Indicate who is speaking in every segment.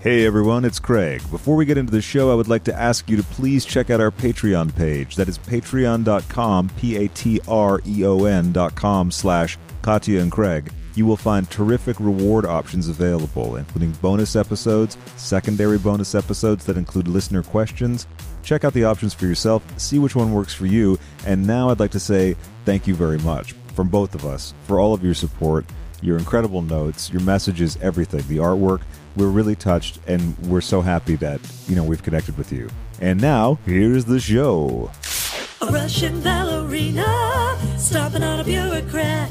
Speaker 1: Hey everyone, it's Craig. Before we get into the show, I would like to ask you to please check out our Patreon page. That is patreon.com, P-A-T-R-E-O-N E dot com slash Katya and Craig. You will find terrific reward options available, including bonus episodes, secondary bonus episodes that include listener questions. Check out the options for yourself, see which one works for you, and now I'd like to say thank you very much from both of us for all of your support, your incredible notes, your messages, everything, the artwork. We're really touched and we're so happy that, you know, we've connected with you. And now, here's the show.
Speaker 2: A Russian ballerina, stomping on a bureaucrat.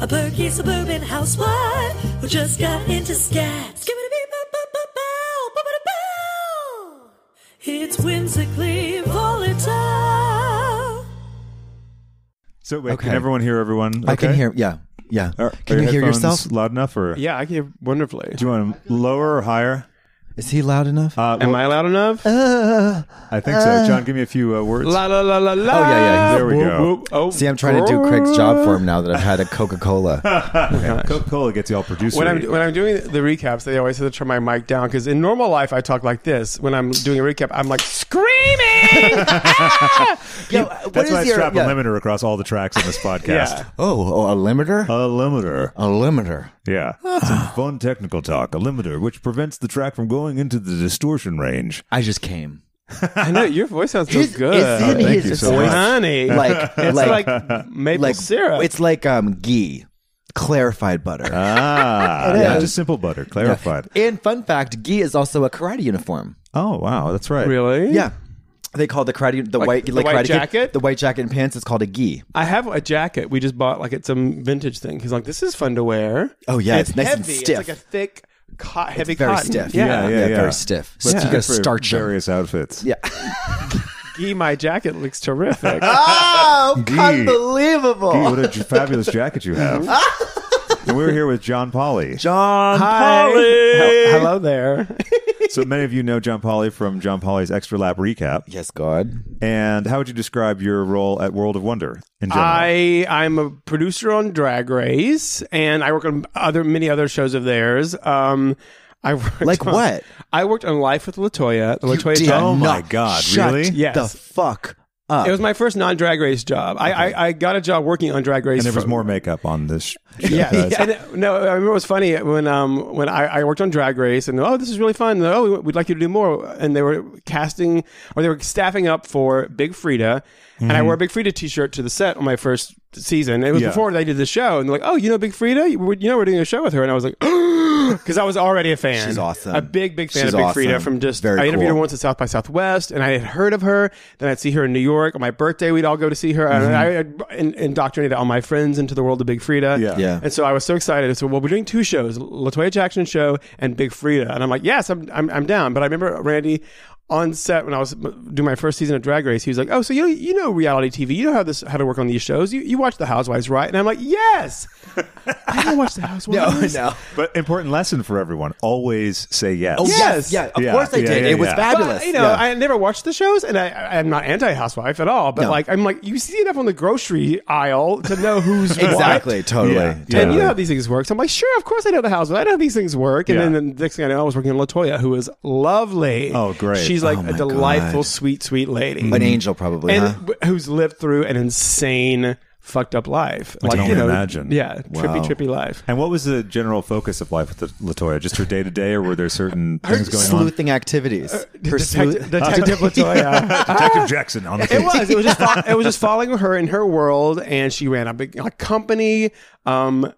Speaker 2: A perky suburban housewife who just got into scat. Skibbity-bee-bop-bop-bow, boppity-bow. It's whimsically volatile.
Speaker 1: So, wait,
Speaker 3: Okay.
Speaker 1: can everyone hear everyone?
Speaker 3: I can
Speaker 1: okay?
Speaker 3: hear. Yeah, yeah.
Speaker 1: Are-
Speaker 3: can
Speaker 1: are
Speaker 3: you
Speaker 1: your
Speaker 3: hear yourself?
Speaker 1: headphones loud enough? Or
Speaker 4: Yeah, I can hear wonderfully.
Speaker 1: do you want them lower or higher?
Speaker 3: Is he loud enough?
Speaker 1: Uh,
Speaker 4: Am
Speaker 1: well,
Speaker 4: I loud enough?
Speaker 3: Uh,
Speaker 1: I think so. John, give me a few uh, words.
Speaker 4: La la la la la.
Speaker 3: Oh, yeah, yeah, he's-
Speaker 1: There we
Speaker 4: Whoop,
Speaker 1: go.
Speaker 4: whoop. Oh,
Speaker 3: see, I'm trying to do Craig's job for him now that I've had a Coca Cola.
Speaker 1: Coca Cola gets y'all producer.
Speaker 4: When I'm when I'm doing the recaps, they always have to turn my mic down because in normal life I talk like this. When I'm doing a recap, I'm like screaming.
Speaker 1: uh, That's why I strap a limiter across all the tracks on this podcast.
Speaker 4: yeah,
Speaker 3: Oh, oh, a limiter.
Speaker 1: A limiter.
Speaker 3: a limiter.
Speaker 1: Yeah. Some fun technical talk. A limiter, which prevents the track from going into the distortion range.
Speaker 3: I just came.
Speaker 4: I know your voice sounds so
Speaker 3: His-
Speaker 4: good.
Speaker 3: it's in
Speaker 4: Oh, thank
Speaker 3: his
Speaker 4: you
Speaker 3: voice.
Speaker 4: honey.
Speaker 3: Like,
Speaker 4: it's
Speaker 3: like,
Speaker 4: like, maple
Speaker 3: like
Speaker 4: syrup.
Speaker 3: It's like um ghee, clarified butter.
Speaker 1: Ah, yeah,
Speaker 3: is.
Speaker 1: just simple butter, clarified.
Speaker 3: and fun fact, ghee is also a karate uniform.
Speaker 1: Oh, wow, that's right.
Speaker 4: really.
Speaker 3: Yeah, they call the karate the white
Speaker 4: the
Speaker 3: like
Speaker 4: white
Speaker 3: karate kid-
Speaker 4: jacket?
Speaker 3: the white jacket and pants. It's called a ghee.
Speaker 4: I have a jacket we just bought like at some vintage thing. He's like, this is fun to wear.
Speaker 3: Oh, yeah,
Speaker 4: And
Speaker 3: it's nice and
Speaker 4: heavy.
Speaker 3: stiff.
Speaker 4: It's like a thick, co- heavy
Speaker 3: Very
Speaker 4: cotton.
Speaker 3: stiff.
Speaker 1: yeah,
Speaker 4: Yeah.
Speaker 1: yeah.
Speaker 3: very stiff. So
Speaker 1: It's
Speaker 3: you gotta
Speaker 1: good for
Speaker 3: starch 'em.
Speaker 1: various outfits.
Speaker 3: Yeah.
Speaker 4: Gee, my jacket looks terrific.
Speaker 3: Oh,
Speaker 1: Ghee.
Speaker 3: unbelievable.
Speaker 1: Gee, what a j- fabulous jacket you have. and we're here with John Polly.
Speaker 3: John
Speaker 4: Hi.
Speaker 3: Polly.
Speaker 4: Hel- Hello there.
Speaker 1: So many of you know John Polly from John Polly's Extra Lap Recap.
Speaker 3: Yes, God.
Speaker 1: And how would you describe your role at World of Wonder in general?
Speaker 4: I I'm a producer on Drag Race, and I work on other many other shows of theirs. Um, I worked
Speaker 3: Like
Speaker 4: on-
Speaker 3: what?
Speaker 4: I worked on Life with Latoya. The Latoya
Speaker 3: did
Speaker 4: Jones-
Speaker 1: Oh my
Speaker 3: not.
Speaker 1: God,
Speaker 3: Shut
Speaker 1: really?
Speaker 4: Yes.
Speaker 3: The fuck up.
Speaker 4: It was my first non Drag Race job. I, I I got a job working on Drag Race.
Speaker 1: and there was
Speaker 4: for-
Speaker 1: more makeup on this sh- show.
Speaker 4: Yeah,
Speaker 1: guys.
Speaker 4: yeah. And, uh, no, I remember it was funny when um when I, I worked on Drag Race and oh this is really fun. Oh, we'd like you to do more. And they were casting or they were staffing up for Big Frida, and
Speaker 3: Mm-hmm.
Speaker 4: I wore a Big Frida T-shirt to the set on my first season. It was
Speaker 1: Yeah.
Speaker 4: before they did the show, and they're like, oh, you know Big Frida, you we- you know we're doing a show with her, and I was like. Because I was already a fan.
Speaker 3: She's awesome.
Speaker 4: A big, big fan
Speaker 3: She's
Speaker 4: of Big
Speaker 3: awesome.
Speaker 4: Frida from just.
Speaker 3: Very
Speaker 4: I interviewed her
Speaker 3: cool.
Speaker 4: once at South by Southwest, and I had heard of her. Then I'd see her in New York on my birthday. We'd all go to see her,
Speaker 3: Mm-hmm.
Speaker 4: and I had in- indoctrinated all my friends into the world of Big Frida.
Speaker 1: Yeah.
Speaker 3: Yeah.
Speaker 4: And so I was so excited. So well, we're doing two shows, Latoya Jackson show and Big Frida, and I'm like, yes, I'm I'm, I'm down. But I remember Randy on set when I was doing my first season of Drag Race, he was like, oh, so you know, you know reality TV, you know how this how to work on these shows. You you watch The Housewives, right? And I'm like, yes, I don't watch The
Speaker 3: no,
Speaker 4: Housewives.
Speaker 3: no.
Speaker 1: But important lesson for everyone: always say yes.
Speaker 3: Oh,
Speaker 4: Yes.
Speaker 3: Yeah, of
Speaker 1: Yeah,
Speaker 3: course I
Speaker 1: yeah,
Speaker 3: did.
Speaker 1: yeah,
Speaker 3: it was
Speaker 1: yeah.
Speaker 3: fabulous.
Speaker 4: But, you know,
Speaker 3: Yeah.
Speaker 4: I never watched the shows, and I, I- I'm not anti-housewife at all. But
Speaker 3: No.
Speaker 4: like, I'm like, you see enough on the grocery aisle to know who's what.
Speaker 3: exactly. Totally.
Speaker 1: Yeah, yeah.
Speaker 3: totally.
Speaker 4: And you know how these things work. So I'm like, sure, of course I know the house, but I know how these things work. And
Speaker 1: Yeah.
Speaker 4: then the next thing I know, I was working on Latoya, who is lovely.
Speaker 1: Oh, great.
Speaker 4: She's like
Speaker 3: Oh, my
Speaker 4: a delightful,
Speaker 3: God.
Speaker 4: sweet, sweet lady.
Speaker 3: An angel, probably.
Speaker 4: and
Speaker 3: huh?
Speaker 4: w- who's lived through an insane, fucked up life.
Speaker 1: I can imagine.
Speaker 4: Yeah,
Speaker 3: Wow.
Speaker 4: trippy, trippy life.
Speaker 1: And what was the general focus of life with the Latoya? Just her day to day, or were there certain things going
Speaker 3: Sleuthing activities. Her
Speaker 4: Detective,
Speaker 3: sleuth-
Speaker 4: Detective Latoya.
Speaker 1: on? Detective Jackson on the
Speaker 4: It
Speaker 1: case.
Speaker 4: was. It was just. Fo- it was just following her in her world, and she ran a big a company, um,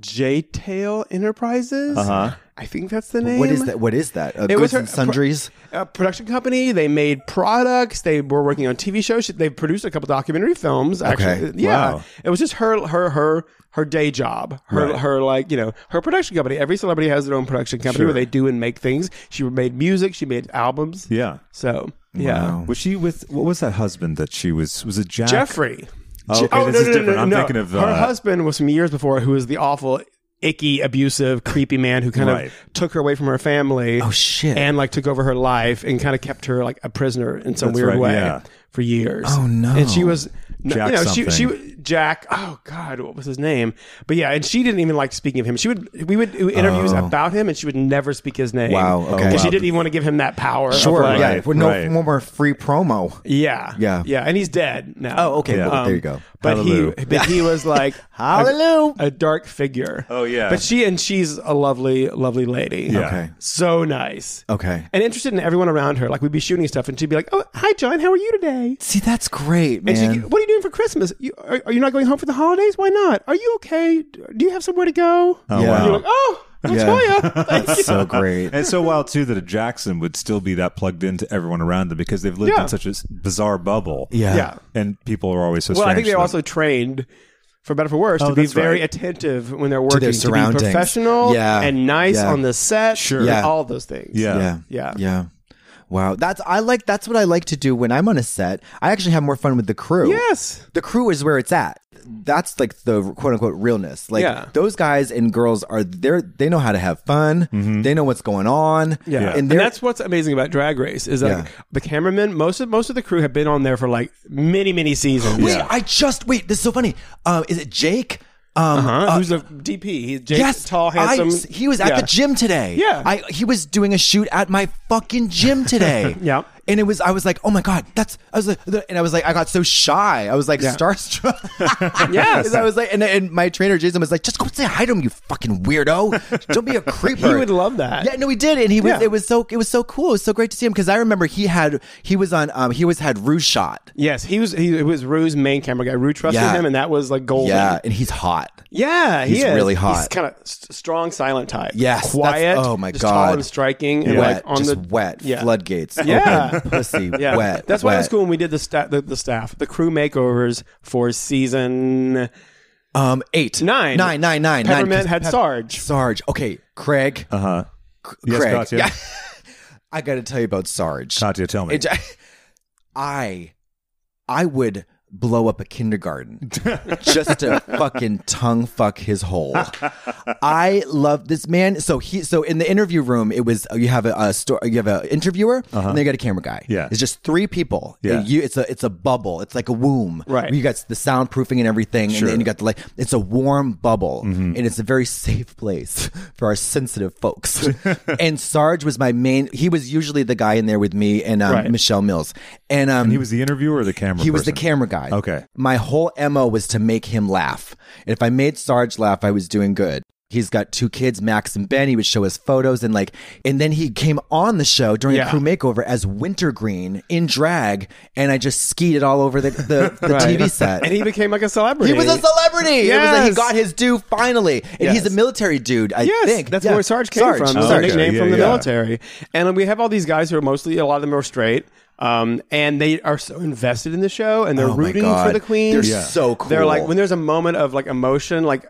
Speaker 4: J Tail Enterprises.
Speaker 1: Uh-huh.
Speaker 4: I think that's the name.
Speaker 3: What is that? What is that? Uh,
Speaker 4: It was
Speaker 3: goods and
Speaker 4: her-
Speaker 3: sundries.
Speaker 4: a production company. They made products. They were working on TV shows. They produced a couple documentary films. Actually, yeah,
Speaker 1: Wow.
Speaker 4: it was just her, her, her, her day job. Her,
Speaker 1: Right.
Speaker 4: her, like you know, her production company. Every celebrity has their own production company
Speaker 1: Sure.
Speaker 4: where they do and make things. She made music. She made albums.
Speaker 1: Yeah.
Speaker 4: So yeah,
Speaker 1: Was she with what was that husband that she was? Was it Jack?
Speaker 4: Jeffrey.
Speaker 1: Oh, okay, this is different. I'm thinking of
Speaker 4: her
Speaker 1: uh,
Speaker 4: husband was from years before, who was the awful, icky, abusive, creepy man who kind
Speaker 1: Right.
Speaker 4: of took her away from her family.
Speaker 3: Oh, shit.
Speaker 4: And like took over her life and kind of kept her like a prisoner in some
Speaker 1: That's
Speaker 4: weird
Speaker 1: right,
Speaker 4: way
Speaker 1: yeah.
Speaker 4: for years.
Speaker 3: Oh, no.
Speaker 4: And she was
Speaker 1: Jack
Speaker 4: you know, she she
Speaker 1: something.
Speaker 4: Jack. Oh God, what was his name? But yeah, and she didn't even like speaking of him. She would we would do interviews
Speaker 1: Oh.
Speaker 4: about him, and she would never speak his name.
Speaker 3: Wow, okay.
Speaker 4: Because
Speaker 3: Wow.
Speaker 4: she didn't even want to give him that power. of,
Speaker 3: Sure.
Speaker 4: like-
Speaker 3: yeah.
Speaker 1: Right,
Speaker 3: Well, no
Speaker 1: right.
Speaker 3: no more free promo.
Speaker 4: yeah.
Speaker 3: Yeah.
Speaker 4: Yeah. And he's dead now.
Speaker 3: Oh, okay.
Speaker 1: Yeah.
Speaker 3: Well, there you
Speaker 4: Um,
Speaker 3: go.
Speaker 4: But he,
Speaker 1: Hallelujah.
Speaker 4: but he was like
Speaker 3: Hallelujah.
Speaker 4: a, a dark figure.
Speaker 1: Oh, yeah.
Speaker 4: But she and she's a lovely, lovely lady.
Speaker 1: Yeah.
Speaker 3: Okay. Oh.
Speaker 4: So nice.
Speaker 3: Okay.
Speaker 4: And interested in everyone around her. Like we'd be shooting stuff, and she'd be like, "Oh, hi, John. How are you today?"
Speaker 3: See, that's great, man.
Speaker 4: And she, what are you doing for Christmas? You, are, are you not going home for the holidays? Why not? Are you okay? Do you have somewhere to go?
Speaker 1: Oh,
Speaker 3: Yeah.
Speaker 1: wow.
Speaker 4: You're like, oh,
Speaker 3: Yeah.
Speaker 4: Latoya. Thank you.
Speaker 3: so Uh, great.
Speaker 1: And it's so wild too that a Jackson would still be that plugged into everyone around them because they've lived
Speaker 4: Yeah.
Speaker 1: in such a s- bizarre bubble.
Speaker 3: Yeah.
Speaker 4: Yeah.
Speaker 1: and people are always so.
Speaker 4: Well,
Speaker 1: strange
Speaker 4: I think
Speaker 1: to
Speaker 4: they're
Speaker 1: them.
Speaker 4: also trained, for better or for worse,
Speaker 1: Oh,
Speaker 4: to be
Speaker 1: that's
Speaker 4: very
Speaker 1: right.
Speaker 4: attentive when they're working,
Speaker 3: their
Speaker 4: be
Speaker 3: surroundings.
Speaker 4: professional,
Speaker 3: Yeah.
Speaker 4: and nice
Speaker 3: Yeah.
Speaker 4: on the set, sure,
Speaker 3: Yeah.
Speaker 4: all those things.
Speaker 1: Yeah.
Speaker 3: Yeah.
Speaker 4: Yeah.
Speaker 3: Yeah. Wow. That's I like that's what I like to do when I'm on a set. I actually have more fun with the crew.
Speaker 4: Yes.
Speaker 3: The crew is where it's at. That's like the quote unquote realness. Like
Speaker 4: Yeah.
Speaker 3: those guys and girls are there they know how to have fun. They know what's going on.
Speaker 4: Mm-hmm. Yeah.
Speaker 3: And
Speaker 4: And,
Speaker 3: they're
Speaker 4: that's what's amazing about Drag Race is that
Speaker 3: Yeah.
Speaker 4: the cameramen, most of most of the crew have been on there for like many many seasons.
Speaker 3: Wait, I just wait, this is so funny. Um is it Jake? Um
Speaker 4: Huh?
Speaker 3: uh,
Speaker 4: Who's the DP? He's Jake,
Speaker 3: Yes,
Speaker 4: tall,
Speaker 3: I-
Speaker 4: handsome.
Speaker 3: he was at
Speaker 4: Yeah.
Speaker 3: the gym today.
Speaker 4: Yeah.
Speaker 3: I he was doing a shoot at my fucking gym today.
Speaker 4: Yeah.
Speaker 3: and it was I was like, oh my god, that's I was like, the- and I was like, I got so shy. I was like
Speaker 4: Yeah.
Speaker 3: starstruck.
Speaker 4: Yes.
Speaker 3: 'Cause I was like, and, and my trainer Jason was like, just go say hi to him, you fucking weirdo. Don't be a creeper.
Speaker 4: He would love that.
Speaker 3: Yeah, no, he did, and he was.
Speaker 4: Yeah.
Speaker 3: It was so it was so cool. It was so great to see him because I remember he had he was on um he was had Rouge shot.
Speaker 4: Yes, he was. He it was Rue's main camera guy. Rue trusted
Speaker 3: Yeah.
Speaker 4: him, and that was like golden.
Speaker 3: Yeah, and he's hot.
Speaker 4: Yeah, he
Speaker 3: He's
Speaker 4: is.
Speaker 3: really hot.
Speaker 4: He's kind of st- strong, silent type.
Speaker 3: Yes, that's-
Speaker 4: quiet.
Speaker 3: oh my
Speaker 4: just
Speaker 3: God.
Speaker 4: tall and striking, and
Speaker 3: wet,
Speaker 4: like on
Speaker 3: just
Speaker 4: the
Speaker 3: wet
Speaker 4: yeah.
Speaker 3: floodgates.
Speaker 4: Yeah.
Speaker 3: open, pussy
Speaker 4: Yeah,
Speaker 3: wet.
Speaker 4: That's why it was
Speaker 3: wet.
Speaker 4: cool when we did the, sta- the the staff, the crew makeovers for season
Speaker 3: Um, eight,
Speaker 4: Nine.
Speaker 3: nine, nine, nine.
Speaker 4: Peppermint
Speaker 3: nine, 'cause
Speaker 4: had
Speaker 3: Pep-
Speaker 4: Sarge.
Speaker 3: Sarge. Okay, Craig. Uh huh.
Speaker 1: Uh-huh. Yes,
Speaker 3: Craig.
Speaker 1: Katya?
Speaker 3: Yeah. I got to tell you about Sarge.
Speaker 1: Katya, tell me.
Speaker 3: It- I, I would blow up a kindergarten just to fucking tongue fuck his hole. I love this man. So he, so in the interview room, it was you have a, a sto- you have an interviewer, and then you got a camera guy.
Speaker 1: Uh-huh. Yeah.
Speaker 3: it's just three people.
Speaker 1: Yeah.
Speaker 3: you, it's a it's a bubble. It's like a womb.
Speaker 4: Right.
Speaker 3: you got the soundproofing and everything, and
Speaker 1: Sure. Mm-hmm.
Speaker 3: then you got the like. It's a warm bubble, and it's a very safe place for our sensitive folks. and Sarge was my main. He was usually the guy in there with me and um,
Speaker 4: Right.
Speaker 3: Michelle Mills, and um,
Speaker 1: he was the interviewer or the camera.
Speaker 3: he was the
Speaker 1: person?
Speaker 3: camera guy.
Speaker 1: Okay.
Speaker 3: My whole MO was to make him laugh. And if I made Sarge laugh, I was doing good. He's got two kids, Max and Ben. He would show us photos and like, and then he came on the show during
Speaker 4: Yeah.
Speaker 3: a crew makeover as Wintergreen in drag, and I just skied it all over the, the, the TV set.
Speaker 4: and he became like a celebrity.
Speaker 3: He was a celebrity. It was like he
Speaker 4: Yes.
Speaker 3: got his due finally, and
Speaker 4: Yes.
Speaker 3: he's a military dude. I
Speaker 4: Yes,
Speaker 3: think
Speaker 4: that's
Speaker 3: Yeah.
Speaker 4: where Sarge came from. It was
Speaker 1: Oh,
Speaker 4: a
Speaker 1: okay.
Speaker 4: nickname
Speaker 1: Yeah,
Speaker 4: from the
Speaker 1: yeah.
Speaker 4: military. And we have all these guys who are mostly a lot of them are straight, um, and they are so invested in the show and they're
Speaker 3: Oh my
Speaker 4: rooting for
Speaker 3: God.
Speaker 4: the queen.
Speaker 3: They're so cool.
Speaker 4: They're like when there's a moment of like emotion, like.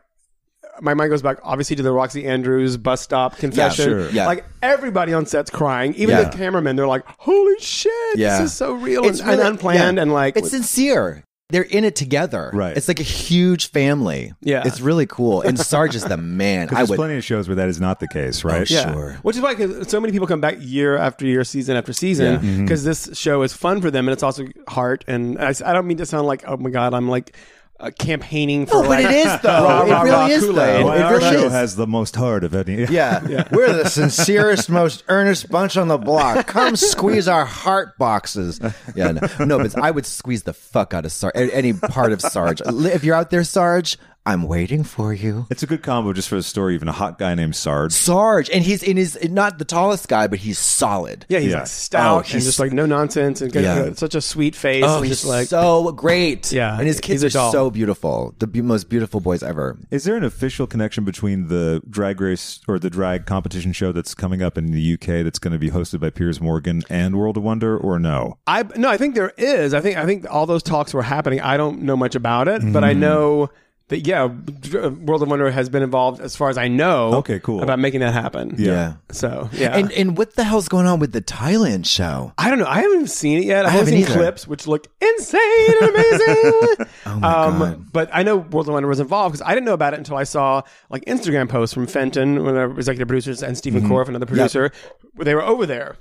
Speaker 4: My mind goes back, obviously, to the Roxy Andrews bus stop confession.
Speaker 1: sure.
Speaker 3: Yeah.
Speaker 4: Like everybody on set's crying, even
Speaker 3: Yeah.
Speaker 4: the cameramen. They're like, "Holy shit,
Speaker 3: Yeah.
Speaker 4: this is so real
Speaker 3: It's
Speaker 4: and, and
Speaker 3: really-
Speaker 4: unplanned."
Speaker 3: yeah.
Speaker 4: And like,
Speaker 3: it's sincere. They're in it together.
Speaker 1: Right.
Speaker 3: It's like a huge family.
Speaker 4: Yeah.
Speaker 3: It's really cool. And Sarge is the man.
Speaker 1: 'Cause
Speaker 3: I
Speaker 1: There's
Speaker 3: would.
Speaker 1: plenty of shows where that is not the case, right?
Speaker 3: Yeah.
Speaker 1: Sure.
Speaker 3: Sure.
Speaker 4: Which is why 'cause so many people come back year after year, season after season, because this show is fun for them and it's also heart. And I, s- I don't mean to sound like, oh my God, I'm like uh, campaigning for
Speaker 3: No, but
Speaker 4: like,
Speaker 3: it is, though.
Speaker 4: rah,
Speaker 3: It
Speaker 4: rah,
Speaker 3: really
Speaker 4: rah,
Speaker 3: is, though.
Speaker 4: Kool-Aid.
Speaker 1: Why
Speaker 3: It
Speaker 1: our
Speaker 3: really
Speaker 1: show
Speaker 3: is.
Speaker 1: has the most heart of any.
Speaker 3: Yeah. We're the sincerest, most earnest bunch on the block. Come squeeze our heart boxes. Yeah. No, no, but I would squeeze the fuck out of Sarge, any part of Sarge. If you're out there, Sarge, I'm waiting for you.
Speaker 1: It's a good combo just for the story. Even a hot guy named Sarge.
Speaker 3: Sarge, and he's in his not the tallest guy, but he's solid.
Speaker 4: Yeah, he's
Speaker 1: Yeah.
Speaker 4: like stout
Speaker 3: Oh,
Speaker 4: and
Speaker 3: he's-
Speaker 4: just like no nonsense and got,
Speaker 3: Yeah.
Speaker 4: uh, such a sweet face.
Speaker 3: Oh,
Speaker 4: and
Speaker 3: he's
Speaker 4: just like
Speaker 3: so great.
Speaker 4: Yeah,
Speaker 3: and his
Speaker 4: he's
Speaker 3: kids
Speaker 4: a
Speaker 3: are
Speaker 4: doll.
Speaker 3: so beautiful. The be- most beautiful boys ever.
Speaker 1: Is there an official connection between the drag race or the drag competition show that's coming up in the UK that's going to be hosted by Piers Morgan and World of Wonder, or no?
Speaker 4: I no, I think there is. I think I think all those talks were happening. I don't know much about it, but I know that yeah, World of Wonder has been involved as far as I know.
Speaker 1: Okay, cool.
Speaker 4: About making that happen.
Speaker 3: Yeah.
Speaker 4: So yeah.
Speaker 3: And and what the hell's going on with the Thailand show?
Speaker 4: I don't know. I haven't seen it yet. I've
Speaker 3: I
Speaker 4: only seen
Speaker 3: haven't either.
Speaker 4: clips, which look insane and amazing. oh
Speaker 3: my God.
Speaker 4: But I know World of Wonder was involved because I didn't know about it until I saw like
Speaker 3: Mm-hmm.
Speaker 4: Instagram posts from Fenton, one of our executive producers, and Stephen Korff, another producer. They were over there.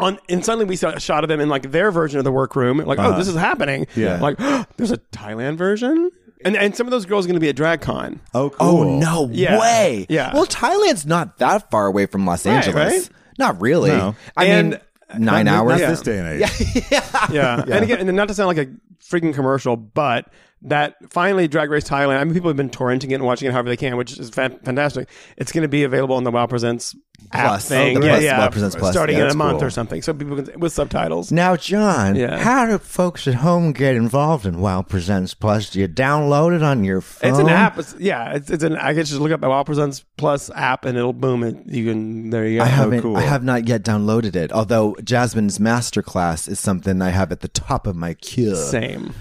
Speaker 4: on and suddenly we saw a shot of them in like their version of the workroom. Like, oh,
Speaker 3: Uh-huh.
Speaker 4: this is happening.
Speaker 1: Yeah.
Speaker 4: Like, there's a Thailand version, and and some of those girls are going to be at DragCon.
Speaker 1: Oh,
Speaker 3: Oh
Speaker 1: cool.
Speaker 3: no
Speaker 4: Yeah.
Speaker 3: way!
Speaker 4: Yeah.
Speaker 3: Well, Thailand's not that far away from Los Angeles.
Speaker 4: right?
Speaker 3: Not really.
Speaker 1: No.
Speaker 3: I
Speaker 4: And-
Speaker 3: mean, nine
Speaker 1: Not
Speaker 3: hours.
Speaker 1: this day and age.
Speaker 4: yeah. And again, and not to sound like a freaking commercial, but that finally Drag Race Thailand, I mean, people have been torrenting it and watching it however they can, which is fan- fantastic. It's going to be available on the WoW Presents app
Speaker 3: Plus.
Speaker 4: thing.
Speaker 3: Oh, the
Speaker 4: yeah,
Speaker 3: Plus-
Speaker 4: yeah.
Speaker 3: WoW Presents Plus.
Speaker 4: Starting
Speaker 3: Yeah,
Speaker 4: in a
Speaker 3: that's
Speaker 4: month
Speaker 3: cool.
Speaker 4: or something. So people can, with subtitles.
Speaker 3: Now, John,
Speaker 4: Yeah.
Speaker 3: how do folks at home get involved in WoW Presents Plus? Do you download it on your phone?
Speaker 4: It's an app. It's, yeah, it's, it's an. I guess just look up the WoW Presents Plus app and it'll boom it. You can. There you go.
Speaker 3: I haven't.
Speaker 1: cool.
Speaker 3: I have not yet downloaded it. Although Jasmine's masterclass is something I have at the top of my queue.
Speaker 4: Same.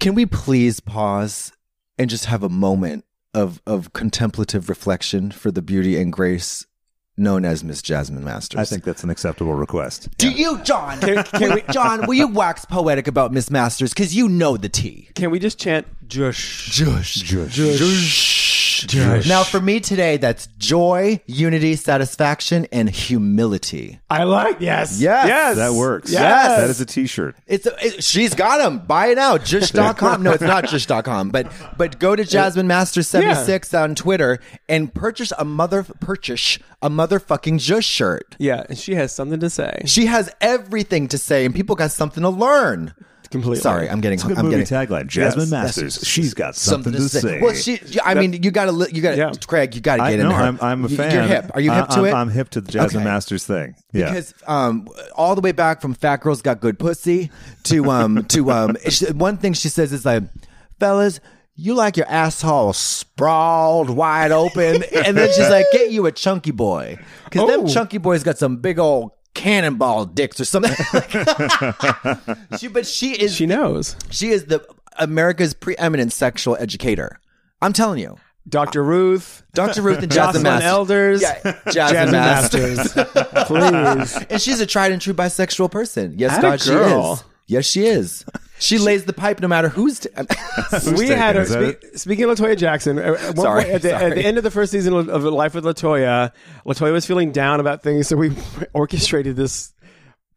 Speaker 3: Can we please pause and just have a moment of of contemplative reflection for the beauty and grace known as Miss Jasmine Masters?
Speaker 1: I think that's an acceptable request.
Speaker 3: Do you, John? will- John, will you wax poetic about Miss Masters? Because you know the tea.
Speaker 4: Can we just chant Jush?
Speaker 3: Jush. Jush. Now, for me today, that's joy, unity, satisfaction, and humility.
Speaker 4: I like. Yes.
Speaker 3: Yes.
Speaker 4: Yes.
Speaker 1: That works.
Speaker 4: Yes.
Speaker 1: That is a T-shirt.
Speaker 3: It's a, it, she's got them. Buy it now. Jush.com. No, it's not Jush.com, but but go to Jasmine Master 76 on Twitter and purchase a mother purchase a motherfucking Jush shirt.
Speaker 4: Yeah. And she has something to say.
Speaker 3: She has everything to say, and people got something to learn.
Speaker 4: Completely.
Speaker 3: Sorry, I'm getting.
Speaker 1: It's a good
Speaker 3: I'm
Speaker 1: movie
Speaker 3: getting
Speaker 1: tagline. Jasmine
Speaker 4: Yes.
Speaker 1: Masters. She's got something, to say.
Speaker 3: Well, she. I mean, you got to. You got to.
Speaker 4: Yeah.
Speaker 3: Craig, you got to
Speaker 1: I
Speaker 3: get
Speaker 1: know.
Speaker 3: into her.
Speaker 1: I'm, I'm a
Speaker 3: You-
Speaker 1: fan.
Speaker 3: You're hip. Are you hip
Speaker 1: I-
Speaker 3: to
Speaker 1: I'm,
Speaker 3: it?
Speaker 1: I'm hip to the Jasmine
Speaker 3: Okay.
Speaker 1: Masters thing. Yeah.
Speaker 3: because um, all the way back from Fat Girls Got Good Pussy to um to um she, one thing she says is like, fellas. You like your asshole sprawled wide open, and then she's like, "Get you a chunky boy, because them
Speaker 4: Oh.
Speaker 3: chunky boys got some big old cannonball dicks or something." she, but she is
Speaker 4: She knows.
Speaker 3: she is the America's preeminent sexual educator. I'm telling you,
Speaker 4: Dr. Ruth.
Speaker 3: Dr. Ruth and Jasmine
Speaker 4: Jocelyn
Speaker 3: Masters.
Speaker 4: Elders.
Speaker 3: Yeah, Jasmine,
Speaker 4: Jasmine
Speaker 3: Masters.
Speaker 4: Masters. Please.
Speaker 3: And she's a tried and true bisexual person. Yes,
Speaker 4: Atta
Speaker 3: God, she
Speaker 4: girl.
Speaker 3: is. Yes, she is. She lays the pipe no matter who's. T- um,
Speaker 4: we
Speaker 1: taking
Speaker 4: had her.
Speaker 1: us at
Speaker 4: Spe- speaking of Latoya Jackson, uh, at one
Speaker 3: Sorry,
Speaker 4: point- at, the, at
Speaker 3: sorry.
Speaker 4: the end of the first season of of Life with Latoya, Latoya was feeling down about things, so we orchestrated this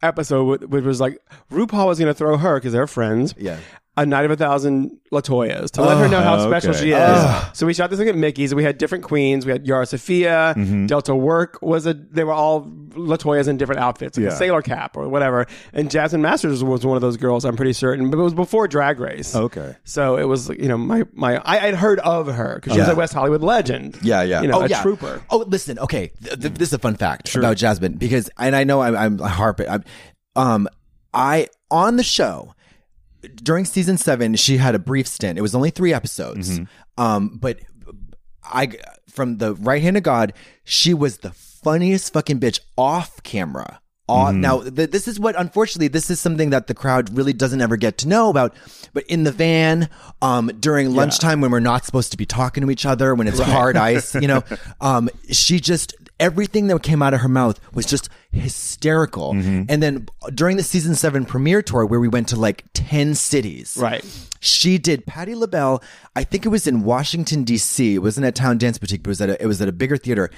Speaker 4: episode, wh- which was like RuPaul was going to throw her because they're friends.
Speaker 3: Yeah. Oh,
Speaker 4: A night of a thousand Latoyas to let her know how special
Speaker 1: okay.
Speaker 4: she is. So we shot this thing at Mickey's. We had different queens. We had Yara Sophia,
Speaker 3: Mm-hmm.
Speaker 4: Delta Work was a. They were all Latoyas in different outfits, like
Speaker 1: Yeah.
Speaker 4: a sailor cap or whatever. And Jasmine Masters was one of those girls. I'm pretty certain, but it was before Drag Race.
Speaker 1: Okay.
Speaker 4: So it was, you know, my my I had heard of her because she was
Speaker 3: Yeah.
Speaker 4: a West Hollywood legend. You know,
Speaker 3: oh,
Speaker 4: a
Speaker 3: yeah.
Speaker 4: trooper.
Speaker 3: Oh, listen. Okay, th- th- this is a fun fact about Jasmine because, and I know I'm, I'm harping. I'm, um, I on the show during season seven, she had a brief stint. It was only three episodes.
Speaker 4: Mm-hmm.
Speaker 3: Um, but I from the right hand of God, she was the funniest fucking bitch off camera. Off, Now, th- this is what, unfortunately, this is something that the crowd really doesn't ever get to know about. But in the van, um, during lunchtime when we're not supposed to be talking to each other, when it's hard ice, you know, um, she just everything that came out of her mouth was just hysterical. And then during the season seven premiere tour, where we went to like ten cities,
Speaker 4: Right.
Speaker 3: she did Patty LaBelle. I think it was in Washington D.C. It wasn't at Town Dance Boutique, but it was at a, it was at a bigger theater,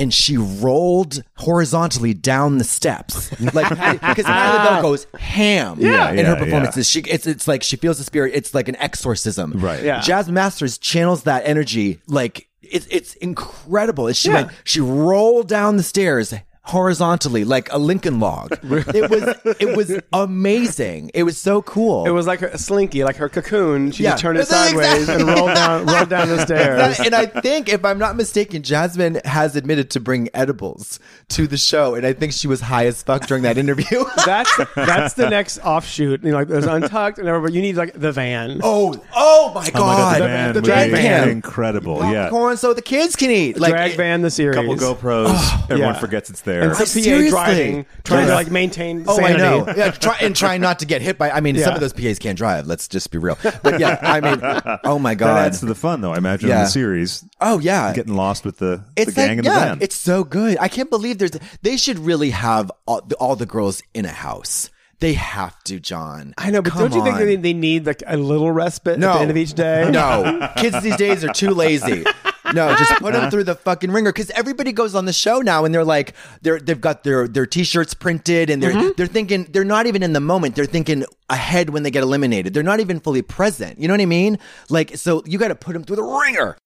Speaker 3: and she rolled horizontally down the steps like Patti- because Patty LaBelle goes ham
Speaker 1: Yeah,
Speaker 3: in
Speaker 1: yeah,
Speaker 3: her performances. She it's it's like she feels the spirit. It's like an exorcism.
Speaker 1: Right.
Speaker 4: Yeah.
Speaker 3: Jasmine Masters channels that energy like it's it's incredible. And she
Speaker 4: Yeah.
Speaker 3: went she rolled down the stairs horizontally like a Lincoln log. it was it was amazing. It was so cool.
Speaker 4: It was like her, slinky, like her cocoon. She
Speaker 3: Yeah.
Speaker 4: just turned it
Speaker 3: That's
Speaker 4: sideways
Speaker 3: exactly-
Speaker 4: and rolled down, rolled down the stairs.
Speaker 3: and I think, if I'm not mistaken, Jasmine has admitted to bring edibles to the show, and I think she was high as fuck during that interview.
Speaker 4: That's that's the next offshoot. You know, like there's untucked and everybody. You need like the van.
Speaker 3: oh, oh my
Speaker 1: Oh my God,
Speaker 3: god,
Speaker 1: the van
Speaker 3: the
Speaker 1: was
Speaker 3: drag van,
Speaker 1: incredible. Yeah.
Speaker 3: popcorn so the kids can eat. Like,
Speaker 4: drag van, the series.
Speaker 1: Couple GoPros.
Speaker 3: Oh,
Speaker 1: everyone
Speaker 4: yeah.
Speaker 1: forgets it's there.
Speaker 4: And so PA
Speaker 3: Seriously?
Speaker 4: driving, trying
Speaker 3: Yes.
Speaker 4: to like maintain.
Speaker 3: Oh,
Speaker 4: sanity.
Speaker 3: I know. Yeah, try, and trying not to get hit by. I mean, some
Speaker 4: Yeah.
Speaker 3: of those PAs can't drive. Let's just be real. But yeah, I mean, oh my
Speaker 1: That
Speaker 3: god.
Speaker 1: adds to the fun, though. I imagine in
Speaker 3: Yeah.
Speaker 1: the series,
Speaker 3: oh yeah.
Speaker 1: getting lost with the,
Speaker 3: It's
Speaker 1: the gang
Speaker 3: like,
Speaker 1: in the
Speaker 3: yeah,
Speaker 1: van.
Speaker 3: it's so good. I can't believe there's. They should really have all the, all the girls in a house. They have to, John.
Speaker 4: I know, but
Speaker 3: Come
Speaker 4: don't you think
Speaker 3: on.
Speaker 4: they, they need like a little respite
Speaker 3: No.
Speaker 4: at the end of each day?
Speaker 3: No. Kids these days are too lazy. No, just put
Speaker 1: Uh-huh.
Speaker 3: them through the fucking ringer because everybody goes on the show now and they're like they're they've got their their t-shirts printed and they're
Speaker 1: Mm-hmm.
Speaker 3: they're thinking they're not even in the moment. They're thinking ahead when they get eliminated. They're not even fully present. You know what I mean? Like so you got to put them through the ringer.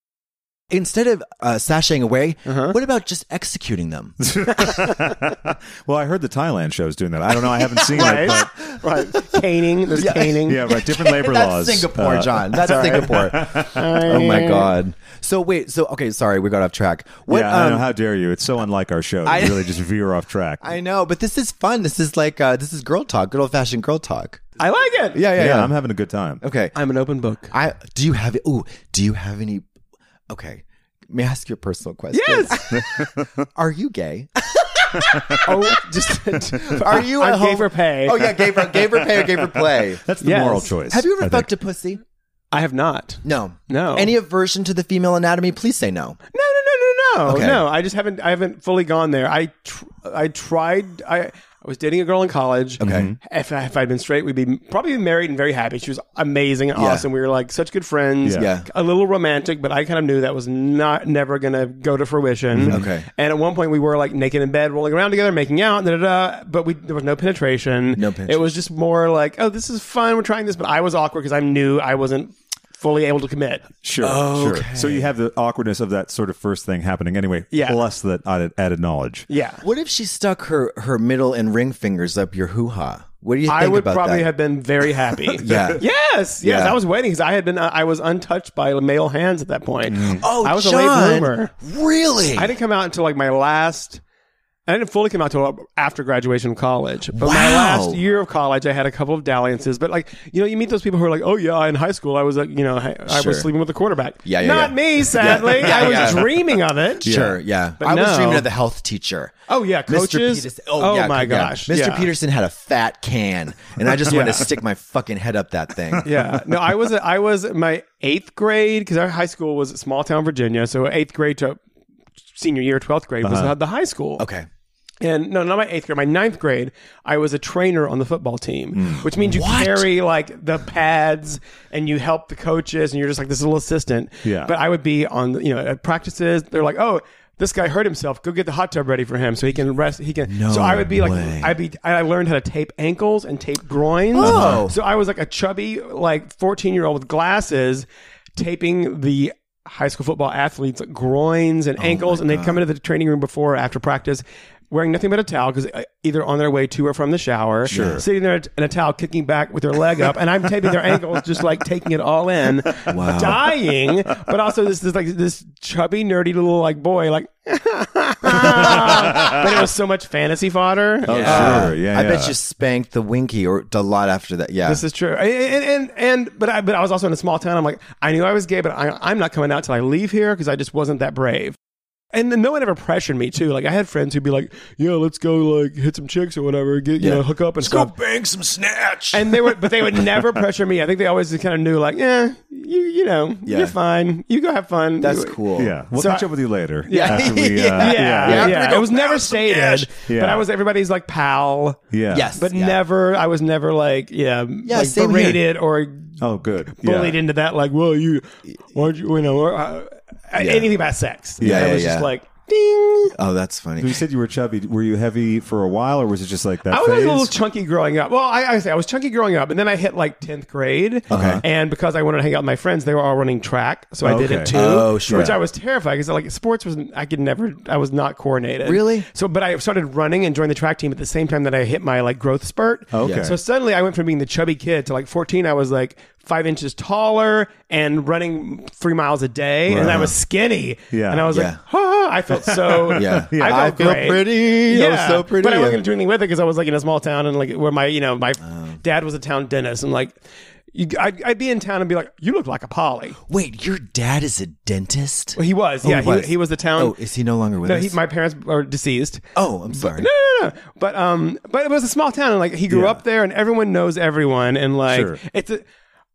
Speaker 3: Instead of uh, sashaying away,
Speaker 1: Uh-huh.
Speaker 3: what about just executing them?
Speaker 1: Well, I heard the Thailand show's doing that. I don't know. I haven't seen it.
Speaker 4: right?
Speaker 1: But
Speaker 4: right. Caning. There's caning.
Speaker 1: yeah, right. Different labor
Speaker 3: That's
Speaker 1: laws.
Speaker 3: Singapore,
Speaker 1: Uh,
Speaker 3: John. That's Singapore. oh my god. So wait. So okay. Sorry, we got off track. What?
Speaker 1: yeah, I
Speaker 3: um,
Speaker 1: know. How dare you? It's so unlike our show.
Speaker 3: I-
Speaker 1: We really just veer off track.
Speaker 3: I know, but this is fun. This is like uh, this is girl talk, good old fashioned girl talk.
Speaker 4: I like it.
Speaker 3: Yeah, yeah,
Speaker 1: yeah,
Speaker 3: yeah.
Speaker 1: I'm having a good time.
Speaker 3: okay.
Speaker 4: I'm an open book.
Speaker 3: I do you have ooh, do you have any Okay. May I ask you a personal question?
Speaker 4: Yes.
Speaker 3: Are you gay?
Speaker 4: oh, just
Speaker 3: Are you a
Speaker 4: I gave
Speaker 3: homo-
Speaker 4: her pay.
Speaker 3: Oh yeah, gave her gave her pay or gave her play.
Speaker 1: That's the
Speaker 4: Yes.
Speaker 1: moral choice.
Speaker 3: Have you ever
Speaker 1: I think.
Speaker 3: fucked a pussy?
Speaker 4: I have not.
Speaker 3: No.
Speaker 4: No.
Speaker 3: Any aversion to the female anatomy? Please say no.
Speaker 4: No, no, no, no, no,
Speaker 3: Okay.
Speaker 4: no. I just haven't. I haven't fully gone there. I, tr- I tried. I, I was dating a girl in college.
Speaker 3: Okay.
Speaker 4: If, I, if I'd been straight, we'd be probably married and very happy. She was amazing and awesome. We were like such good friends.
Speaker 1: Yeah.
Speaker 3: Yeah.
Speaker 4: A little romantic, but I kind of knew that was not never gonna go to fruition.
Speaker 3: Okay.
Speaker 4: And at one point, we were like naked in bed, rolling around together, making out, da da da. But we there was no penetration.
Speaker 3: No penetration.
Speaker 4: It was just more like, oh, this is fun. We're trying this, but I was awkward because I knew I wasn't fully able to commit.
Speaker 1: Sure, sure. So you have the awkwardness of that sort of first thing happening anyway,
Speaker 4: Yeah.
Speaker 1: plus that added, added knowledge.
Speaker 4: Yeah.
Speaker 3: What if she stuck her her middle and ring fingers up your hoo ha? What do you think
Speaker 4: I would
Speaker 3: about
Speaker 4: probably
Speaker 3: that?
Speaker 4: have been very happy.
Speaker 3: Yeah.
Speaker 4: Yes. Yes.
Speaker 3: Yeah.
Speaker 4: I was waiting because I had been. uh, I was untouched by male hands at that point.
Speaker 3: Oh,
Speaker 4: I was
Speaker 3: John,
Speaker 4: a late bloomer.
Speaker 3: Really?
Speaker 4: I didn't come out until like my last. I didn't fully come out until after graduation from college. But my
Speaker 3: Wow.
Speaker 4: last year of college, I had a couple of dalliances. But like, you know, you meet those people who are like, "Oh yeah, in high school, I was, like, you know, I, I
Speaker 3: Sure.
Speaker 4: was sleeping with a quarterback."
Speaker 3: Yeah, yeah,
Speaker 4: Not
Speaker 3: yeah.
Speaker 4: me, sadly.
Speaker 3: Yeah,
Speaker 4: I was
Speaker 3: yeah.
Speaker 4: dreaming of it.
Speaker 3: Sure, yeah.
Speaker 4: But
Speaker 3: I was
Speaker 4: no.
Speaker 3: dreaming of the health teacher.
Speaker 4: Oh, yeah, coaches.
Speaker 3: Peterson.
Speaker 4: Oh, my
Speaker 3: yeah.
Speaker 4: gosh,
Speaker 3: Mr.
Speaker 4: yeah.
Speaker 3: Peterson had a fat can, and I just wanted to stick my fucking head up that thing.
Speaker 4: yeah. No, I was I was in my eighth grade because our high school was small town Virginia, so eighth grade to senior year, twelfth grade was the high school.
Speaker 3: Uh-huh. Okay.
Speaker 4: And no, not my eighth grade, my ninth grade, I was a trainer on the football team, which means you
Speaker 3: Mm. What?
Speaker 4: carry like the pads and you help the coaches and you're just like this little assistant.
Speaker 1: Yeah.
Speaker 4: But I would be on, you know, at practices. They're like, oh, this guy hurt himself. Go get the hot tub ready for him so he can rest. He can. so I would be
Speaker 3: way.
Speaker 4: like, I'd be, I learned how to tape ankles and tape groins.
Speaker 3: Oh.
Speaker 4: So I was like a chubby, like 14 year old with glasses taping the high school football athletes' groins and ankles, and they'd come into the training room before or after practice wearing nothing but a towel because either on their way to or from the shower, sitting there in a towel, kicking back with their leg up, and I'm taping their ankles, just like taking it all in, dying, but also this this like this chubby, nerdy little like boy, like. but it was so much fantasy fodder.
Speaker 1: Oh, sure. Yeah,
Speaker 3: Uh, I
Speaker 1: yeah.
Speaker 3: bet you spanked the winky or a lot after that. Yeah.
Speaker 4: This is true. And and, and and- but I but I was also in a small town. I'm like I knew I was gay, but I, I'm not coming out till I leave here because I just wasn't that brave. And then no one ever pressured me too. Like I had friends who'd be like, "Yeah, let's go like hit some chicks or whatever, get you know hook up and stuff."
Speaker 3: bang some snatch.
Speaker 4: And they were, but they would never pressure me. I think they always just kind of knew, like, yeah, you you know,
Speaker 3: Yeah.
Speaker 4: you're fine. You go have fun.
Speaker 3: That's
Speaker 4: You-
Speaker 3: cool.
Speaker 1: yeah. We'll
Speaker 4: So
Speaker 1: catch
Speaker 4: I-
Speaker 1: up with you later.
Speaker 3: Yeah.
Speaker 1: After we, uh,
Speaker 3: Yeah.
Speaker 1: yeah.
Speaker 4: Yeah, yeah.
Speaker 3: I'm gonna go
Speaker 4: It was never stated, but
Speaker 1: Yeah.
Speaker 4: I was everybody's like pal.
Speaker 1: Yeah.
Speaker 3: Yes.
Speaker 4: But
Speaker 3: Yeah.
Speaker 4: never, I was never like, yeah,
Speaker 3: Yeah,
Speaker 4: like
Speaker 3: same here.
Speaker 4: berated or
Speaker 1: Oh, good. Yeah.
Speaker 4: bullied into that. Like, well, you, why don't you, you know, uh, anything about sex?
Speaker 3: Yeah,
Speaker 4: And
Speaker 3: yeah,
Speaker 4: I was
Speaker 3: yeah.
Speaker 4: just like, ding.
Speaker 3: Oh, that's
Speaker 1: You
Speaker 3: funny.
Speaker 1: said you were chubby. Were you heavy for a while, or was it just like that
Speaker 4: I was
Speaker 1: phase?
Speaker 4: like a little chunky growing up. Well, I, I say I was chunky growing up, and then I hit like tenth grade.
Speaker 3: Okay.
Speaker 4: And because I wanted to hang out with my friends, they were all running track, so I did
Speaker 1: Okay.
Speaker 4: it too.
Speaker 3: Oh, sure.
Speaker 4: Which I was terrified because like sports was I could never I was not coordinated.
Speaker 3: Really?
Speaker 4: So, but I started running and joined the track team at the same time that I hit my like growth spurt.
Speaker 1: Okay.
Speaker 4: So suddenly I went from being the chubby kid to like fourteen. I was like five inches taller and running three miles a day, and I was skinny.
Speaker 1: Yeah.
Speaker 4: And I was
Speaker 3: Yeah.
Speaker 4: like, oh, I felt so.
Speaker 3: Yeah. Yeah.
Speaker 4: I, felt
Speaker 3: I feel
Speaker 4: great.
Speaker 3: pretty. I was so pretty.
Speaker 4: But I wasn't gonna do anything with it because I was like in a small town and like where my you know my
Speaker 3: Oh.
Speaker 4: dad was a town dentist and like you, I'd, I'd be in town and be like you look like a Polly.
Speaker 3: Wait, your dad is a dentist?
Speaker 4: Well, he was
Speaker 3: Oh,
Speaker 4: yeah he, he, was. the town.
Speaker 3: Oh, is he no longer with
Speaker 4: no,
Speaker 3: us?
Speaker 4: he, my parents are deceased.
Speaker 3: oh, I'm sorry.
Speaker 4: No, no, no. But um, but it was a small town, and like he grew
Speaker 1: Yeah.
Speaker 4: up there, and everyone knows everyone, and like
Speaker 1: Sure.
Speaker 4: it's a,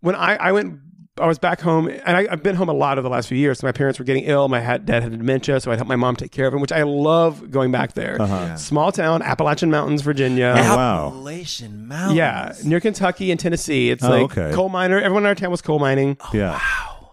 Speaker 4: when I I went. I was back home, and I, I've been home a lot over the last few years. So my parents were getting ill. My had, dad had dementia, so I'd help my mom take care of him, which I love going back there.
Speaker 3: Uh-huh.
Speaker 4: Small town, Appalachian Mountains,
Speaker 3: Oh,
Speaker 4: Virginia.
Speaker 1: wow.
Speaker 3: Appalachian Mountains.
Speaker 4: Yeah, near Kentucky and Tennessee. It's like
Speaker 1: Oh, okay.
Speaker 3: Oh.
Speaker 4: coal miner. Everyone in our town was coal mining.
Speaker 1: Yeah.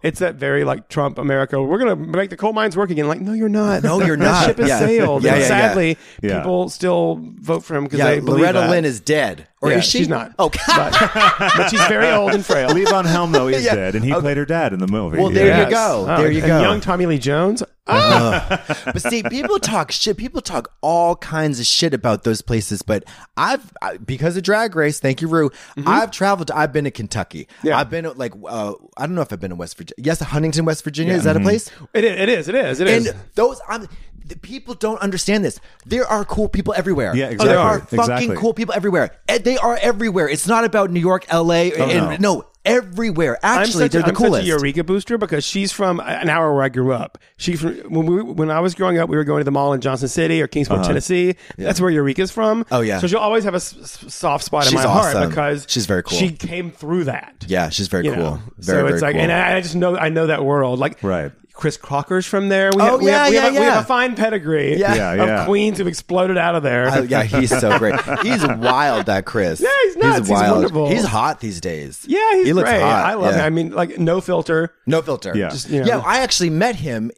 Speaker 4: It's that very like Trump America. We're gonna make the coal mines work again. Like, no, you're not.
Speaker 3: No, you're
Speaker 4: That
Speaker 3: not.
Speaker 4: ship has
Speaker 3: Yeah.
Speaker 4: sailed.
Speaker 3: Yeah,
Speaker 4: And
Speaker 3: yeah, yeah.
Speaker 4: sadly,
Speaker 1: Yeah.
Speaker 4: people still vote for him because
Speaker 3: Yeah,
Speaker 4: they believe
Speaker 3: Loretta
Speaker 4: that.
Speaker 3: Lynn is dead, or
Speaker 4: Yeah,
Speaker 3: is she?
Speaker 4: She's not.
Speaker 3: Oh,
Speaker 4: but, but she's very old and frail.
Speaker 1: Levon Helm though is
Speaker 3: Yeah.
Speaker 1: dead, and he played her dad in the movie.
Speaker 3: Well, there
Speaker 1: Yeah.
Speaker 3: you go. There you
Speaker 4: Oh. and
Speaker 3: go. Uh-huh.
Speaker 4: Young Tommy Lee Jones. Oh,
Speaker 3: but see, people talk shit. People talk all kinds of shit about those places. But I've I, because of Drag Race. Thank you, Rue. I've traveled. To, I've been to Kentucky.
Speaker 4: Mm-hmm. Yeah.
Speaker 3: I've been to, like uh, I don't know if I've been to West Virginia. Yes, Huntington, West Virginia. Is that a place?
Speaker 4: It is. It is. It is. Mm-hmm. It is.
Speaker 3: And those I'm. The people don't understand this. There are cool people everywhere.
Speaker 1: Yeah,
Speaker 3: There are
Speaker 1: exactly.
Speaker 3: fucking
Speaker 1: Exactly.
Speaker 3: cool people everywhere. And They are everywhere. It's not about New York, L.A. and no. everywhere.
Speaker 4: Oh, I'm
Speaker 3: Actually,
Speaker 4: such,
Speaker 3: they're
Speaker 4: a,
Speaker 3: the
Speaker 4: I'm such a
Speaker 3: coolest.
Speaker 4: Eureka booster because she's from an hour where I grew up. She from when we when I was growing up, we were going to the mall in Johnson City or Kingsport, Tennessee. That's where Eureka's from.
Speaker 3: Uh-huh. Oh, yeah.
Speaker 4: So she'll always have a s- s- soft spot in
Speaker 3: She's
Speaker 4: my
Speaker 3: awesome.
Speaker 4: heart because
Speaker 3: She's very cool.
Speaker 4: She came through that.
Speaker 3: yeah, she's very
Speaker 4: you
Speaker 3: cool.
Speaker 4: know?
Speaker 3: Very,
Speaker 4: so
Speaker 3: very
Speaker 4: it's like,
Speaker 3: cool.
Speaker 4: and I I just know I know that world. Like,
Speaker 1: Right.
Speaker 4: Chris Crocker's from there. We
Speaker 3: Oh,
Speaker 4: have, we
Speaker 3: yeah,
Speaker 4: have, we
Speaker 3: yeah,
Speaker 4: have a, We
Speaker 3: yeah.
Speaker 4: have a fine pedigree
Speaker 3: Yeah.
Speaker 1: Yeah, yeah.
Speaker 4: of queens who've exploded out of there.
Speaker 3: Oh, yeah, he's so great. He's wild, that Chris. Yeah,
Speaker 4: he's nuts. He's wonderful.
Speaker 3: He's hot these days.
Speaker 4: yeah, he's
Speaker 3: he looks
Speaker 4: great.
Speaker 3: hot.
Speaker 4: I love
Speaker 3: yeah.
Speaker 4: him. I mean, like, no filter.
Speaker 3: no filter.
Speaker 1: Yeah.
Speaker 4: Just, you know.
Speaker 3: yeah, I actually met him.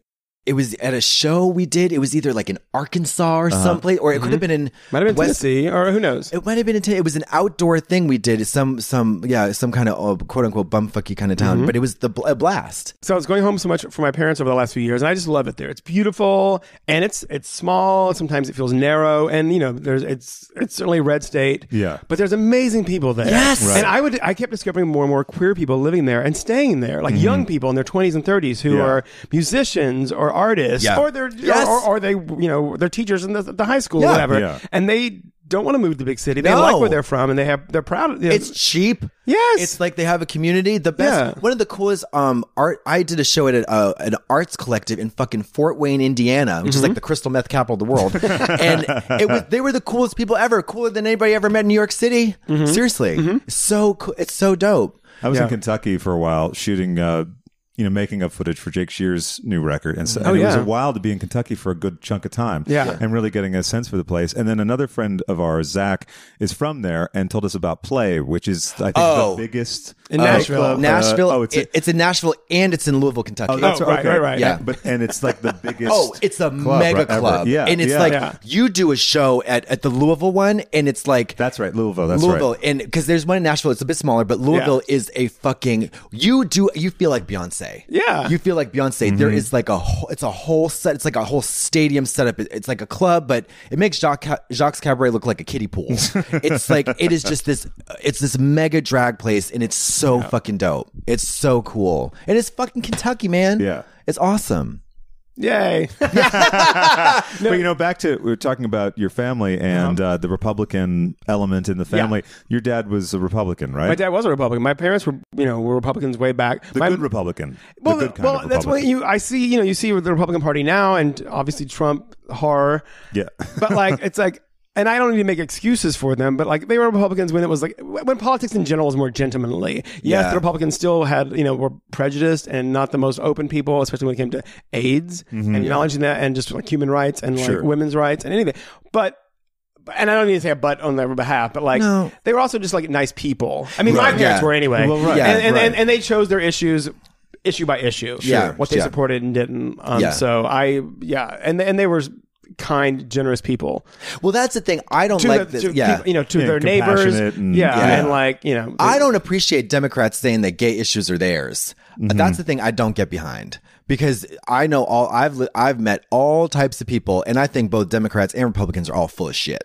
Speaker 3: It was at a show we did. It was either like in Arkansas or someplace, or it could have been in
Speaker 4: Uh-huh. Mm-hmm. Might have been
Speaker 3: West,
Speaker 4: Tennessee, or who knows?
Speaker 3: It might have been in. Ten- It was an outdoor thing we did. Some some yeah some kind of uh, quote unquote bumfucky kind of town,
Speaker 4: Mm-hmm.
Speaker 3: but it was the bl- a blast.
Speaker 4: So I was going home so much for my parents over the last few years, and I just love it there. It's beautiful, and it's it's small. Sometimes it feels narrow, and you know, there's it's it's certainly a red state.
Speaker 1: Yeah.
Speaker 4: but there's amazing people there.
Speaker 3: Yes! Right.
Speaker 4: and I would I kept discovering more and more queer people living there and staying there, like young people in their 20s and 30s who
Speaker 1: Mm-hmm. Yeah.
Speaker 4: are musicians or artists,
Speaker 3: Yeah.
Speaker 4: or they're
Speaker 3: Yes.
Speaker 4: or, or they you know they're teachers in the, the high school,
Speaker 3: Yeah.
Speaker 4: or whatever,
Speaker 1: Yeah.
Speaker 4: and they don't want to move to the big city. They
Speaker 3: No.
Speaker 4: like where they're from, and they have they're proud. of
Speaker 3: It's cheap.
Speaker 4: Yes.
Speaker 3: It's like they have a community. The best
Speaker 4: Yeah.
Speaker 3: one of the coolest um art I did a show at a, uh, an arts collective in fucking Fort Wayne, Indiana, which is
Speaker 1: Mm-hmm.
Speaker 3: like the crystal meth capital of the world. and it was they were the coolest people ever, cooler than anybody I ever met in New York City.
Speaker 1: Mm-hmm.
Speaker 3: Seriously. So cool. It's so dope.
Speaker 1: I was in
Speaker 4: Yeah.
Speaker 1: Kentucky for a while shooting, uh, you know, making up footage for Jake Shear's new record, and,
Speaker 3: Mm-hmm.
Speaker 1: so, and
Speaker 3: Oh,
Speaker 1: it was
Speaker 4: yeah.
Speaker 1: a while to be in Kentucky for a good chunk of time.
Speaker 4: Yeah.
Speaker 1: and really getting a sense for the place. And then another friend of ours, Zach, is from there and told us about Play, which is I think
Speaker 3: Oh.
Speaker 1: the biggest
Speaker 4: In
Speaker 1: uh,
Speaker 4: Nashville.
Speaker 1: club, uh,
Speaker 3: Nashville.
Speaker 1: oh,
Speaker 3: it's,
Speaker 1: it's. a-
Speaker 3: it, it's in Nashville and it's in Louisville, Kentucky.
Speaker 1: Oh, that's
Speaker 4: Oh, right,
Speaker 1: okay.
Speaker 4: right, right.
Speaker 3: Yeah.
Speaker 1: But and it's like the biggest.
Speaker 3: Oh, it's a
Speaker 1: club
Speaker 3: mega
Speaker 1: ever.
Speaker 3: club.
Speaker 1: Yeah,
Speaker 3: And it's
Speaker 1: yeah.
Speaker 3: like
Speaker 4: Yeah.
Speaker 3: you do a show at, at the Louisville one and it's like
Speaker 1: that's right, Louisville. That's
Speaker 3: Louisville,
Speaker 1: right.
Speaker 3: and because there's one in Nashville, it's a bit smaller, but Louisville is a fucking. You do you feel like Beyonce?
Speaker 4: Yeah.
Speaker 3: you feel like Beyonce. There is like a whole- it's a whole set. It's like a whole stadium setup. It- It's like a club, but it makes Jacques, Ca- Jacques Cabaret look like a kiddie pool. it's like it is just this. It's this mega drag place, and it's so fucking dope. It's so cool, and it's fucking Kentucky, man.
Speaker 1: Yeah.
Speaker 3: it's awesome.
Speaker 4: yay.
Speaker 1: But you know, back to we were talking about your family and
Speaker 4: Uh-huh.
Speaker 1: uh, the Republican element in the family. Your dad was a Republican, right?
Speaker 4: My dad was a Republican. My parents were, you know, were Republicans way back.
Speaker 1: the
Speaker 4: My-
Speaker 1: good Republican.
Speaker 4: Well, uh,
Speaker 1: the good kind
Speaker 4: well,
Speaker 1: of
Speaker 4: that's what
Speaker 1: Republican.
Speaker 4: you. I see. You know, you see with the Republican Party now, and obviously Trump horror.
Speaker 1: Yeah.
Speaker 4: But like, it's like, and I don't need to make excuses for them. But like, they were Republicans when it was like when politics in general was more gentlemanly. Yes,
Speaker 3: Yeah.
Speaker 4: the Republicans still had you know were prejudiced and not the most open people, especially when it came to AIDS and acknowledging that, and just like human rights and like
Speaker 1: Mm-hmm. Sure.
Speaker 4: women's rights and anything. But and I don't need to say a but on their behalf, but like
Speaker 3: No.
Speaker 4: they were also just like nice people. I mean,
Speaker 3: Right.
Speaker 4: my parents
Speaker 3: Yeah.
Speaker 4: were anyway.
Speaker 1: Well, right.
Speaker 3: Yeah,
Speaker 4: and, and,
Speaker 1: right.
Speaker 4: and, and they chose their issues issue by issue.
Speaker 3: Yeah,
Speaker 4: what they
Speaker 3: yeah.
Speaker 4: supported and didn't. Um,
Speaker 3: Yeah.
Speaker 4: So I, yeah, and and they were kind, generous people
Speaker 3: Well, that's the thing. I don't
Speaker 4: to
Speaker 3: like
Speaker 4: the,
Speaker 3: this.
Speaker 4: to
Speaker 3: yeah,
Speaker 4: peop- you know, to
Speaker 1: Yeah,
Speaker 4: their neighbors.
Speaker 1: compassionate and-
Speaker 4: yeah,
Speaker 1: Yeah.
Speaker 4: and like you know,
Speaker 3: I don't appreciate Democrats saying that gay issues are theirs. That's the thing I don't get behind because I know all I've li- I've met all types of people, and I think both Democrats and Republicans are all full of shit.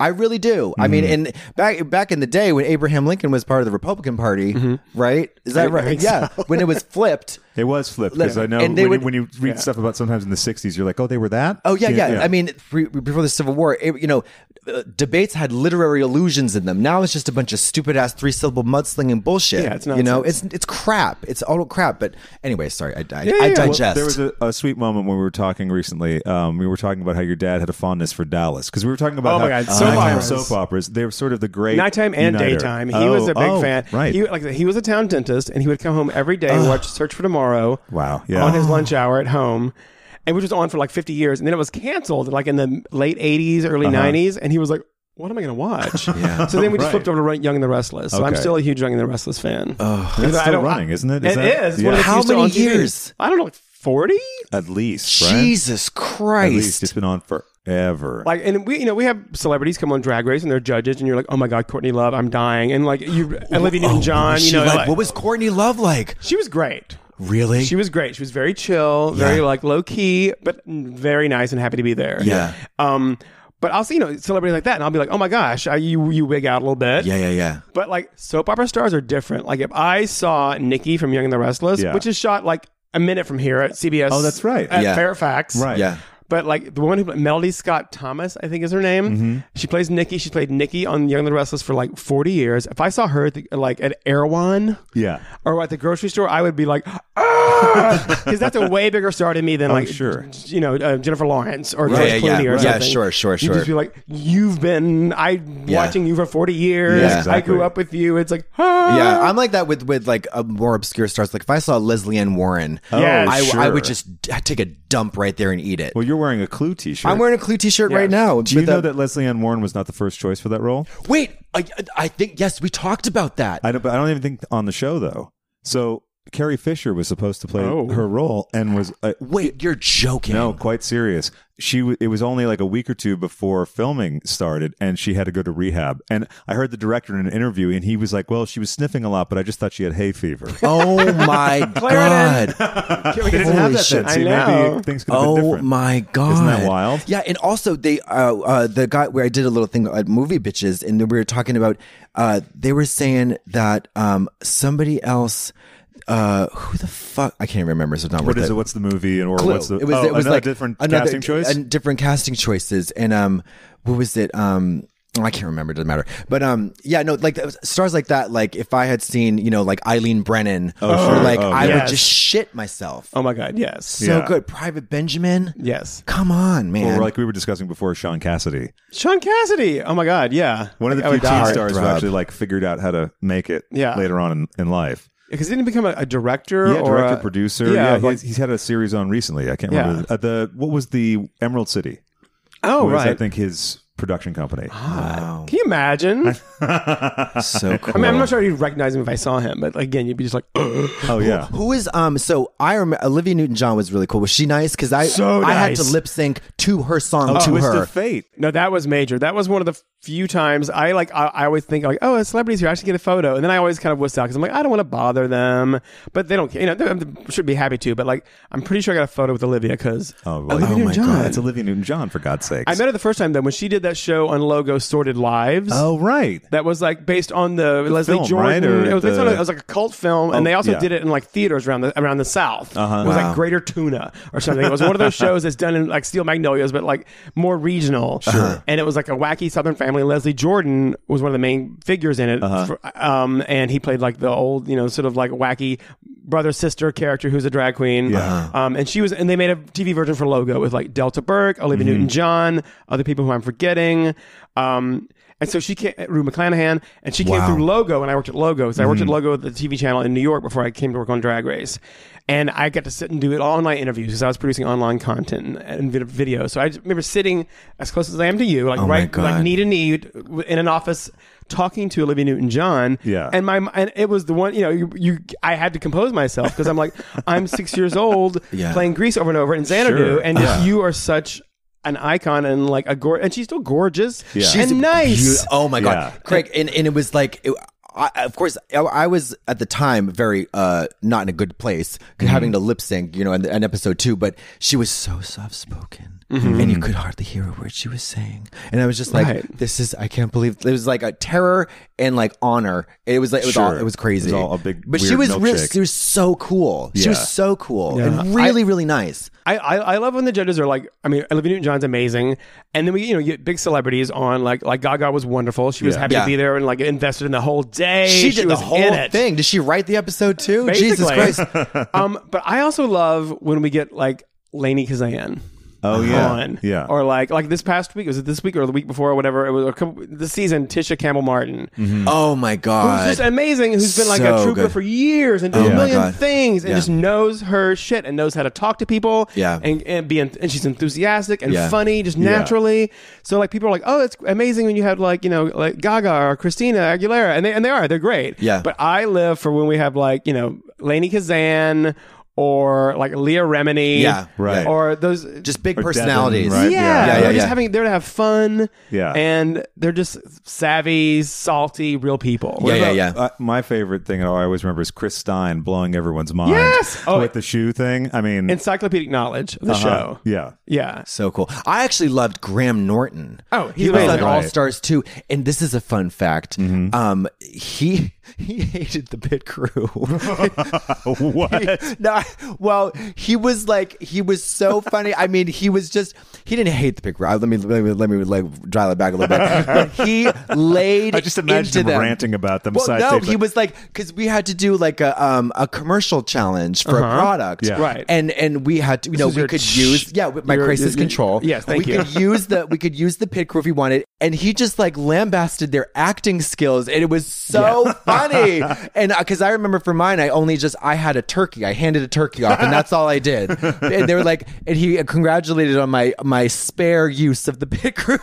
Speaker 3: I really do. I mean, and back back in the day when Abraham Lincoln was part of the Republican Party, right? Is that right?
Speaker 4: think
Speaker 3: Yeah, when it was flipped.
Speaker 1: It was flipped because
Speaker 3: Yeah.
Speaker 1: I know
Speaker 3: And
Speaker 1: when,
Speaker 3: they
Speaker 1: you-
Speaker 3: would-
Speaker 1: when you read stuff about sometimes in the '60s, you're like, "Oh, they were that."
Speaker 3: Oh yeah, yeah. I mean, pre- before the Civil War, it, you know, uh, debates had literary allusions in them. Now it's just a bunch of stupid ass three syllable mudslinging bullshit.
Speaker 4: Yeah, it's
Speaker 3: you know,
Speaker 4: nonsense.
Speaker 3: it's it's crap. It's all crap. But anyway, sorry, I, I,
Speaker 4: yeah,
Speaker 3: I
Speaker 4: yeah. Well,
Speaker 3: digest.
Speaker 1: There was a, a sweet moment when we were talking recently. Um, we were talking about how your dad had a fondness for Dallas because we were talking about
Speaker 4: Oh,
Speaker 1: how
Speaker 4: my God, soap
Speaker 1: nighttime
Speaker 4: operas.
Speaker 1: soap operas. They're sort of the great
Speaker 4: Nighttime and
Speaker 1: uniter.
Speaker 4: daytime. He
Speaker 1: Oh,
Speaker 4: was a big
Speaker 1: oh,
Speaker 4: fan.
Speaker 1: Right.
Speaker 4: He like he was a town dentist, and he would come home every day and watch Search for Tomorrow.
Speaker 1: Wow, yeah.
Speaker 4: On his lunch hour at home, and which was on for like fifty years, and then it was canceled like in the late eighties, early 90s and he was like. what am I going to watch?
Speaker 3: Yeah.
Speaker 4: So then we
Speaker 1: Uh-huh.
Speaker 4: just
Speaker 1: Right.
Speaker 4: flipped over to Right- Young and the Restless. So I'm
Speaker 1: Okay.
Speaker 4: still a huge Young and the Restless fan.
Speaker 3: Oh,
Speaker 1: It's
Speaker 4: I
Speaker 1: still
Speaker 4: don't-
Speaker 1: running, isn't it?
Speaker 4: It is. One of the
Speaker 1: Yeah.
Speaker 3: How
Speaker 4: few still
Speaker 3: many
Speaker 4: on TV.
Speaker 3: years?
Speaker 4: I don't know, like 40?
Speaker 1: At least, right?
Speaker 3: Jesus
Speaker 1: At least
Speaker 3: Christ.
Speaker 1: it's been on forever.
Speaker 4: Like, and we, you know, we have celebrities come on Drag Race and they're judges, and you're like, oh my God, Courtney Love, I'm dying. And like, you, Olivia
Speaker 1: Oh,
Speaker 4: Newton John,
Speaker 3: She
Speaker 4: you know,
Speaker 3: like,
Speaker 4: like-
Speaker 3: what was Courtney Love like?
Speaker 4: she was great.
Speaker 3: Really?
Speaker 4: She was great. She was very chill, very
Speaker 3: Yeah.
Speaker 4: like low key, but very nice and happy to be there.
Speaker 3: Yeah.
Speaker 4: Um, but I'll see, you know, celebrities like that, and I'll be like, oh my gosh, I, you, you wig out a little bit.
Speaker 3: yeah, yeah, yeah.
Speaker 4: But like soap opera stars are different. Like if I saw Nikki from Young and the Restless,
Speaker 1: Yeah.
Speaker 4: which is shot like a minute from here at CBS.
Speaker 1: Oh, that's right.
Speaker 4: At
Speaker 3: Yeah.
Speaker 4: Fairfax.
Speaker 1: Right.
Speaker 3: Yeah.
Speaker 4: But like the woman who Melody Scott Thomas, I think is her name.
Speaker 3: Mm-hmm.
Speaker 4: She plays Nikki. She played Nikki on Young and the Restless for like 40 years. If I saw her at the, like at Erewhon
Speaker 1: yeah.
Speaker 4: or at the grocery store, I would be like, because that's a way bigger star to me than like,
Speaker 1: sure.
Speaker 4: you know, uh, Jennifer Lawrence or
Speaker 3: Right,
Speaker 4: George
Speaker 3: yeah,
Speaker 4: Clooney
Speaker 3: yeah,
Speaker 4: or
Speaker 3: right. Yeah,
Speaker 4: something.
Speaker 3: sure, sure,
Speaker 4: You'd
Speaker 3: sure.
Speaker 4: just be like, you've been I
Speaker 3: Yeah.
Speaker 4: watching you for forty years.
Speaker 3: Yeah,
Speaker 4: I
Speaker 1: exactly.
Speaker 4: grew up with you. It's like, ah.
Speaker 3: Yeah, I'm like that with with like uh, more obscure stars. Like if I saw Leslie Ann Warren,
Speaker 4: Yes.
Speaker 3: I,
Speaker 1: Oh, sure.
Speaker 3: I would just d- take a dump right there and eat it.
Speaker 1: Well, you're wearing a Clue T-shirt.
Speaker 3: I'm wearing a Clue T-shirt right now.
Speaker 1: Do you
Speaker 3: with
Speaker 1: know
Speaker 3: a-
Speaker 1: that Leslie Ann Warren was not the first choice for that role?
Speaker 3: Wait, I, I think yes, we talked about that.
Speaker 1: I don't. But I don't even think on the show though. So Carrie Fisher was supposed to play
Speaker 4: Oh.
Speaker 1: her role and was uh,
Speaker 3: Wait, you're joking?
Speaker 1: no, quite serious. She w- it was only like a week or two before filming started, and she had to go to rehab. And I heard the director in an interview, and he was like, "Well, she was sniffing a lot, but I just thought she had hay fever."
Speaker 3: Oh my
Speaker 4: Clarendon.
Speaker 3: god.
Speaker 1: they didn't have that
Speaker 3: shit.
Speaker 1: then. See,
Speaker 4: I know.
Speaker 1: maybe things could have been
Speaker 3: Oh
Speaker 1: different.
Speaker 3: my god!
Speaker 1: that wild?
Speaker 3: Yeah, and also they, uh, uh, the guy where I did a little thing at movie bitches, and then we were talking about, uh, they were saying that um, somebody else, uh, who the fuck I can't remember, so it's not
Speaker 1: What
Speaker 3: worth
Speaker 1: is
Speaker 3: it.
Speaker 1: it? What's the movie? And or
Speaker 3: Clue.
Speaker 1: what's the?
Speaker 3: it was,
Speaker 1: oh,
Speaker 3: it was
Speaker 1: another
Speaker 3: like
Speaker 1: different
Speaker 3: another-
Speaker 1: casting choice.
Speaker 3: and different casting choices, and um, what was it? Um, oh, I can't remember. It doesn't matter. But um, yeah, no, like that was- stars like that. Like if I had seen, you know, like Eileen Brennan, or
Speaker 1: sure.
Speaker 3: like
Speaker 1: Oh,
Speaker 3: I
Speaker 4: yes.
Speaker 3: would just shit myself.
Speaker 4: Oh my god. Yes.
Speaker 3: so
Speaker 1: yeah.
Speaker 3: good, Private Benjamin.
Speaker 4: Yes.
Speaker 3: Come on, man.
Speaker 1: or like we were discussing before, Sean Cassidy,
Speaker 4: Sean Cassidy. Oh my god. Yeah.
Speaker 1: one of the
Speaker 4: I
Speaker 1: few
Speaker 4: would
Speaker 1: teen
Speaker 4: die.
Speaker 1: stars who
Speaker 3: Heartthrob.
Speaker 1: actually like figured out how to make it
Speaker 4: Yeah.
Speaker 1: later on in, in life.
Speaker 4: Because didn't he become a, a director
Speaker 1: Yeah,
Speaker 4: or
Speaker 1: director,
Speaker 4: a-
Speaker 1: producer.
Speaker 4: Yeah.
Speaker 1: Yeah,
Speaker 4: like-
Speaker 1: he's, he's had a series on recently. I can't
Speaker 4: Yeah.
Speaker 1: remember uh, the what was the Emerald City.
Speaker 4: oh
Speaker 1: was, I
Speaker 4: right. Ah.
Speaker 1: think his production company.
Speaker 3: wow,
Speaker 4: Can you imagine? I
Speaker 3: so cool.
Speaker 4: mean, I'm not sure I'd recognize him if I saw him, but again, you'd be just like,
Speaker 1: Oh yeah,
Speaker 3: Who is um? So I remember Olivia Newton John was really cool. Was she nice? Because I
Speaker 4: So
Speaker 3: I had
Speaker 4: nice.
Speaker 3: to lip sync to her song
Speaker 1: Oh,
Speaker 3: to
Speaker 1: Twist
Speaker 3: her.
Speaker 1: of Fate.
Speaker 4: No, that was major. That was one of the few times I like. I, I always think like, oh, a celebrity's here. I should get a photo, and then I always kind of wuss out because I'm like, I don't want to bother them, but they don't. care. You know, they, they should be happy to. But like, I'm pretty sure I got a photo with Olivia because
Speaker 1: Oh, well,
Speaker 4: Olivia
Speaker 1: oh my
Speaker 4: Newton-John.
Speaker 1: God, it's Olivia Newton-John for God's sakes.
Speaker 4: I met her the first time though when she did that show on Logo Sorted Lives.
Speaker 1: oh right,
Speaker 4: That was like based on the, Leslie
Speaker 1: film,
Speaker 4: Jordan.
Speaker 1: right? Or
Speaker 4: it, was based on
Speaker 1: the-
Speaker 4: a, it was like a cult film, and
Speaker 1: Oh,
Speaker 4: they also
Speaker 1: yeah.
Speaker 4: did it in like theaters around the around the South.
Speaker 1: Uh-huh.
Speaker 4: It was
Speaker 3: Wow.
Speaker 4: like Greater Tuna or something. It was one of those shows that's done in like Steel Magnolias, but like more regional. Sure. And it was like a wacky Southern family. Leslie Jordan was one of the main figures in it,
Speaker 1: Uh-huh.
Speaker 4: for- um, and he played like the old, you know, sort of like wacky brother sister character who's a drag queen.
Speaker 1: Yeah.
Speaker 4: Um, and she was, and they made a TV version for Logo with like Delta Burke,
Speaker 3: Mm-hmm.
Speaker 4: Olivia Newton John, other people who I'm forgetting. Um, and so she came, Rue McClanahan, and she
Speaker 3: Wow. Mm-hmm.
Speaker 4: came through Logo, and I worked at Logo. So I worked at Logo at the TV channel in New York before I came to work on Drag Race. And I got to sit and do it online interviews because I was producing online content and vid- video. So I just remember sitting as close as I am to you, like
Speaker 3: Oh my
Speaker 4: right,
Speaker 3: God.
Speaker 4: like knee to knee in an office, talking to Olivia Newton John.
Speaker 1: Yeah.
Speaker 4: And my and it was the one you know you, you I had to compose myself because I'm like I'm six years old
Speaker 3: Yeah.
Speaker 4: playing Grease over and over and Xanadu,
Speaker 1: Sure.
Speaker 4: and
Speaker 1: Yeah.
Speaker 4: you are such an icon and like a gore, and she's still gorgeous.
Speaker 1: Yeah.
Speaker 4: She's and nice.
Speaker 3: beau- oh my god,
Speaker 1: Yeah.
Speaker 3: Craig! And, and it was like, it, I, of course, I, I was at the time very uh, not in a good place,
Speaker 1: Mm-hmm.
Speaker 3: having to lip sync, you know, in, in episode two. But she was so soft spoken,
Speaker 1: Mm-hmm.
Speaker 3: and you could hardly hear a word she was saying. And I was just like,
Speaker 4: Right.
Speaker 3: "This is I can't believe it was like a terror and like honor. It was like it was all
Speaker 1: Sure.
Speaker 3: it was crazy.
Speaker 1: It was all a big
Speaker 3: but she
Speaker 1: weird
Speaker 3: was really,
Speaker 1: milkshake.
Speaker 3: she was so cool. She
Speaker 1: Yeah.
Speaker 3: was so cool
Speaker 4: Yeah.
Speaker 3: and really really nice.
Speaker 4: I, I I love when the judges are like, I mean, Olivia Newton John's amazing, and then we you know get big celebrities on like like Gaga was wonderful. She was
Speaker 1: Yeah.
Speaker 4: happy
Speaker 3: Yeah.
Speaker 4: to be there and like invested in the whole day.
Speaker 3: She did the
Speaker 4: was in
Speaker 3: whole
Speaker 4: it.
Speaker 3: thing. Did she write the episode too? Jesus
Speaker 4: Basically.
Speaker 3: Christ!
Speaker 4: um, but I also love when we get like Lainey Kazan.
Speaker 1: Oh, yeah.
Speaker 4: on.
Speaker 1: Yeah.
Speaker 4: Or like like this past week was it this week or the week before or whatever it was a couple, this season Tisha Campbell Martin
Speaker 1: Mm-hmm.
Speaker 3: Oh my
Speaker 4: who's
Speaker 3: god.
Speaker 4: just amazing who's been like a
Speaker 3: So
Speaker 4: trooper
Speaker 3: good.
Speaker 4: for years and does
Speaker 1: Yeah.
Speaker 4: a
Speaker 1: Oh my
Speaker 4: million
Speaker 3: God.
Speaker 4: things and
Speaker 3: Yeah.
Speaker 4: just knows her shit and knows how to talk to people
Speaker 3: Yeah.
Speaker 4: and, and be and she's enthusiastic and
Speaker 3: Yeah.
Speaker 4: funny just naturally so like people are like oh it's amazing when you have like you know like Gaga or Christina Aguilera and they and they are they're great
Speaker 3: Yeah.
Speaker 4: but I live for when we have like you know Lainey Kazan or like Leah Remini
Speaker 3: Yeah.
Speaker 1: Right.
Speaker 4: or those
Speaker 3: Just big
Speaker 1: Or Devin,
Speaker 3: personalities.
Speaker 1: right?
Speaker 4: yeah,
Speaker 1: Yeah.
Speaker 3: Yeah,
Speaker 4: they're
Speaker 3: yeah,
Speaker 4: just
Speaker 3: yeah.
Speaker 4: having they're to have fun.
Speaker 1: Yeah.
Speaker 4: and they're just savvy, salty, real people.
Speaker 3: Yeah, yeah, yeah.
Speaker 1: Uh, my favorite thing I always remember is Chris Stein blowing everyone's mind
Speaker 4: Yes! Oh,
Speaker 1: with the shoe thing. I mean,
Speaker 4: Encyclopedic knowledge
Speaker 3: Uh-huh.
Speaker 4: of the show.
Speaker 1: Um, yeah.
Speaker 4: Yeah,
Speaker 3: So cool. I actually loved Graham Norton.
Speaker 4: Oh, he's
Speaker 3: he was
Speaker 4: amazing.
Speaker 3: on All
Speaker 1: Right.
Speaker 3: Stars too. And this is a fun fact. Um, he he hated the pit crew.
Speaker 1: What?
Speaker 3: no, I- well, he was like he was so funny. I mean, he was just he didn't hate the pit crew. I- Let me let me let me like dial it back a little bit. But he laid.
Speaker 1: I just imagine
Speaker 3: into
Speaker 1: him
Speaker 3: them.
Speaker 1: ranting about them.
Speaker 3: Well,
Speaker 1: side
Speaker 3: no,
Speaker 1: stage,
Speaker 3: he
Speaker 1: like,
Speaker 3: was like because we had to do like a um a commercial challenge for a product,
Speaker 1: Yeah.
Speaker 4: Uh-huh. Right.
Speaker 3: And and we had to you know
Speaker 4: is
Speaker 3: we
Speaker 4: your
Speaker 3: could
Speaker 4: ch-
Speaker 3: use yeah with my
Speaker 4: your-
Speaker 3: crisis
Speaker 4: your- your-
Speaker 3: control
Speaker 4: Yes, thank
Speaker 3: we
Speaker 4: you.
Speaker 3: could use the we could use the pit crew if we wanted, and he just like lambasted their acting skills, and it was so funny. And because I remember for mine, I only just I had a turkey, I handed a turkey off, and that's all I did. And they were like, and he congratulated on my my spare use of the pit crew.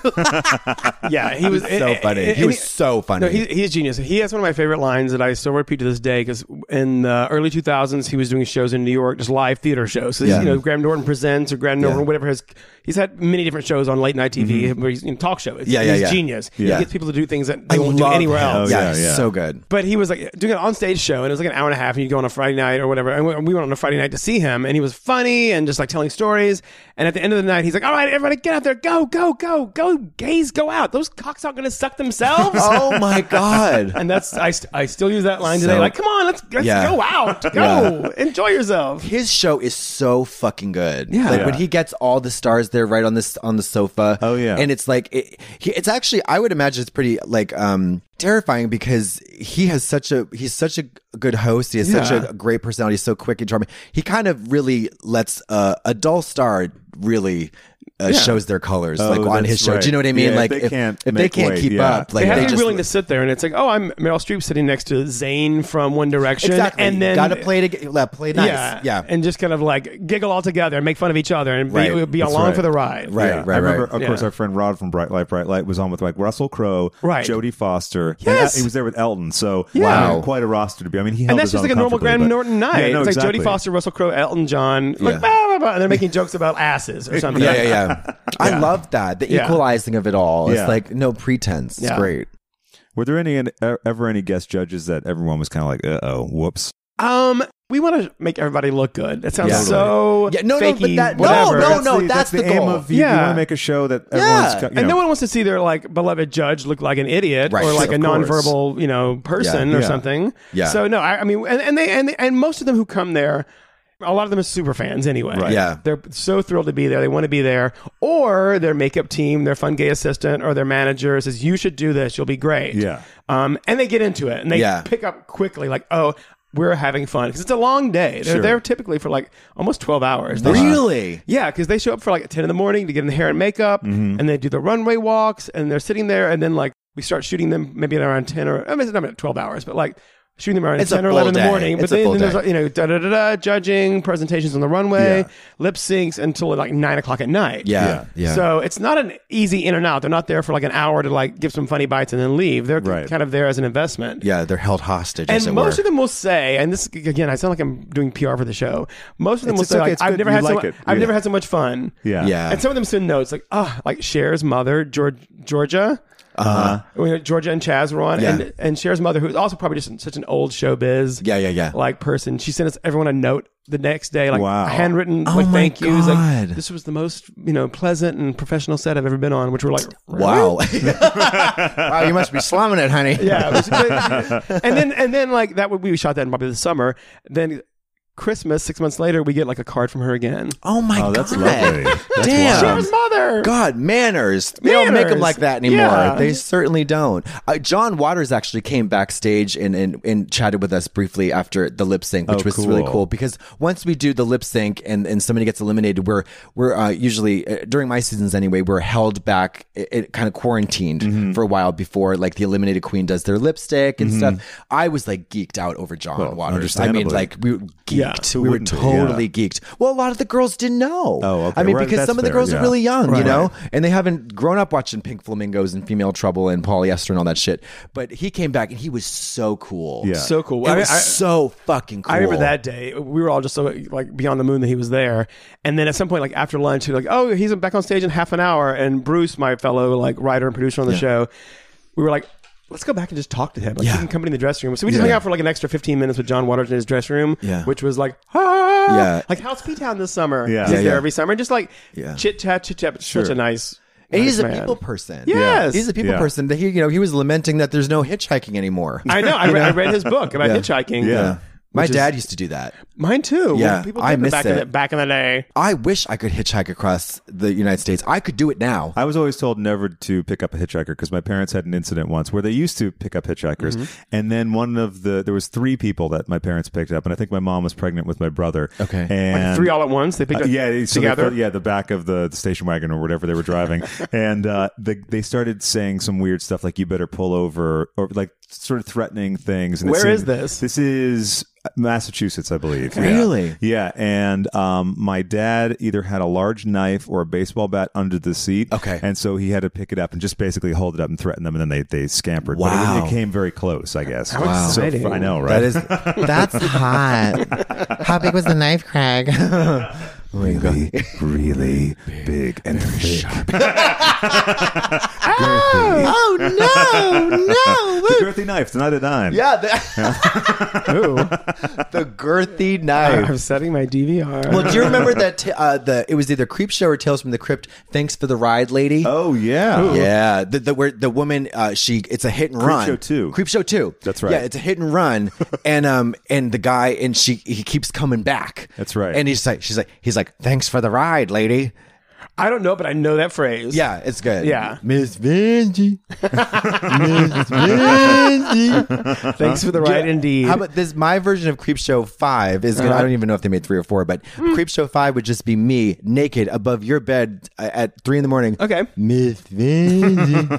Speaker 4: yeah. He was
Speaker 3: so funny.
Speaker 4: and-
Speaker 3: He was so funny.
Speaker 4: No, he, he's genius. He has one of my favorite lines that I still repeat to this day because in the early 2000s he was doing shows in New York, just live theater shows. So
Speaker 3: Yeah.
Speaker 4: you know, Graham Norton presents or Graham Norton,
Speaker 3: Yeah. Mm-hmm.
Speaker 4: whatever his. He's had many different shows on late night TV where he's in talk show. It's-
Speaker 3: Yeah, yeah,
Speaker 4: he's
Speaker 3: yeah.
Speaker 4: genius.
Speaker 3: Yeah.
Speaker 4: He gets people to do things that they won't do
Speaker 3: love
Speaker 4: anywhere
Speaker 3: him.
Speaker 4: else.
Speaker 1: Oh, yeah,
Speaker 3: yeah,
Speaker 1: yeah.
Speaker 3: so good.
Speaker 4: But he was like doing an onstage show, and it was like an hour and a half, and you'd go on a Friday night or whatever. And we- we went on a Friday night to see him, and he was funny and just like telling stories. And at the end of the night, he's like, "All right, everybody, get out there, go, go, go, go, gays, go out. Those cocks aren't going to suck themselves."
Speaker 3: Oh my god.
Speaker 4: And that's I, st- I still use that line today.
Speaker 3: So-
Speaker 4: Like, come on, let's let's
Speaker 3: Yeah.
Speaker 4: go out, go enjoy yourself.
Speaker 3: his show is so fucking good.
Speaker 4: Yeah.
Speaker 3: like when
Speaker 1: Yeah.
Speaker 3: he gets all the stars there right on this on the sofa.
Speaker 1: Oh, yeah.
Speaker 3: and it's like it, he, it's actually I would imagine it's pretty like um terrifying because he has such a he's such a good host. He has
Speaker 4: Yeah.
Speaker 3: such a great personality. He's so quick and charming. He kind of really lets uh, a dull star really. Uh, Shows their colors like on
Speaker 1: Oh, that's
Speaker 3: his show. Do you know what I
Speaker 1: right.
Speaker 3: mean?
Speaker 1: Yeah, if
Speaker 3: like
Speaker 1: they can't
Speaker 3: if they
Speaker 1: make
Speaker 3: can't
Speaker 1: weight,
Speaker 3: keep
Speaker 1: yeah.
Speaker 3: up, like
Speaker 4: they have
Speaker 3: they
Speaker 4: to be
Speaker 3: just
Speaker 4: willing to sit there, and it's like, oh, I'm Meryl Streep sitting next to Zayn from One Direction,
Speaker 3: exactly.
Speaker 4: and then
Speaker 3: gotta play to yeah, play nice.
Speaker 4: Yeah,
Speaker 3: Yeah,
Speaker 4: and just kind of like giggle all together and make fun of each other and be,
Speaker 3: Right.
Speaker 4: be
Speaker 1: That's
Speaker 4: along
Speaker 1: right.
Speaker 4: for the ride.
Speaker 3: Right,
Speaker 1: Yeah.
Speaker 3: right,
Speaker 1: I remember,
Speaker 3: right.
Speaker 1: of course,
Speaker 4: Yeah.
Speaker 1: our friend Rod from Bright Light, Bright Light was on with like Russell Crowe,
Speaker 4: Right.
Speaker 1: Jodie Foster. and
Speaker 4: Yes.
Speaker 1: El- he was there with Elton. So
Speaker 4: Yeah.
Speaker 1: wow, quite a roster to be. I mean, he held
Speaker 4: And that's
Speaker 1: his
Speaker 4: just like a
Speaker 1: own
Speaker 4: normal Graham
Speaker 1: comfortably, but-
Speaker 4: Norton night.
Speaker 1: Yeah, no,
Speaker 4: it's like
Speaker 1: exactly.
Speaker 4: Jodie Foster, Russell Crowe, Elton John, like
Speaker 3: Yeah.
Speaker 4: blah, blah, blah, and they're making jokes about asses or something.
Speaker 3: yeah, yeah, yeah. I love that. The
Speaker 4: Yeah.
Speaker 3: equalizing of it all. It's
Speaker 1: Yeah.
Speaker 3: like no pretense. It's
Speaker 4: Yeah.
Speaker 3: great.
Speaker 1: Were there any uh, ever any guest judges that everyone was kind of like, uh oh, whoops?
Speaker 4: Um, we want to make everybody look good. That sounds
Speaker 3: Yeah.
Speaker 4: so
Speaker 3: Yeah, no, no, but
Speaker 4: fakey,
Speaker 3: that- no,
Speaker 4: whatever.
Speaker 3: no, no. that's the
Speaker 1: aim
Speaker 3: goal.
Speaker 1: of you,
Speaker 4: Yeah.
Speaker 1: you want to make a show that
Speaker 3: Yeah.
Speaker 1: everyone's. co- you
Speaker 4: And
Speaker 1: know,
Speaker 4: no one wants to see their like beloved judge look like an idiot
Speaker 3: Right,
Speaker 4: or like
Speaker 3: of
Speaker 4: a
Speaker 3: course.
Speaker 4: nonverbal, you know, person
Speaker 1: Yeah,
Speaker 4: or
Speaker 1: yeah.
Speaker 4: something.
Speaker 3: Yeah.
Speaker 4: So no, I, I mean, and, and they and they- and most of them who come there, a lot of them are super fans anyway.
Speaker 1: Right.
Speaker 3: Yeah.
Speaker 4: They're so thrilled to be there. They want to be there, or their makeup team, their fun gay assistant, or their manager says, "You should do this. You'll be great."
Speaker 1: Yeah.
Speaker 4: Um, and they get into it and they
Speaker 3: Yeah.
Speaker 4: pick up quickly, like, "Oh, we're having fun," because it's a long day. They're there typically for like almost twelve hours. They
Speaker 3: Really?
Speaker 4: yeah, because they show up for like 10 in the morning to get in the hair and makeup,
Speaker 3: Mm-hmm.
Speaker 4: and they do the runway walks, and they're sitting there, and then like we start shooting them maybe at around 10 or, I mean, it's not about 12 hours, but like shooting them around
Speaker 3: It's a
Speaker 4: 10 or
Speaker 3: full
Speaker 4: 11 in
Speaker 3: day.
Speaker 4: the morning.
Speaker 3: It's
Speaker 4: but
Speaker 3: a
Speaker 4: then,
Speaker 3: full
Speaker 4: then there's,
Speaker 3: day.
Speaker 4: like, you know, da da da da, judging, presentations on the runway,
Speaker 1: Yeah.
Speaker 4: lip syncs until like 9 o'clock at night.
Speaker 3: Yeah. Yeah.
Speaker 4: So it's not an easy in and out. They're not there for like an hour to like give some funny bites and then leave. They're
Speaker 1: Right.
Speaker 4: kind of there as an investment.
Speaker 3: yeah, they're held hostage. as it
Speaker 4: And most
Speaker 3: were.
Speaker 4: of them will say, and this again, I sound like I'm doing PR for the show. Most of them
Speaker 1: It's-
Speaker 4: will
Speaker 1: it's
Speaker 4: say,
Speaker 1: okay,
Speaker 4: like,
Speaker 1: it's
Speaker 4: "I've
Speaker 1: good.
Speaker 4: never
Speaker 1: You
Speaker 4: had so
Speaker 1: like
Speaker 4: mu-
Speaker 1: it.
Speaker 4: I've
Speaker 1: Yeah.
Speaker 4: never had so much fun."
Speaker 1: Yeah.
Speaker 3: Yeah.
Speaker 4: And some of them send notes like, "Ah, like Cher's mother, George, Georgia, uh-huh. Georgia and Chaz were on,
Speaker 3: Yeah.
Speaker 4: and and Cher's mother, who's also probably just such an old showbiz,
Speaker 3: Yeah, yeah, yeah.
Speaker 4: like person. She sent us everyone a note the next day, like
Speaker 1: Wow.
Speaker 4: handwritten,
Speaker 3: Oh
Speaker 4: like
Speaker 3: my
Speaker 4: thank yous, like
Speaker 3: God.
Speaker 4: this was the most you know pleasant and professional set I've ever been on, which were like,
Speaker 3: Wow. wow, you must be slumming it, honey.
Speaker 4: yeah. it was- and then and then like that would we shot that in probably the summer. Then Christmas, six months later, we get like a card from her again.
Speaker 3: Oh my
Speaker 1: Oh,
Speaker 3: god!
Speaker 1: that's lovely. That's
Speaker 3: Damn.
Speaker 1: wild.
Speaker 4: Sharon's mother.
Speaker 3: God, manners. They don't make them
Speaker 4: Manners.
Speaker 3: like that anymore.
Speaker 4: Yeah.
Speaker 3: They certainly don't. Uh, John Waters actually came backstage and, and, and chatted with us briefly after the lip sync, which
Speaker 1: Oh,
Speaker 3: was really
Speaker 1: cool.
Speaker 3: cool because once we do the lip sync and, and somebody gets eliminated, we're, we're uh, usually, uh, during my seasons anyway, we're held back, it, kind of quarantined
Speaker 1: Mm-hmm.
Speaker 3: for a while before like the eliminated queen does their lipstick and stuff. I was like geeked out over John Waters. I mean,
Speaker 1: Mm-hmm. understandably.
Speaker 3: like we were
Speaker 4: Yeah,
Speaker 3: geeked.
Speaker 1: who
Speaker 3: we were
Speaker 1: wouldn't be? Yeah.
Speaker 3: totally geeked. Well, a lot of the girls didn't know.
Speaker 1: Oh, okay.
Speaker 3: I mean,
Speaker 1: Right,
Speaker 3: because
Speaker 1: that's
Speaker 3: some of the
Speaker 1: fair,
Speaker 3: girls
Speaker 1: yeah.
Speaker 3: are really young, you
Speaker 4: Right.
Speaker 3: know? and they haven't grown up watching Pink Flamingos and Female Trouble and Polyester and all that shit. But he came back and he was so cool.
Speaker 1: Yeah.
Speaker 4: So cool.
Speaker 3: It
Speaker 4: I-
Speaker 3: was
Speaker 4: I-
Speaker 3: so fucking cool.
Speaker 4: I remember that day. We were all just so like beyond the moon that he was there. And then at some point, like after lunch, he was like, "Oh, he's back on stage in half an hour." And Bruce, my fellow like writer and producer on the show, we were like, "Let's go back and just talk to him. Like,
Speaker 3: Yeah.
Speaker 4: he can come in the dressing room." So we just hung out for like an extra fifteen minutes with John Waters in his dressing room,
Speaker 3: Yeah.
Speaker 4: which was like, ah,
Speaker 3: Yeah.
Speaker 4: like House P Town this summer.
Speaker 1: Yeah.
Speaker 4: he's
Speaker 1: Yeah,
Speaker 4: there
Speaker 3: yeah.
Speaker 4: every summer, and just like
Speaker 3: Yeah.
Speaker 4: chit chat, chit chat. Such a nice.
Speaker 3: And
Speaker 4: nice
Speaker 3: he's a
Speaker 4: man.
Speaker 3: people person.
Speaker 4: Yes.
Speaker 3: He's a people
Speaker 1: Yeah.
Speaker 3: person. That he, you know, he was lamenting that there's no hitchhiking anymore.
Speaker 4: I know. I, re- I read his book about
Speaker 3: Yeah.
Speaker 4: hitchhiking.
Speaker 1: Yeah.
Speaker 3: My dad used to do that.
Speaker 4: Mine too.
Speaker 3: Yeah,
Speaker 4: people
Speaker 3: I
Speaker 4: did
Speaker 3: miss
Speaker 4: back in
Speaker 3: it.
Speaker 4: the, back in the day.
Speaker 3: I wish I could hitchhike across the United States. I could do it now.
Speaker 1: I was always told never to pick up a hitchhiker because my parents had an incident once where they used to pick up hitchhikers, and then one of the there was three people that my parents picked up, and I think my mom was pregnant with my brother.
Speaker 3: Okay. Like
Speaker 1: and
Speaker 4: Three all at once. They picked
Speaker 1: Uh,
Speaker 4: up
Speaker 1: yeah, they- so they
Speaker 4: together.
Speaker 1: filled- yeah, the back of the, the station wagon or whatever they were driving, and uh, they they started saying some weird stuff like "you better pull over" or like sort of threatening things. And it
Speaker 4: Where
Speaker 1: seemed-
Speaker 4: is this?
Speaker 1: This is Massachusetts, I believe.
Speaker 3: Okay.
Speaker 1: Yeah.
Speaker 3: Really?
Speaker 1: Yeah, and um, my dad either had a large knife or a baseball bat under the seat.
Speaker 3: Okay.
Speaker 1: and so he had to pick it up and just basically hold it up and threaten them, and then they they scampered. But it- it,
Speaker 3: Wow.
Speaker 1: came very close, I guess. How
Speaker 4: exciting.
Speaker 1: I know, right?
Speaker 3: That is, that's hot. How big was the knife, Craig?
Speaker 1: really, really big and thick.
Speaker 3: oh no, no!
Speaker 1: The girthy knife, it's not a dime.
Speaker 3: Yeah, the,
Speaker 4: Ooh.
Speaker 3: the girthy
Speaker 4: I-
Speaker 3: knife.
Speaker 4: I'm setting my DVR.
Speaker 3: Well, do you remember that t- uh, the it was either Creep Show or Tales from the Crypt? Thanks for the ride, lady.
Speaker 1: Oh yeah.
Speaker 3: Yeah, the the, where, the woman uh, she it's a hit and run.
Speaker 1: Show 2.
Speaker 3: Creep Show two.
Speaker 1: That's right.
Speaker 3: Yeah, it's a hit and run, and um and the guy and she he keeps coming back.
Speaker 1: That's right.
Speaker 3: And he's like she's like he's like thanks for the ride, lady.
Speaker 4: I don't know, but I know that phrase.
Speaker 3: Yeah, it's good.
Speaker 4: Yeah.
Speaker 3: Miss Vanjie. Miss Vanjie.
Speaker 1: Uh-huh.
Speaker 4: Thanks for the ride,
Speaker 3: Yeah.
Speaker 4: indeed.
Speaker 3: How about this? My version of Creep Show Five is gonna, I don't even know if they made three or four, but Creep Show Five would just be me naked above your bed uh, at three in the morning.
Speaker 4: Okay.
Speaker 3: Miss Vindy,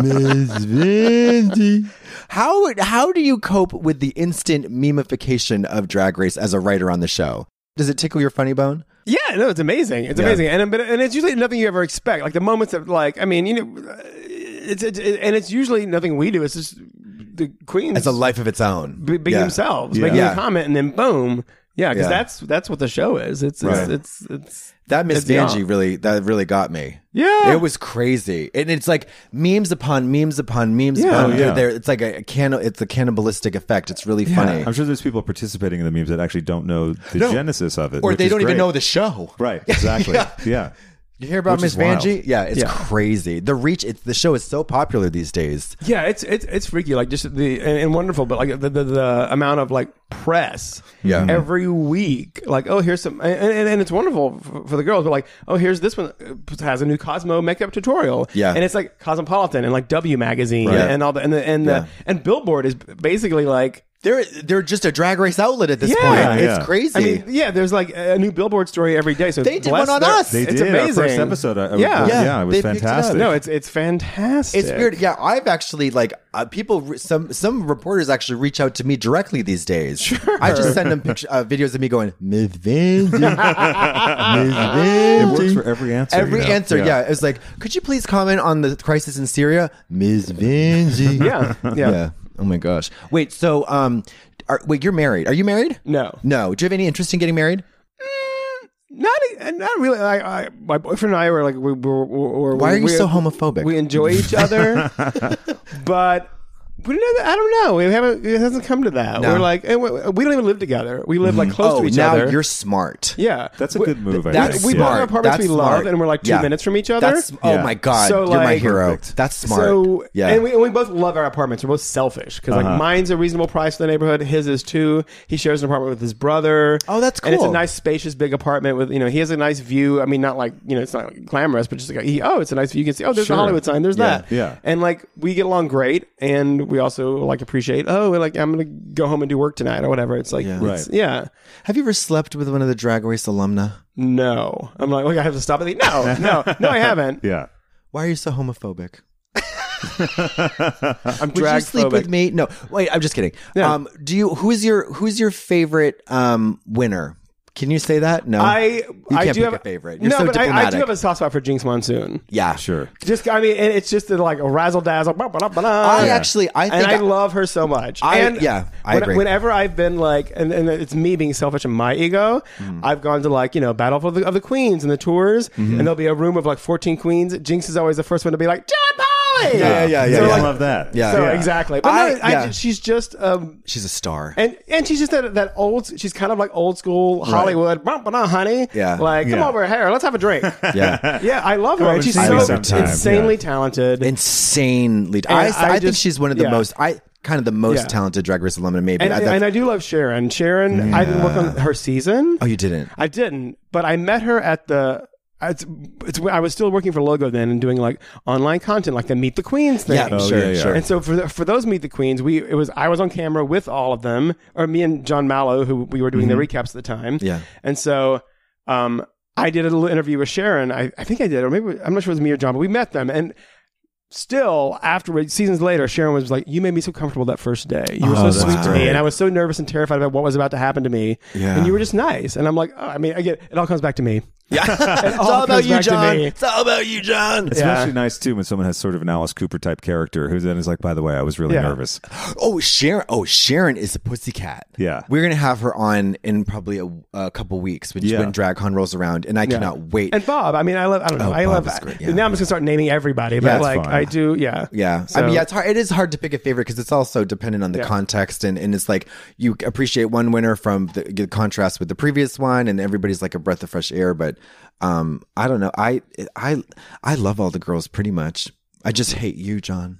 Speaker 3: Miss Vindy. How would- how do you cope with the instant memification of Drag Race as a writer on the show? Does it tickle your funny bone?
Speaker 4: yeah, no, it's amazing. It's amazing, and but and it's usually nothing you ever expect. Like the moments of like, I mean, you know, uh, it's, it's and it's usually nothing we do. It's just the queens
Speaker 3: It's a life of its own.
Speaker 4: be- being
Speaker 3: Yeah.
Speaker 4: themselves, making
Speaker 3: Yeah.
Speaker 4: a comment, and then boom, yeah, because
Speaker 3: Yeah.
Speaker 4: that's that's what the show is. It's it's
Speaker 1: Right.
Speaker 4: it's, it's,
Speaker 3: That Miss
Speaker 4: It's young.
Speaker 3: Vanjie really that really got me.
Speaker 4: Yeah.
Speaker 3: It was crazy. And it's like memes upon memes upon memes
Speaker 4: Yeah.
Speaker 3: upon
Speaker 1: Oh, yeah.
Speaker 3: they're, they're- it's like a, can it's a cannibalistic effect. It's really funny.
Speaker 1: I'm sure there's people participating in the memes that actually don't know the
Speaker 3: No.
Speaker 1: genesis of it,
Speaker 3: or
Speaker 1: which
Speaker 3: they
Speaker 1: is
Speaker 3: don't even
Speaker 1: great.
Speaker 3: know the show.
Speaker 1: Right, exactly. yeah.
Speaker 3: Yeah. You hear about
Speaker 1: Which is
Speaker 3: Miss
Speaker 1: wild.
Speaker 3: Vanjie? Yeah, it's
Speaker 4: Yeah.
Speaker 3: crazy. The reach it's the show is so popular these days.
Speaker 4: Yeah, it's it's it's freaky, like just the and, and wonderful, but like the, the the amount of like press,
Speaker 1: Mm-hmm.
Speaker 3: Yeah.
Speaker 4: every week, like oh here's some, and, and, and it's wonderful for, for the girls, but like oh here's this one uh, has a new Cosmo makeup tutorial,
Speaker 3: Yeah.
Speaker 4: and it's like Cosmopolitan and like W magazine
Speaker 3: Right.
Speaker 4: and all the and the and, the,
Speaker 3: Yeah.
Speaker 4: and Billboard is basically like
Speaker 3: They're they're just a drag race outlet at this
Speaker 4: Yeah.
Speaker 3: point.
Speaker 1: Yeah, yeah.
Speaker 3: It's crazy.
Speaker 4: I mean yeah, there's like a new Billboard story every day, so
Speaker 3: They did
Speaker 4: bless
Speaker 3: one on
Speaker 4: their-
Speaker 3: us.
Speaker 1: They
Speaker 4: it's
Speaker 1: did
Speaker 4: amazing.
Speaker 1: our first episode. uh, I, I-
Speaker 4: Yeah.
Speaker 1: yeah,
Speaker 3: Yeah,
Speaker 1: it was
Speaker 3: they picked it up.
Speaker 1: fantastic.
Speaker 4: no, it's it's fantastic.
Speaker 3: It's weird. Yeah, I've actually like uh, people. re- Some some reporters actually reach out to me directly these days. Sure. I just send them picture, uh, videos of me going Miss Vanjie, Miss
Speaker 1: it
Speaker 3: Vanjie.
Speaker 1: works for every answer.
Speaker 3: Every
Speaker 1: you know?
Speaker 3: answer, yeah. It's like, could you please comment on the crisis in Syria, Miss Vanjie?
Speaker 4: Yeah, yeah.
Speaker 3: Oh my gosh. Wait. So, um, are, wait. You're married. Are you married?
Speaker 4: No.
Speaker 3: No. Do you have any interest in getting married?
Speaker 4: Eh, Not, e, not really. I, I, my boyfriend and I were like, we were. we were
Speaker 3: Why are you
Speaker 4: we-
Speaker 3: so homophobic?
Speaker 4: We enjoy each other, but We don't know- I don't know. We haven't. It hasn't come to that.
Speaker 3: No.
Speaker 4: We're like, and we, we don't even live together. We live like close
Speaker 3: oh,
Speaker 4: to each
Speaker 3: now
Speaker 4: other.
Speaker 3: you're smart.
Speaker 4: yeah,
Speaker 1: That's a
Speaker 4: We-
Speaker 1: good move. I
Speaker 3: That's
Speaker 1: think.
Speaker 4: We
Speaker 3: smart.
Speaker 4: bought our apartments
Speaker 3: That's
Speaker 4: we love,
Speaker 3: smart.
Speaker 4: and we're like two
Speaker 3: Yeah.
Speaker 4: minutes from each other.
Speaker 3: That's oh
Speaker 1: Yeah.
Speaker 3: my god,
Speaker 4: So,
Speaker 3: you're my
Speaker 4: like-
Speaker 3: hero.
Speaker 1: Perfect.
Speaker 3: That's smart.
Speaker 4: So
Speaker 3: yeah, Uh-huh.
Speaker 4: and we, and we both love our apartments. We're both selfish because like mine's a reasonable price for the neighborhood. His is too. He shares an apartment with his brother.
Speaker 3: Oh, that's
Speaker 4: And it's a
Speaker 3: cool.
Speaker 4: nice, spacious, big apartment with you know he has a nice view. I mean, not like you know it's not glamorous, but just like he, oh, it's a nice view. You can see oh, there's
Speaker 1: Sure.
Speaker 4: the Hollywood sign. There's that.
Speaker 1: yeah.
Speaker 4: And like we get along great, and we also like appreciate oh, we're like I'm gonna go home and do work tonight or whatever. It's like yeah.
Speaker 1: Right.
Speaker 4: yeah.
Speaker 3: have you ever slept with one of the drag race alumna?
Speaker 4: No, I'm like, look, I have to stop at the no, no, no, I haven't.
Speaker 1: Yeah.
Speaker 3: Why are you so homophobic?
Speaker 4: I'm
Speaker 3: Would you sleep with
Speaker 4: dragphobic.
Speaker 3: me? No, wait. I'm just kidding.
Speaker 4: Yeah.
Speaker 3: Um, do you? Who's your Who's your favorite um winner? Can you say that? No,
Speaker 4: I
Speaker 3: Oh, You
Speaker 4: I
Speaker 3: can't
Speaker 4: do
Speaker 3: pick
Speaker 4: have
Speaker 3: a favorite. You're
Speaker 4: no,
Speaker 3: so
Speaker 4: but I, I do
Speaker 3: diplomatic.
Speaker 4: have a soft spot for Jinx Monsoon.
Speaker 3: yeah,
Speaker 1: Sure.
Speaker 4: Just I mean, and it's just the, like a razzle dazzle. Bah, bah, bah, bah, bah.
Speaker 3: I actually, I
Speaker 4: and
Speaker 3: think
Speaker 4: I, love her so much.
Speaker 3: I-
Speaker 4: and
Speaker 3: yeah, I agree.
Speaker 4: Whenever I've been like, and, and it's me being selfish and my ego,
Speaker 3: Hmm.
Speaker 4: I've gone to like you know Battle of the, of the Queens and the tours,
Speaker 3: Mm-hmm.
Speaker 4: and there'll be a room of like fourteen queens. Jinx is always the first one to be like John Polly.
Speaker 3: Yeah, yeah, yeah,
Speaker 4: So,
Speaker 3: yeah.
Speaker 1: I
Speaker 4: like-
Speaker 1: love that.
Speaker 3: Yeah.
Speaker 4: so, exactly. But
Speaker 3: I-
Speaker 4: no, I,
Speaker 3: yeah.
Speaker 4: she's just um,
Speaker 3: she's a star.
Speaker 4: and and she's just that that old. She's kind of like old school Hollywood. Bump on, honey.
Speaker 3: Yeah.
Speaker 4: Like, come
Speaker 1: Yeah.
Speaker 4: over here. Let's have a drink.
Speaker 3: yeah,
Speaker 4: yeah, I love her.
Speaker 1: over
Speaker 4: And she's
Speaker 1: and see
Speaker 4: so
Speaker 1: me sometime.
Speaker 4: insanely talented.
Speaker 3: insanely. I, I,
Speaker 4: I
Speaker 3: think
Speaker 4: just-
Speaker 3: she's one of the
Speaker 4: yeah.
Speaker 3: most. I kind of the most
Speaker 4: Yeah.
Speaker 3: talented drag race alumna, maybe.
Speaker 4: and,
Speaker 3: I-
Speaker 4: I,
Speaker 3: that's-
Speaker 4: and I do love Sharon. Sharon, I didn't work on her season.
Speaker 3: oh, you didn't.
Speaker 4: I didn't, but I met her at the. It's, it's when I was still working for Logo then and doing like online content, like the Meet the Queens thing.
Speaker 3: Yeah,
Speaker 1: Oh,
Speaker 3: sure,
Speaker 1: yeah, yeah.
Speaker 3: sure.
Speaker 4: And so for the, for those meet the queens, we it was I was on camera with all of them, or me and John Mallow, who we were doing the
Speaker 1: Mm-hmm.
Speaker 4: recaps at the time.
Speaker 3: Yeah.
Speaker 4: And so, um, I did a little interview with Sharon. I, I think I did, or maybe I'm not sure it was me or John, but we met them and. Still, afterwards, seasons later, Sharon was like, "You made me so comfortable that first day. You were
Speaker 1: Oh,
Speaker 4: so sweet
Speaker 1: that's
Speaker 4: to
Speaker 1: great.
Speaker 4: me, and I was so nervous and terrified about what was about to happen to me.
Speaker 3: Yeah.
Speaker 4: And you were just nice. And I'm like, oh, I mean, again, it all comes back to me.
Speaker 3: Yeah, it's
Speaker 4: all
Speaker 3: all about
Speaker 4: comes
Speaker 3: you,
Speaker 4: back to
Speaker 3: John.
Speaker 4: me.
Speaker 3: It's all about you, John.
Speaker 1: It's
Speaker 4: Yeah.
Speaker 1: actually nice too when someone has sort of an Alice Cooper type character who then is like, by the way, I was really
Speaker 4: Yeah.
Speaker 1: nervous.
Speaker 3: Oh, Sharon. Oh, Sharon is a pussycat.
Speaker 1: Yeah.
Speaker 3: We're going to have her on in probably a, a couple weeks when,
Speaker 1: Yeah.
Speaker 3: when DragCon rolls around, and I cannot wait.
Speaker 4: And Bob, I mean, I love. I don't know.
Speaker 3: Oh,
Speaker 4: I
Speaker 3: Bob
Speaker 4: love.
Speaker 3: is great, yeah.
Speaker 4: Now I'm just gonna start naming everybody,
Speaker 3: Yeah,
Speaker 4: but
Speaker 3: it's
Speaker 4: like
Speaker 1: fine.
Speaker 4: I do, yeah,
Speaker 3: yeah. I
Speaker 4: So-
Speaker 3: mean, yeah, it's hard. It is hard to pick a favorite because it's also dependent on the
Speaker 4: Yeah.
Speaker 3: context. And, and it's like you appreciate one winner from the, the contrast with the previous one, and everybody's like a breath of fresh air. But um, I don't know. I, I, I love all the girls pretty much. I just hate you, John.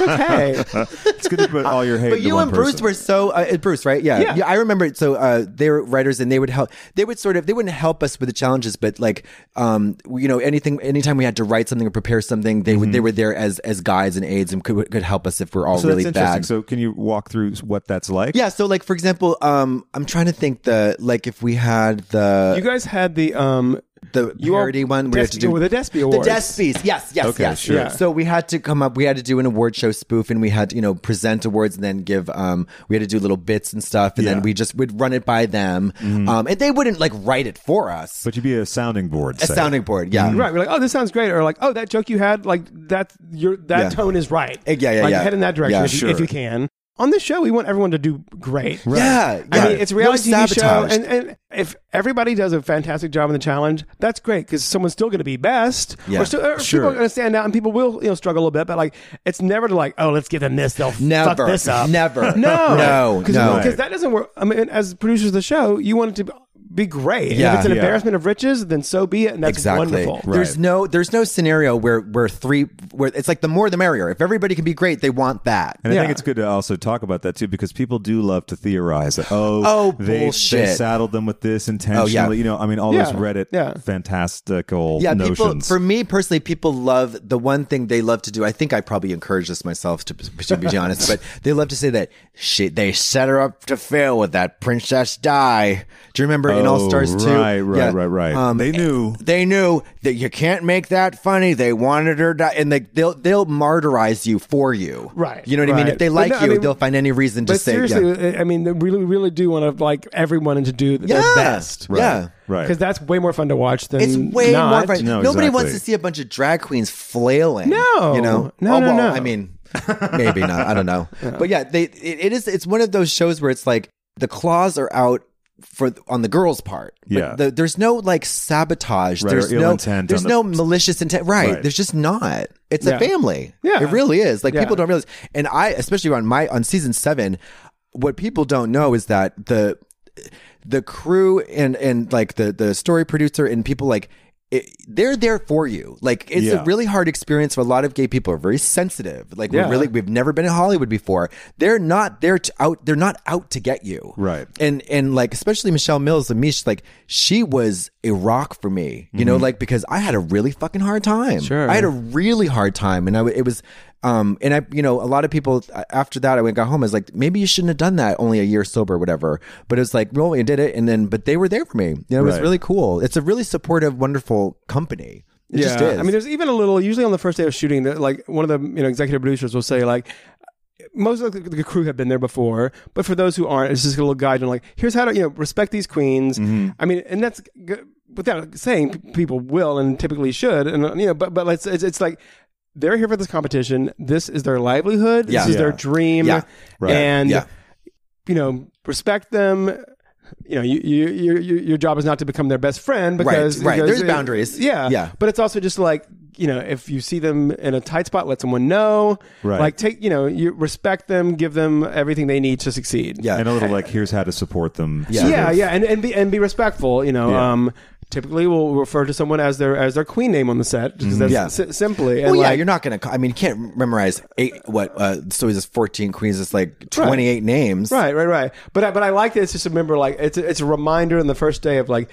Speaker 4: okay.
Speaker 1: It's good to put all your hate.
Speaker 3: But
Speaker 1: into
Speaker 3: you
Speaker 1: one
Speaker 3: and Bruce
Speaker 1: person.
Speaker 3: were so uh, Bruce, right? Yeah.
Speaker 4: Yeah.
Speaker 3: I remember it. So uh, they were writers, and they would help. They would sort of they wouldn't help us with the challenges, but like um, we- you know, anything, anytime we had to write something or prepare something, they would they were there as as guides and aides and could could help us if we're all
Speaker 1: Mm-hmm. So
Speaker 3: really
Speaker 1: that's interesting.
Speaker 3: bad.
Speaker 1: So can you walk through what that's like?
Speaker 3: yeah. So like for example, um, I'm trying to think the like if we had the
Speaker 4: you guys had the um
Speaker 3: the
Speaker 4: You all-
Speaker 3: parody one we had to
Speaker 4: Despy-
Speaker 3: do
Speaker 4: well, the Despy
Speaker 3: The
Speaker 4: Awards.
Speaker 3: Despies, yes, yes,
Speaker 1: Okay,
Speaker 3: yes.
Speaker 1: sure.
Speaker 4: Yeah.
Speaker 3: So we had to come up. We had to do an award show spoof, and we had to, you know present awards, and then give. Um, we had to do little bits and stuff, and
Speaker 1: Yeah. Mm-hmm.
Speaker 3: then we just would run it by them, um, and they wouldn't like write it for us.
Speaker 1: But you'd be a sounding board.
Speaker 3: a
Speaker 1: say. Mm-hmm.
Speaker 3: sounding board, yeah.
Speaker 4: right, we're like, oh, this sounds great, or like, oh, that joke you had, like that your that
Speaker 3: Yeah.
Speaker 4: tone is right.
Speaker 3: Eh, yeah, yeah,
Speaker 4: like
Speaker 3: yeah.
Speaker 4: head in that direction
Speaker 3: Yeah,
Speaker 4: if, you, if
Speaker 1: sure.
Speaker 4: you can. On this show, we want everyone to do great.
Speaker 3: Yeah,
Speaker 4: I
Speaker 3: yeah.
Speaker 4: mean, it's a
Speaker 3: No
Speaker 4: reality TV show,
Speaker 3: sabotage.
Speaker 4: and, and if everybody does a fantastic job in the challenge, that's great because someone's still going to be best.
Speaker 3: Yeah,
Speaker 4: or still, or
Speaker 1: sure.
Speaker 4: people are going to stand out, and people will you know struggle a little bit. But like, it's never to like, oh, let's give them this; they'll fuck
Speaker 3: Never,
Speaker 4: this up.
Speaker 3: never,
Speaker 4: No,
Speaker 3: no,
Speaker 4: because
Speaker 3: no.
Speaker 1: Right.
Speaker 4: that doesn't work. I mean, as producers of the show, you want it to be great. And
Speaker 3: Yeah.
Speaker 4: if it's an
Speaker 1: Yeah.
Speaker 4: embarrassment of riches, then so be it, and that's
Speaker 3: Exactly.
Speaker 4: wonderful.
Speaker 3: There's
Speaker 1: Right.
Speaker 3: no there's no scenario where where three where it's like the more the merrier. If everybody can be great, they want that.
Speaker 1: And I think
Speaker 4: Yeah.
Speaker 1: it's good to also talk about that too, because people do love to theorize. That, oh,
Speaker 3: Oh,
Speaker 1: they,
Speaker 3: bullshit. Oh,
Speaker 1: they saddled them with this intentionally. You know, I mean, all those
Speaker 4: Yeah.
Speaker 1: Reddit
Speaker 4: Yeah.
Speaker 1: fantastical
Speaker 3: yeah, people.
Speaker 1: notions.
Speaker 3: For me personally, people love the one thing they love to do. I think I probably encourage this myself to, to be honest, but they love to say that she they set her up to fail with that princess die. Do you remember in All
Speaker 1: Oh,
Speaker 3: Stars two? um,
Speaker 1: right, right, right, right. They
Speaker 3: eh,
Speaker 1: knew.
Speaker 3: They knew that you can't make that funny. They wanted her to, and they they'll they'll martyrize you for you.
Speaker 4: Right,
Speaker 3: You know what I mean?
Speaker 4: right.
Speaker 3: If they
Speaker 4: But
Speaker 3: like
Speaker 4: no, I
Speaker 3: you,
Speaker 4: mean-
Speaker 3: they'll find any reason to
Speaker 4: But
Speaker 3: say yeah.
Speaker 4: seriously, I- I mean, they really, really do want to like everyone to do their
Speaker 3: Yeah.
Speaker 4: best.
Speaker 3: Right. Yeah.
Speaker 1: Right.
Speaker 4: Because that's way more fun to watch than
Speaker 3: It's way
Speaker 4: not.
Speaker 3: more fun.
Speaker 1: No,
Speaker 3: Nobody
Speaker 1: exactly.
Speaker 3: wants to see a bunch of drag queens flailing.
Speaker 4: No.
Speaker 3: you know,
Speaker 4: No,
Speaker 3: Oh,
Speaker 4: no,
Speaker 3: well,
Speaker 4: no.
Speaker 3: I mean, maybe not. I don't know. But yeah, they it, it is. It's one of those shows where it's like the claws are out for on the girls' part. But
Speaker 1: Yeah.
Speaker 3: the- there's no like sabotage.
Speaker 1: Right, or
Speaker 3: there's
Speaker 1: ill
Speaker 3: no
Speaker 1: intent
Speaker 3: There's
Speaker 1: on
Speaker 3: no
Speaker 1: the-
Speaker 3: malicious intent. Right.
Speaker 1: Right.
Speaker 3: There's just not. It's
Speaker 4: Yeah.
Speaker 3: a family.
Speaker 4: Yeah.
Speaker 3: It really is. Like
Speaker 4: Yeah.
Speaker 3: people don't realize. And I, especially on my on season seven, what people don't know is that the the crew and and like the the story producer and people like. It, they're there for you. Like it's
Speaker 1: Yeah.
Speaker 3: a really hard experience for a lot of gay people. Are very sensitive. Like
Speaker 4: Yeah.
Speaker 3: we really we've never been in Hollywood before. They're not there to out. They're not out to get you
Speaker 1: Right.
Speaker 3: and and like especially Michelle Mills, Amish, like she was a rock for me, you know, like because I had a really fucking hard time.
Speaker 4: Mm-hmm. Sure.
Speaker 3: I had a really hard time, and I w- it was, um, and I you know a lot of people uh, after that I went got home. I was like, maybe you shouldn't have done that. Only a year sober, or whatever. But it was like, well, you did it, and then but they were there for me. You know, it was
Speaker 1: Right.
Speaker 3: really cool. It's a really supportive, wonderful company. It just is.
Speaker 4: I mean, there's even a little. Usually on the first day of shooting, that like one of the you know executive producers will say like. Most of the, the crew have been there before, but for those who aren't, it's just a little guide and like, here's how to you know respect these queens.
Speaker 3: Mm-hmm.
Speaker 4: I mean, and that's g- without saying p- people will and typically should, and uh, you know, but but it's it's, it's like they're here for this competition. This is their livelihood.
Speaker 3: Yeah.
Speaker 4: This is their
Speaker 1: Yeah.
Speaker 4: dream.
Speaker 3: Yeah.
Speaker 1: Right.
Speaker 4: And
Speaker 3: Yeah.
Speaker 4: you know, respect them. You know, you, you, you, you, your job is not to become their best friend because
Speaker 3: right.
Speaker 4: because
Speaker 3: There's boundaries.
Speaker 4: Yeah,
Speaker 3: Yeah.
Speaker 4: But it's also just like you know, if you see them in a tight spot, let someone know.
Speaker 1: Right.
Speaker 4: Like take you know, you respect them, give them everything they need to succeed.
Speaker 3: yeah,
Speaker 1: and a little like here's how to support them.
Speaker 3: eh, Yeah.
Speaker 1: sort
Speaker 4: yeah,
Speaker 1: of.
Speaker 4: yeah, and and be and be respectful. You know,
Speaker 1: Yeah.
Speaker 4: um, typically we'll refer to someone as their as their queen name on the set because that's
Speaker 3: Mm-hmm. Yeah.
Speaker 4: si- simply.
Speaker 3: Well,
Speaker 4: and
Speaker 3: Oh, yeah,
Speaker 4: like-
Speaker 3: you're not gonna. I mean, you can't memorize eight. What? Uh, so is this 14 queens? It's like 28 names.
Speaker 4: Right, right, right. But I, but I like that. It's just remember, like it's a, it's a reminder on the first day of like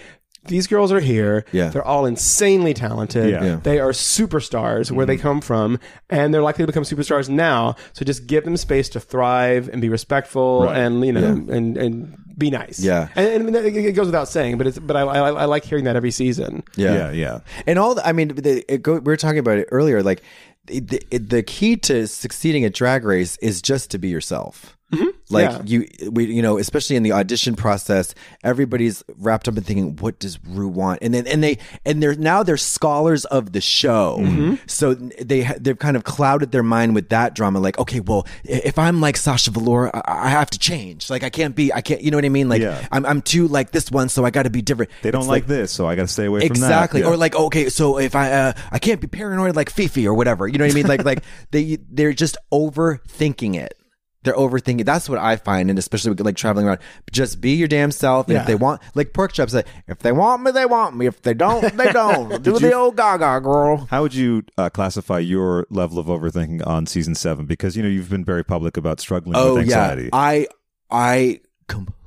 Speaker 4: these girls are here.
Speaker 3: Yeah.
Speaker 4: they're all insanely talented.
Speaker 1: Yeah. Yeah.
Speaker 4: they are superstars where they come from, and they're likely to become superstars now. So just give them space to thrive and be respectful,
Speaker 1: Right.
Speaker 4: and you know, and and be nice.
Speaker 3: Yeah.
Speaker 4: and, and it it goes without saying, but it's but I, I I like hearing that every season.
Speaker 1: yeah, yeah.
Speaker 3: And all the, I mean, the, it go, we were talking about it earlier. Like the, it, the key to succeeding at Drag Race is just to be yourself.
Speaker 1: Mm-hmm.
Speaker 3: Like
Speaker 4: Yeah.
Speaker 3: you, we, you know, especially in the audition process, everybody's wrapped up in thinking, "What does Rue want?" And then, and they, and they're now they're scholars of the show,
Speaker 1: Mm-hmm.
Speaker 3: so they ha- they've kind of clouded their mind with that drama. Like, okay, well, i- if I'm like Sasha Velour, I, I have to change. Like, I can't be, I can't, you know what I mean? Like,
Speaker 1: Yeah.
Speaker 3: I'm I'm too like this one, so I got to be different.
Speaker 1: They don't
Speaker 3: It's
Speaker 1: like, this, so I got to stay away from that.
Speaker 3: exactly
Speaker 1: Yeah.
Speaker 3: or like okay so if i uh, i can't be paranoid like fifi or whatever you know what i mean like like they they're just overthinking it they're overthinking that's what i find and especially with, like traveling around just be your damn self and
Speaker 4: Yeah.
Speaker 3: if they want like pork chops like if they want me they want me if they don't they don't do the old gaga girl
Speaker 1: How would you uh, classify your level of overthinking on season seven? Because you know you've been very public about struggling
Speaker 3: oh
Speaker 1: with
Speaker 3: yeah
Speaker 1: anxiety.
Speaker 3: i i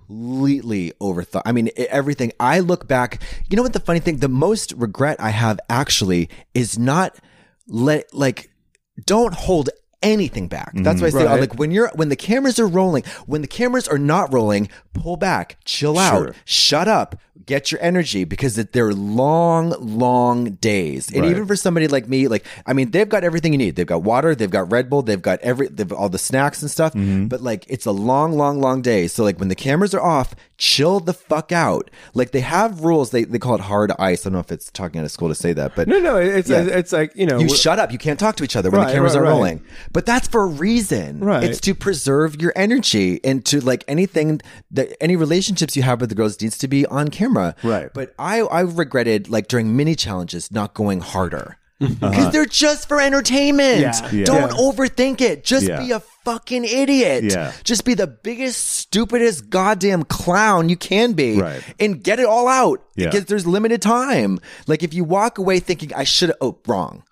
Speaker 3: completely overthought i mean e- everything i look back you know what the funny thing the most regret i have actually is not let like don't hold anything back
Speaker 1: Mm-hmm.
Speaker 3: that's why i say
Speaker 4: Right.
Speaker 3: like when you're when the cameras are rolling when the cameras are not rolling pull back chill
Speaker 1: Sure.
Speaker 3: out shut up get your energy because it, they're long long days and
Speaker 1: Right.
Speaker 3: even for somebody like me like i mean they've got everything you need they've got water they've got red bull they've got every they've all the snacks and stuff but like it's a long long long day so like when the cameras are off chill the fuck out like they have rules they, they call it hard ice i don't know if it's talking out of school to say that but
Speaker 4: No, no, it's
Speaker 3: Yeah.
Speaker 4: it's like you know
Speaker 3: you
Speaker 4: we're-
Speaker 3: shut up. You can't talk to each other when
Speaker 4: Right,
Speaker 3: the cameras
Speaker 4: right,
Speaker 3: are
Speaker 4: right.
Speaker 3: rolling. But that's for a reason.
Speaker 4: Right.
Speaker 3: It's to preserve your energy and to like anything that any relationships you have with the girls needs to be on camera.
Speaker 1: Right.
Speaker 3: But I I regretted like during mini challenges not going harder. Because they're just for entertainment.
Speaker 4: Uh-huh. Yeah. Yeah.
Speaker 3: Don't
Speaker 4: Yeah.
Speaker 3: overthink it. Just
Speaker 1: Yeah.
Speaker 3: be a fucking idiot.
Speaker 1: Yeah.
Speaker 3: Just be the biggest, stupidest goddamn clown you can be.
Speaker 1: Right.
Speaker 3: And get it all out.
Speaker 1: Yeah.
Speaker 3: Because there's limited time. Like if you walk away thinking I should have oh wrong.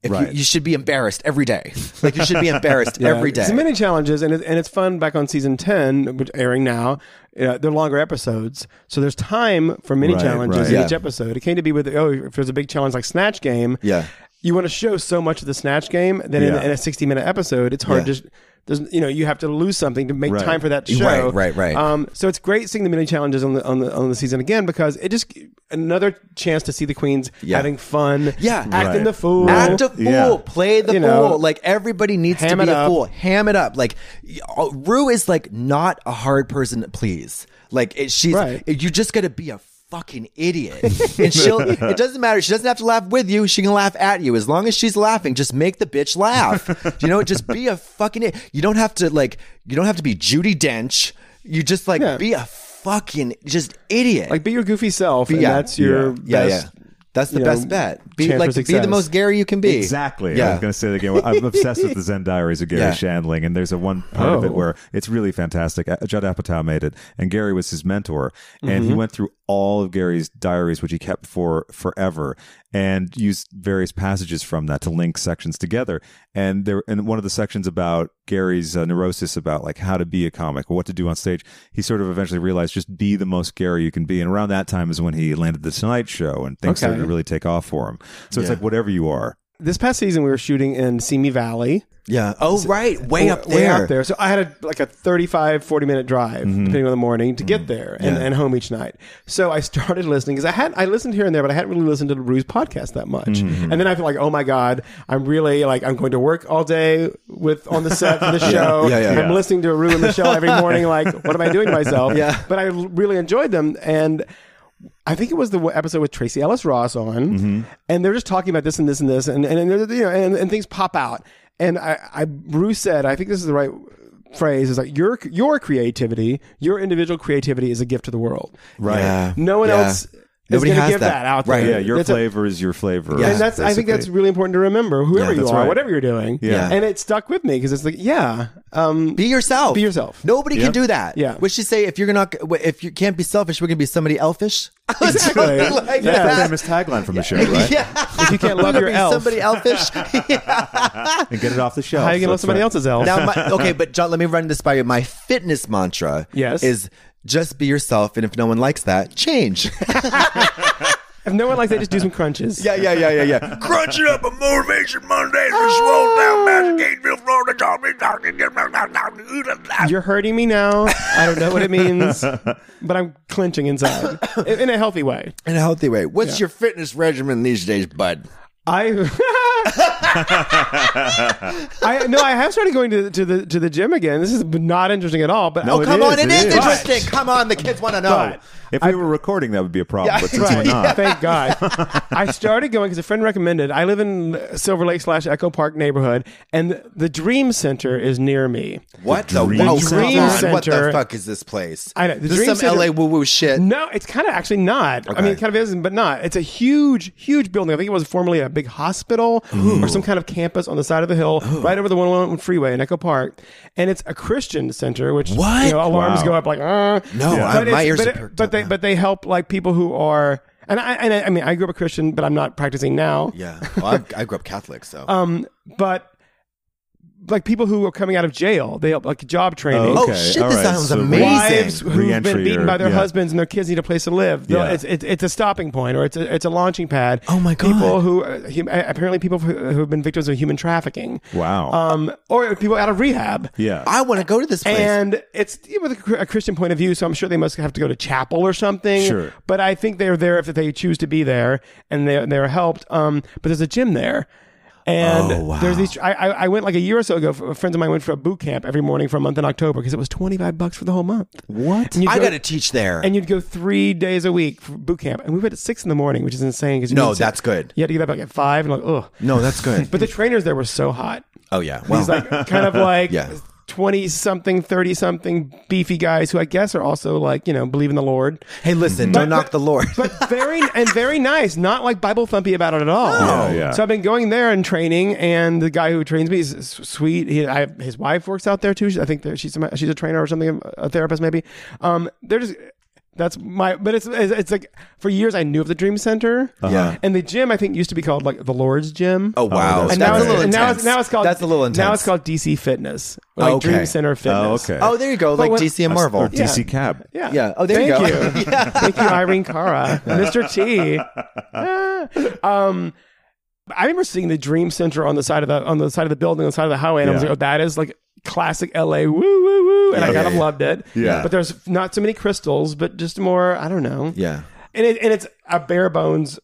Speaker 3: If
Speaker 1: Right.
Speaker 3: you, you should be embarrassed every day. Like you should be embarrassed every day.
Speaker 4: There's many challenges, and it, and it's fun. Back on season ten, which airing now, uh, they're longer episodes, so there's time for many
Speaker 1: Right,
Speaker 4: challenges
Speaker 1: right.
Speaker 4: in
Speaker 3: Yeah.
Speaker 4: each episode. It came to be with oh, if there's a big challenge like Snatch Game,
Speaker 3: Yeah.
Speaker 4: you want to show so much of the Snatch Game that in,
Speaker 1: Yeah.
Speaker 4: in a 60 minute episode, it's hard
Speaker 3: Yeah.
Speaker 4: to. There's, you know, you have to lose something to make
Speaker 1: Right.
Speaker 4: time for that show.
Speaker 3: Right, right, right.
Speaker 4: Um, so it's great seeing the mini challenges on the on the on the season again because it just another chance to see the queens
Speaker 3: Yeah.
Speaker 4: having fun,
Speaker 3: Yeah.
Speaker 4: acting
Speaker 1: Right.
Speaker 4: the fool,
Speaker 3: Act a fool,
Speaker 1: Yeah.
Speaker 3: play the
Speaker 4: You
Speaker 3: fool.
Speaker 4: know,
Speaker 3: like everybody needs to
Speaker 4: ham
Speaker 3: be
Speaker 4: it
Speaker 3: a
Speaker 4: up.
Speaker 3: fool. Ham it up. Like y- uh, Rue is like not a hard person to please. Like it, she's
Speaker 4: Right.
Speaker 3: you just got to be a fucking idiot. and she'll it doesn't matter. She doesn't have to laugh with you. She can laugh at you as long as she's laughing. Just make the bitch laugh. you know, just be a fucking idiot. You don't have to like you don't have to be Judy Dench. You just like
Speaker 4: Yeah.
Speaker 3: be a fucking just idiot.
Speaker 4: Like be your goofy self, and that's your
Speaker 3: yeah,
Speaker 4: best.
Speaker 3: yeah. That's the
Speaker 4: you
Speaker 3: best
Speaker 4: know,
Speaker 3: bet. Be
Speaker 4: chance
Speaker 3: like
Speaker 4: for
Speaker 3: be the
Speaker 4: success.
Speaker 3: most Gary you can be.
Speaker 1: Exactly. I
Speaker 3: Yeah.
Speaker 1: was going to say that again. I'm obsessed with the Zen Diaries of Gary
Speaker 3: Yeah.
Speaker 1: Shandling, and there's a one part of it
Speaker 4: Oh.
Speaker 1: where it's really fantastic. Uh, Judd Apatow made it, and Gary was his mentor, and
Speaker 4: Mm-hmm.
Speaker 1: he went through all of Gary's diaries, which he kept for forever, and used various passages from that to link sections together. And there, and one of the sections about Gary's uh, neurosis about like how to be a comic or what to do on stage, he sort of eventually realized just be the most Gary you can be. And around that time is when he landed the Tonight Show, and things
Speaker 4: Okay.
Speaker 1: started to really take off for him. So it's
Speaker 3: Yeah.
Speaker 1: like whatever you are.
Speaker 4: This past season, we were shooting in Simi Valley.
Speaker 3: Yeah. Oh right, way up there. Mm-hmm.
Speaker 4: Way up there. So I had a, like a 35, 40 minute drive, depending on the morning, to get there and, and home each night. So I started listening because I had I listened here and there, but I hadn't really listened to the Ruse podcast that much.
Speaker 3: Mm-hmm.
Speaker 4: And then I feel like, oh my god, I'm really like I'm going to work all day with on the set for the show.
Speaker 3: Yeah, yeah,
Speaker 4: I'm
Speaker 1: yeah.
Speaker 4: listening to Rue and Michelle every morning. Like, what am I doing to myself?
Speaker 3: Yeah.
Speaker 4: But I l- really enjoyed them and. I think it was the episode with Tracy Ellis Ross on, and they're just talking about this and this and this, and and, and you know, and, and things pop out. And I, I, Bruce said, I think this is the right phrase: is like your your creativity, your individual creativity, is a gift to the world.
Speaker 1: Right.
Speaker 3: Yeah.
Speaker 4: No one
Speaker 3: Yeah.
Speaker 4: else is
Speaker 3: Nobody
Speaker 4: going to
Speaker 3: has
Speaker 4: give that.
Speaker 3: that.
Speaker 4: out
Speaker 3: Right.
Speaker 4: there.
Speaker 1: Yeah, your
Speaker 4: That's a-
Speaker 1: flavor is your flavor.
Speaker 3: Yeah.
Speaker 4: and that's I think
Speaker 1: basically.
Speaker 4: that's really important to remember. Whoever
Speaker 1: Yeah,
Speaker 4: you
Speaker 1: that's
Speaker 4: are,
Speaker 1: right.
Speaker 4: whatever you're doing,
Speaker 1: Yeah.
Speaker 4: And it stuck with me because it's like, yeah, um,
Speaker 3: Be yourself.
Speaker 4: Be yourself.
Speaker 3: Nobody
Speaker 1: Yeah.
Speaker 3: can do that.
Speaker 4: Yeah.
Speaker 3: Which should say if you're not if you can't be selfish, we're gonna be somebody elfish.
Speaker 4: Exactly.
Speaker 3: like
Speaker 4: Yeah.
Speaker 1: That's the
Speaker 3: that.
Speaker 1: famous tagline from the show, right?
Speaker 3: Yeah.
Speaker 4: if you can't love
Speaker 3: We're gonna
Speaker 4: your
Speaker 3: be
Speaker 4: elf,
Speaker 3: somebody elfish.
Speaker 1: And get it off the shelf.
Speaker 4: how are you going to love
Speaker 1: That's
Speaker 4: somebody
Speaker 1: right.
Speaker 4: else's elf?
Speaker 3: now, my, okay, but John, let me run this by you. My fitness mantra
Speaker 4: Yes.
Speaker 3: is just be yourself, and if no one likes that, change.
Speaker 4: if no one likes that, just do some crunches.
Speaker 3: yeah, yeah, yeah, yeah, yeah.
Speaker 5: Crunch it up a motivation Monday for Swole Town, Massachusetts, Florida, talking, talking, talking.
Speaker 4: You're hurting me now. I don't know what it means, but I'm clenching inside in in a healthy way.
Speaker 3: In a healthy way. What's your fitness regimen these days, bud?
Speaker 4: I. I no, I have started going to, to the to the gym again. This is not interesting at all. But
Speaker 1: No,
Speaker 4: oh,
Speaker 1: It
Speaker 3: Come
Speaker 1: is,
Speaker 3: on,
Speaker 1: it
Speaker 3: it is,
Speaker 1: is.
Speaker 3: interesting. Come on, the kids want to know.
Speaker 4: but-
Speaker 1: If we were recording, that would be a problem. but since we're
Speaker 4: Right.
Speaker 1: not,
Speaker 4: Thank God. I started going because a friend recommended. I live in Silver Lake slash Echo Park neighborhood, and the Dream Center is near me.
Speaker 3: What the,
Speaker 1: Dream
Speaker 3: oh,
Speaker 1: Center.
Speaker 3: come on, What the
Speaker 4: Center.
Speaker 3: fuck is this place?
Speaker 4: I know, the
Speaker 3: This is
Speaker 4: Dream
Speaker 3: some
Speaker 4: Center-
Speaker 3: LA woo woo shit.
Speaker 4: No, it's kind of actually not. I mean, it kind of isn't, but not. It's a huge, huge building. I think it was formerly a big hospital or some kind of campus on the side of the hill, right over the 101 freeway in Echo Park. And it's a Christian center, which
Speaker 3: What?
Speaker 4: you know, alarms
Speaker 1: Wow.
Speaker 4: go up like, "Ah."
Speaker 3: No, I-
Speaker 4: But it's-
Speaker 3: my ears
Speaker 4: but,
Speaker 3: are
Speaker 4: it-
Speaker 3: perked
Speaker 4: but
Speaker 3: up
Speaker 4: they
Speaker 3: now.
Speaker 4: but they help like people who are. And I, and I, I mean, I grew up a Christian, but I'm not practicing now.
Speaker 3: Yeah. Well, I, I grew up Catholic, so.
Speaker 4: Um, But like people who are coming out of jail, they help like job training.
Speaker 1: Oh,
Speaker 3: oh,
Speaker 1: okay,
Speaker 3: shit,
Speaker 1: all
Speaker 3: this
Speaker 1: right,
Speaker 3: sounds
Speaker 1: so
Speaker 3: amazing.
Speaker 4: wives who've
Speaker 1: Reentry
Speaker 4: been beaten
Speaker 1: or-
Speaker 4: by their
Speaker 1: yeah.
Speaker 4: husbands and their kids need a place to live. They'll-
Speaker 1: Yeah.
Speaker 4: It's, it's, it's a stopping point or it's a, it's a launching pad.
Speaker 3: Oh my God.
Speaker 4: People who, uh, hum- apparently people who who have been victims of human trafficking.
Speaker 1: Wow.
Speaker 4: Um, or people out of rehab.
Speaker 1: Oh, yeah,
Speaker 3: I want to go to this place.
Speaker 4: And it's you know, with a cr- a Christian point of view, so I'm sure they must have to go to chapel or something.
Speaker 1: Sure.
Speaker 4: But I think they're there if they choose to be there, and they they're helped. Um, but there's a gym there. And
Speaker 3: Oh, wow.
Speaker 4: there's these. I, I I went like a year or so ago. f- Friends of mine went for a boot camp every morning for a month in October because it was twenty five bucks for the whole month.
Speaker 1: what?
Speaker 4: And you'd
Speaker 3: I
Speaker 4: go-
Speaker 3: got to teach there.
Speaker 4: And you'd go three days a week for boot camp, and we went at six in the morning, which is insane. Because
Speaker 3: No, that's good.
Speaker 4: You had to get up like at five, and like, oh.
Speaker 3: no, that's good.
Speaker 4: But the trainers there were so hot.
Speaker 3: oh, yeah. Well,
Speaker 4: These like kind of like
Speaker 3: Yeah.
Speaker 4: twenty something, thirty something beefy guys who I guess are also like you know believe in the Lord,
Speaker 3: hey, listen, don't knock the Lord.
Speaker 4: but very and very nice, not like Bible thumpy about it at all.
Speaker 1: Yeah, yeah.
Speaker 4: So I've been going there and training, and the guy who trains me is s- sweet. He, I, his wife works out there too. She- I think that she's a- she's a trainer or something, a therapist maybe. Um, they're just. That's my, but it's, it's it's like for years I knew of the Dream Center,
Speaker 1: Uh-huh.
Speaker 3: Yeah.
Speaker 4: and the gym I think used to be called like the Lord's Gym.
Speaker 3: Oh, wow.
Speaker 1: that's
Speaker 4: and
Speaker 1: now
Speaker 4: now
Speaker 1: it's-
Speaker 4: it's,
Speaker 1: a little
Speaker 4: and now it's now it's called
Speaker 3: That's a little intense.
Speaker 4: Now it's called DC Fitness, or, like
Speaker 3: Okay.
Speaker 4: Dream Center
Speaker 1: Oh,
Speaker 4: Fitness.
Speaker 1: okay.
Speaker 3: Oh, there you go.
Speaker 4: But
Speaker 3: Like
Speaker 4: when-
Speaker 3: DC and Marvel.
Speaker 1: Or DC Cab.
Speaker 4: Yeah.
Speaker 3: Yeah. Oh, there you
Speaker 4: Thank
Speaker 3: go.
Speaker 4: you. Thank you, Irene Cara, Mr. T. Ah. um, I remember seeing the Dream Center on the side of the on the side of the building, on the side of the highway, and I was
Speaker 1: Yeah.
Speaker 4: like, oh, that is like classic LA. Woo, woo, woo. And I
Speaker 3: Yeah,
Speaker 4: kind
Speaker 3: yeah,
Speaker 4: of
Speaker 3: yeah.
Speaker 4: loved it.
Speaker 1: Yeah.
Speaker 4: But there's not so many crystals, but just more. I don't know.
Speaker 3: Yeah.
Speaker 4: And it, and it's a bare bones.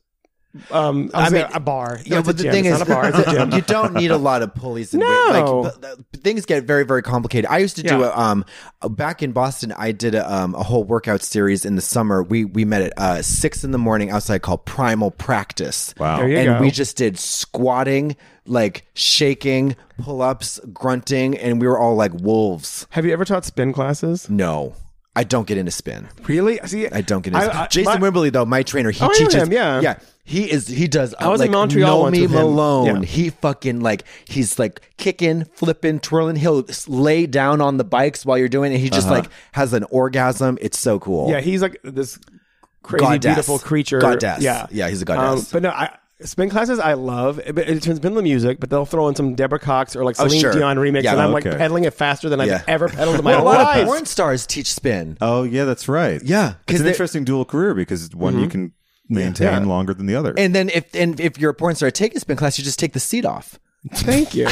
Speaker 4: Um, I,
Speaker 3: I
Speaker 4: mean,
Speaker 3: mean-
Speaker 4: a bar.
Speaker 3: Yeah,
Speaker 4: No, it's a
Speaker 3: but the
Speaker 4: gym.
Speaker 3: thing
Speaker 4: It's
Speaker 3: is,
Speaker 4: not a bar. It's a gym.
Speaker 3: you don't need a lot of pulleys. And
Speaker 4: No.
Speaker 3: weight- like, th- th- things get very, very complicated. I used to do
Speaker 4: Yeah.
Speaker 3: a, um uh, back in Boston. I did a, um, a whole workout series in the summer. We we met at uh, six in the morning outside called Primal Practice.
Speaker 1: Wow.
Speaker 4: There you
Speaker 3: and
Speaker 4: go.
Speaker 3: we just did squatting, like shaking, pull ups, grunting, and we were all like wolves.
Speaker 4: Have you ever taught spin classes?
Speaker 3: No. I don't get into spin.
Speaker 4: Really? See,
Speaker 3: I don't get into spin.
Speaker 4: I- I-
Speaker 3: Jason
Speaker 4: my-
Speaker 3: Wimberly though, my trainer, he
Speaker 4: Oh, I know
Speaker 3: teaches.
Speaker 4: him, yeah.
Speaker 3: yeah. He is. He does.
Speaker 4: I was in
Speaker 3: like,
Speaker 4: Montreal once
Speaker 3: Nomi
Speaker 4: with him.
Speaker 3: Malone.
Speaker 4: Yeah.
Speaker 3: He fucking like he's like kicking, flipping, twirling. He'll s- lay down on the bikes while you're doing it. He just like has an orgasm. It's so cool.
Speaker 4: Uh-huh. Yeah, he's like this crazy
Speaker 3: Goddess.
Speaker 4: beautiful creature.
Speaker 3: Goddess.
Speaker 4: Yeah, Um,
Speaker 3: Yeah, he's a goddess.
Speaker 4: but no, I, spin classes I love. But it's been the music, but they'll throw in some Deborah Cox or like
Speaker 3: Oh,
Speaker 4: Celine
Speaker 3: sure.
Speaker 4: Dion remix,
Speaker 3: Yeah,
Speaker 4: and I'm
Speaker 1: okay.
Speaker 4: like pedaling it faster than
Speaker 3: Yeah.
Speaker 4: I've ever pedaled in my
Speaker 3: Well, a lot
Speaker 4: life.
Speaker 3: of porn stars teach spin.
Speaker 1: Oh yeah, that's right.
Speaker 3: Yeah,
Speaker 1: it's
Speaker 3: 'cause
Speaker 1: an
Speaker 3: they- Mm-hmm.
Speaker 1: interesting dual career because one you can maintain
Speaker 4: Yeah.
Speaker 1: longer than the other.
Speaker 3: And then if and if you're a porn star taking spin class, you just take the seat off.
Speaker 4: Thank you.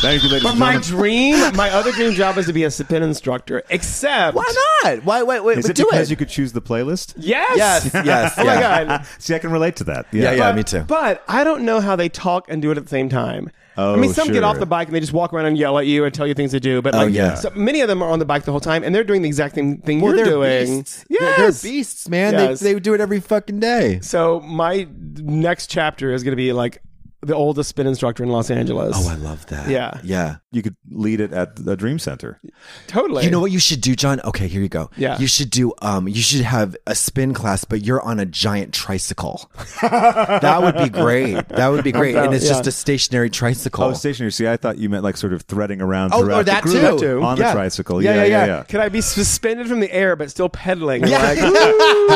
Speaker 1: Thank you, ladies
Speaker 4: But
Speaker 1: and
Speaker 4: my
Speaker 1: gentlemen.
Speaker 4: dream, my other dream job is to be a spin instructor. Except
Speaker 3: Why not? Why? Why? Why?
Speaker 1: Is
Speaker 3: but
Speaker 1: it
Speaker 3: do
Speaker 1: because
Speaker 3: it.
Speaker 1: you could choose the playlist? Ah,
Speaker 4: Yes.
Speaker 3: yes. Yes.
Speaker 4: Oh
Speaker 3: yeah.
Speaker 4: my god.
Speaker 1: See, I can relate to that.
Speaker 3: Yeah. Yeah.
Speaker 4: but,
Speaker 3: me too.
Speaker 4: But I don't know how they talk and do it at the same time.
Speaker 1: Oh,
Speaker 4: I mean, some
Speaker 1: sure.
Speaker 4: get off the bike and they just walk around and yell at you and tell you things to do. But like,
Speaker 3: Oh, yeah.
Speaker 4: so many of them are on the bike the whole time and they're doing the exact same thing
Speaker 3: Well,
Speaker 4: you're
Speaker 3: they're
Speaker 4: doing.
Speaker 3: beasts. They're, they're
Speaker 4: Yes.
Speaker 3: beasts, man.
Speaker 4: Yes.
Speaker 3: They, they do it every fucking day.
Speaker 4: So my next chapter is going to be like the oldest spin instructor in Los Angeles.
Speaker 3: love that.
Speaker 4: Yeah.
Speaker 3: Yeah.
Speaker 1: You could lead it at the Dream Center.
Speaker 4: totally.
Speaker 3: You know what you should do, John? Okay, here you go.
Speaker 4: Yeah.
Speaker 3: You should do um you should have a spin class, but you're on a giant tricycle. that would be great. That would be great. And it's
Speaker 4: Yeah.
Speaker 3: just a stationary tricycle.
Speaker 1: Oh, stationary. See, I thought you meant like sort of threading around
Speaker 3: Oh,
Speaker 1: throughout
Speaker 3: or that
Speaker 1: the
Speaker 3: too.
Speaker 1: group
Speaker 3: That too.
Speaker 1: on
Speaker 3: Yeah.
Speaker 1: the tricycle.
Speaker 4: Yeah, yeah, yeah.
Speaker 1: yeah.
Speaker 4: Can I be suspended from the air but still pedaling?
Speaker 3: Yeah.
Speaker 4: Like,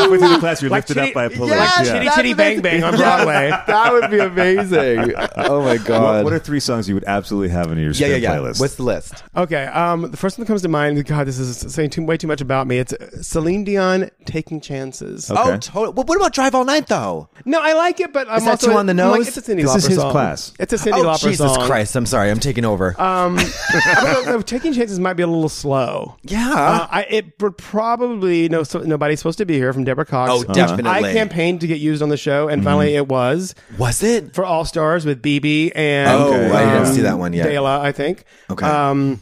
Speaker 1: Halfway through the class, you're
Speaker 4: Like
Speaker 1: lifted up
Speaker 4: titty-
Speaker 1: by a police.
Speaker 4: Yes,
Speaker 1: yeah.
Speaker 4: titty, titty, bang, bang on Broadway.
Speaker 3: that would be amazing. Oh my
Speaker 1: What,
Speaker 3: god.
Speaker 1: what are three songs you would absolutely have in your
Speaker 3: yeah,
Speaker 1: spin
Speaker 3: yeah, yeah.
Speaker 1: playlist?
Speaker 3: What's the list?
Speaker 4: Okay, um, the first one that comes to mind. God, this is saying too, way too much about me. It's Celine Dion taking chances. Oh,
Speaker 1: Okay.
Speaker 3: Oh, totally. Well, what about Drive All Night though?
Speaker 4: No, I like it, but I'm
Speaker 3: Is that
Speaker 4: also
Speaker 3: too on the
Speaker 4: I'm like,
Speaker 3: nose?
Speaker 4: it's a Cindy
Speaker 1: This is
Speaker 4: Lauper
Speaker 1: his
Speaker 4: song.
Speaker 1: class.
Speaker 4: It's a Cindy
Speaker 3: oh,
Speaker 4: Lauper
Speaker 3: Jesus
Speaker 4: song.
Speaker 3: Christ. I'm sorry. I'm taking over.
Speaker 4: Um, I don't know, no, taking chances might be a little slow.
Speaker 3: Yeah.
Speaker 4: Uh, I, it would probably no. So, nobody's supposed to be here from Deborah Cox. Um,
Speaker 3: Oh, definitely. Mm-hmm.
Speaker 4: I campaigned to get used on the show, and finally it was
Speaker 3: Was it?
Speaker 4: for All Stars with BB and
Speaker 3: Oh, I didn't
Speaker 4: um,
Speaker 3: see that one yet.
Speaker 4: Bela, I think.
Speaker 3: Okay.
Speaker 4: Um,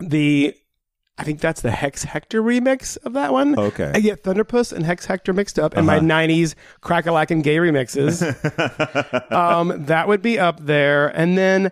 Speaker 4: the I think that's the Hex Hector remix of that one.
Speaker 1: Okay.
Speaker 4: I get Thunderpuss and Hex Hector mixed up in
Speaker 3: Uh-huh.
Speaker 4: my '90s crackalack and gay remixes. um, that would be up there, and then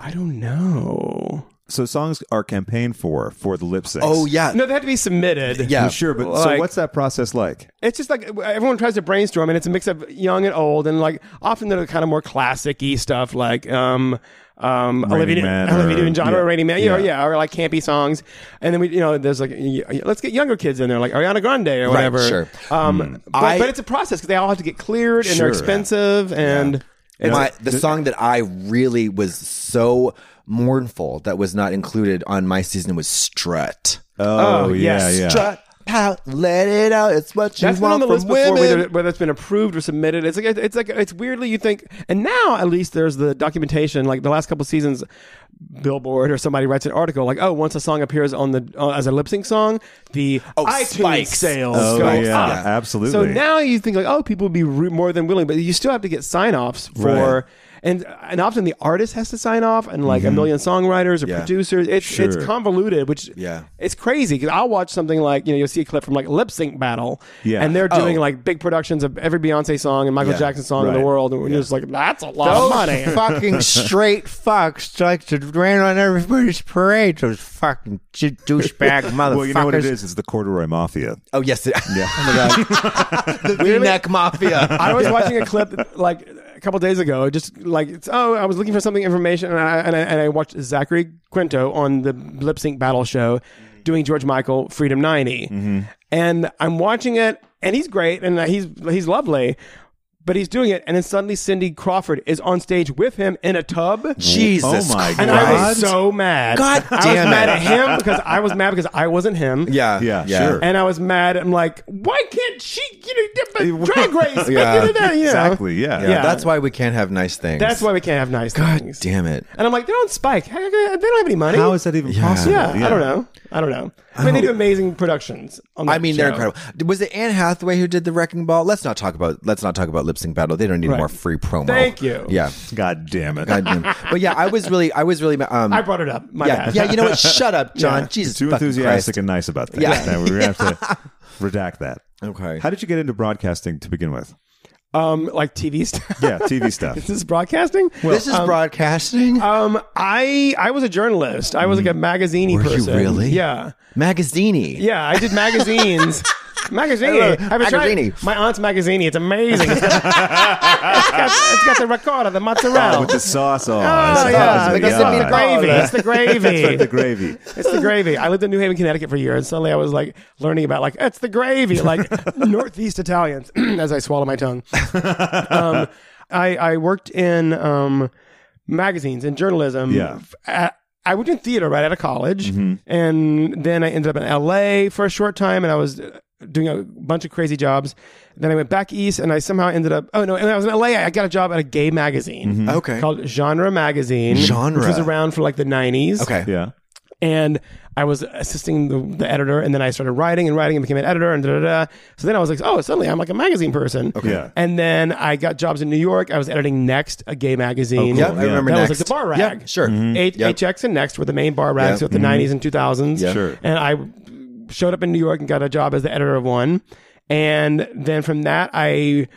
Speaker 4: I don't know.
Speaker 1: so songs are campaigned for for the lip syncs.
Speaker 3: Oh yeah.
Speaker 4: No, they have to be submitted.
Speaker 3: Yeah.
Speaker 1: I'm sure, but so
Speaker 4: Like-
Speaker 1: what's that process like?
Speaker 4: It's just like everyone tries to brainstorm, and it's a mix of young and old, and like often they're kind of more classic y stuff, like um, um, Olivia,
Speaker 1: Man
Speaker 4: Olivia
Speaker 1: or-
Speaker 4: Newton-John or
Speaker 1: yeah.
Speaker 4: Rainy Man, you know,
Speaker 1: Yeah.
Speaker 4: yeah, or like campy songs. And then we, you know, there's like y- y- let's get younger kids in there, like Ariana Grande or whatever.
Speaker 3: sure.
Speaker 4: Um, but,
Speaker 3: I-
Speaker 4: but it's a process because they all have to get cleared, and they're
Speaker 1: Hmm. Sure.
Speaker 4: expensive, and it's,
Speaker 3: my the song that I really was so mournful that was not included on my season was Strut.
Speaker 1: Oh,
Speaker 6: Uh,
Speaker 1: yeah,
Speaker 4: yes.
Speaker 1: yeah.
Speaker 3: Strut out, let it out. It's what you
Speaker 4: That's been on
Speaker 3: want
Speaker 4: the
Speaker 3: from
Speaker 4: list before,
Speaker 3: women.
Speaker 4: whether, whether it's been approved or submitted. It's like it's like it's weirdly you think, and now at least there's the documentation. Like the last couple seasons, Billboard or somebody writes an article like, "Oh, once a song appears on the uh, as a lip sync song, the iTunes
Speaker 3: spikes.
Speaker 4: sales
Speaker 1: Oh,
Speaker 4: go
Speaker 1: yeah,
Speaker 4: up."
Speaker 1: absolutely.
Speaker 4: So now you think like, "Oh, people would be re- more than willing," but you still have to get sign offs for.
Speaker 1: Right.
Speaker 4: And, and often the artist has to sign off, and like a million songwriters or
Speaker 3: Yeah.
Speaker 4: producers, it's it's
Speaker 1: Mm-hmm. Sure.
Speaker 4: convoluted, which
Speaker 3: Yeah.
Speaker 4: it's crazy. Because I'll watch something like you know you'll see a clip from like lip sync battle,
Speaker 1: Yeah.
Speaker 4: and they're doing
Speaker 3: Oh.
Speaker 4: like big productions of every Beyonce song and Michael
Speaker 3: Yeah.
Speaker 4: Jackson song in
Speaker 1: Right.
Speaker 4: the world, and we're just like, that's a lot of money.
Speaker 6: fucking straight fucks like to rain on everybody's parade. Those fucking j- douchebag motherfuckers.
Speaker 1: Well, you know what it is? It's the corduroy mafia.
Speaker 3: oh yes, it, yeah. the V-neck mafia. Oh
Speaker 4: I was watching a clip like a couple days ago, just like it's, oh, I was looking for something information, and I, and I and I watched Zachary Quinto on the lip sync battle show doing George Michael Freedom 90
Speaker 1: Mm-hmm.
Speaker 4: and I'm watching it, and he's great, and he's he's lovely. But he's doing it, and then suddenly Cindy Crawford is on stage with him in a tub.
Speaker 3: Jesus,
Speaker 1: Oh, my
Speaker 3: Christ.
Speaker 4: And I was so mad.
Speaker 3: God
Speaker 4: I was
Speaker 3: damn it.
Speaker 4: mad at him because I was mad because I wasn't him.
Speaker 3: yeah,
Speaker 1: Yeah, sure.
Speaker 4: And I was mad. I'm like, why can't she? You know, but drag
Speaker 3: Yeah.
Speaker 4: race. but you know that, you know.
Speaker 1: Exactly. Yeah.
Speaker 3: Yeah, that's why we can't have nice things.
Speaker 4: That's why we can't have nice God things.
Speaker 3: Damn it.
Speaker 4: And I'm like, they're on Spike. How- They don't have any money.
Speaker 1: How is that even possible?
Speaker 4: Yeah, I don't know. I don't know. I mean, they do amazing productions. On
Speaker 3: Oh. I
Speaker 4: that
Speaker 3: mean, they're
Speaker 4: show.
Speaker 3: incredible. Was it Anne Hathaway who did the Wrecking Ball? Let's not talk about. Let's not talk about lip sync battle. They don't need
Speaker 4: Right.
Speaker 3: more free promo.
Speaker 4: Thank you.
Speaker 3: Yeah.
Speaker 1: God damn it.
Speaker 3: God damn. but yeah, I was really, I was really. Um,
Speaker 4: I brought it up. My
Speaker 3: yeah,
Speaker 4: bad.
Speaker 3: yeah. You know what? Shut up, John. Jesus,
Speaker 1: Too
Speaker 3: fucking
Speaker 1: enthusiastic
Speaker 3: Christ.
Speaker 1: and nice about things.
Speaker 3: Yeah.
Speaker 1: Now We're going to have to redact that.
Speaker 3: Okay.
Speaker 1: How did you get into broadcasting to begin with?
Speaker 4: um, like TV stuff.
Speaker 1: Yeah, TV stuff.
Speaker 4: Is this broadcasting?
Speaker 3: this is broadcasting.
Speaker 4: Um, I I was a journalist. I was like a magazine
Speaker 3: Mm. Were you
Speaker 4: person.
Speaker 3: really?
Speaker 4: Yeah,
Speaker 3: Magazzini.
Speaker 4: yeah. I did magazines. magazine.
Speaker 3: I
Speaker 4: I
Speaker 3: love it.
Speaker 4: haven't tried-
Speaker 3: Magazzini.
Speaker 4: my aunt's magazine. It's amazing. It's got, it's got the ricotta, the mozzarella.
Speaker 1: Ah, with the sauce on.
Speaker 4: Oh, yeah,
Speaker 3: Oh,
Speaker 4: the,
Speaker 3: my God.
Speaker 4: gravy. It's the gravy.
Speaker 1: That's right, the gravy.
Speaker 4: It's the gravy. I lived in New Haven, Connecticut for a year, and suddenly I was like learning about like it's the gravy, like Northeast Italians. as I swallow my tongue, um, I I worked in um, magazines and journalism.
Speaker 1: Yeah.
Speaker 4: At, I worked in theater right out of college, and then I ended up in L.A. for a short time, and I was uh, doing a bunch of crazy jobs. Then I went back east, and I somehow ended up. Oh no! And I was in L.A. I got a job at a gay magazine
Speaker 3: Okay.
Speaker 4: called Genre Magazine.
Speaker 3: Genre.
Speaker 4: Which was around for like the 90s.
Speaker 3: Okay.
Speaker 1: Yeah.
Speaker 4: And I was assisting the, the editor, and then I started writing and writing and became an editor, and da da da. So then I was like, oh, suddenly I'm like a magazine person. Okay.
Speaker 1: Yeah.
Speaker 4: And then I got jobs in New York. I was editing Next, a gay magazine.
Speaker 1: cool.
Speaker 3: Yep,
Speaker 1: Yeah. Mm-hmm.
Speaker 3: I remember
Speaker 4: that
Speaker 3: next.
Speaker 4: was like the bar rag.
Speaker 3: Oh, Yeah, sure.
Speaker 4: H-
Speaker 3: Yep.
Speaker 4: HX and Next were the main bar rags
Speaker 3: Yeah.
Speaker 4: of the 90s and 2000s.
Speaker 3: Yeah.
Speaker 1: Sure.
Speaker 4: And I showed up in New York and got a job as the editor of one. And then from that, I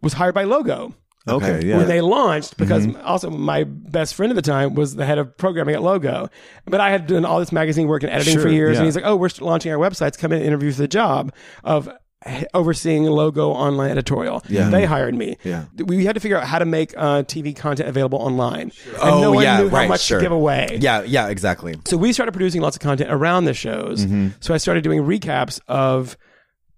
Speaker 4: was hired by Logo
Speaker 1: Okay.
Speaker 3: Okay.
Speaker 1: Yeah.
Speaker 4: when they launched because
Speaker 3: Mm-hmm.
Speaker 4: also my best friend at the time was the head of programming at Logo. But I had done all this magazine work and editing for
Speaker 1: Sure,
Speaker 4: years,
Speaker 1: yeah.
Speaker 4: and he's like, "Oh, we're st- launching our websites. Come in and interview for the job of." h- Overseeing Logo online editorial,
Speaker 3: Yeah.
Speaker 4: they hired me.
Speaker 3: Yeah.
Speaker 4: We had to figure out how to make uh, TV content available online, and
Speaker 3: Oh,
Speaker 4: no one
Speaker 3: yeah,
Speaker 4: knew
Speaker 3: right,
Speaker 4: how much
Speaker 3: sure.
Speaker 4: to give away.
Speaker 3: Yeah, yeah, exactly.
Speaker 4: So we started producing lots of content around the shows.
Speaker 3: Mm-hmm.
Speaker 4: So I started doing recaps of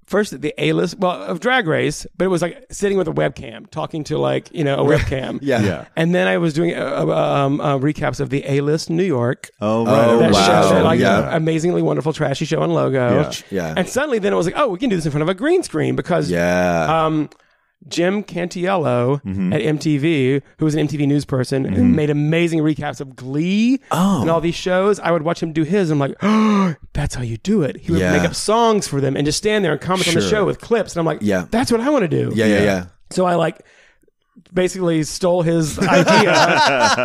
Speaker 4: first the A list, well, of Drag Race, but it was like sitting with a webcam, talking to like you know a webcam.
Speaker 3: Yeah.
Speaker 1: Yeah.
Speaker 4: And then I was doing uh, uh, um, uh, recaps of the A list New York.
Speaker 1: Oh, right.
Speaker 3: Oh,
Speaker 4: That
Speaker 3: wow.
Speaker 4: show, like
Speaker 3: Yeah.
Speaker 1: uh,
Speaker 4: amazingly wonderful, trashy show on Logo.
Speaker 1: Yeah.
Speaker 3: Yeah.
Speaker 4: And suddenly, then it was like, oh, we can do this in front of a green screen because
Speaker 3: Yeah.
Speaker 4: um, Jim Cantiello
Speaker 3: Mm-hmm.
Speaker 4: at MTV, who was an MTV news person, made amazing recaps of Glee
Speaker 3: Oh.
Speaker 4: and all these shows. I would watch him do his. And I'm like, oh, that's how you do it. He would
Speaker 3: Yeah.
Speaker 4: make up songs for them and just stand there and comment on the
Speaker 1: Sure.
Speaker 4: show with clips. And I'm like,
Speaker 3: Yeah.
Speaker 4: that's what I want to do.
Speaker 3: yeah, yeah, yeah.
Speaker 4: So I like basically stole his idea,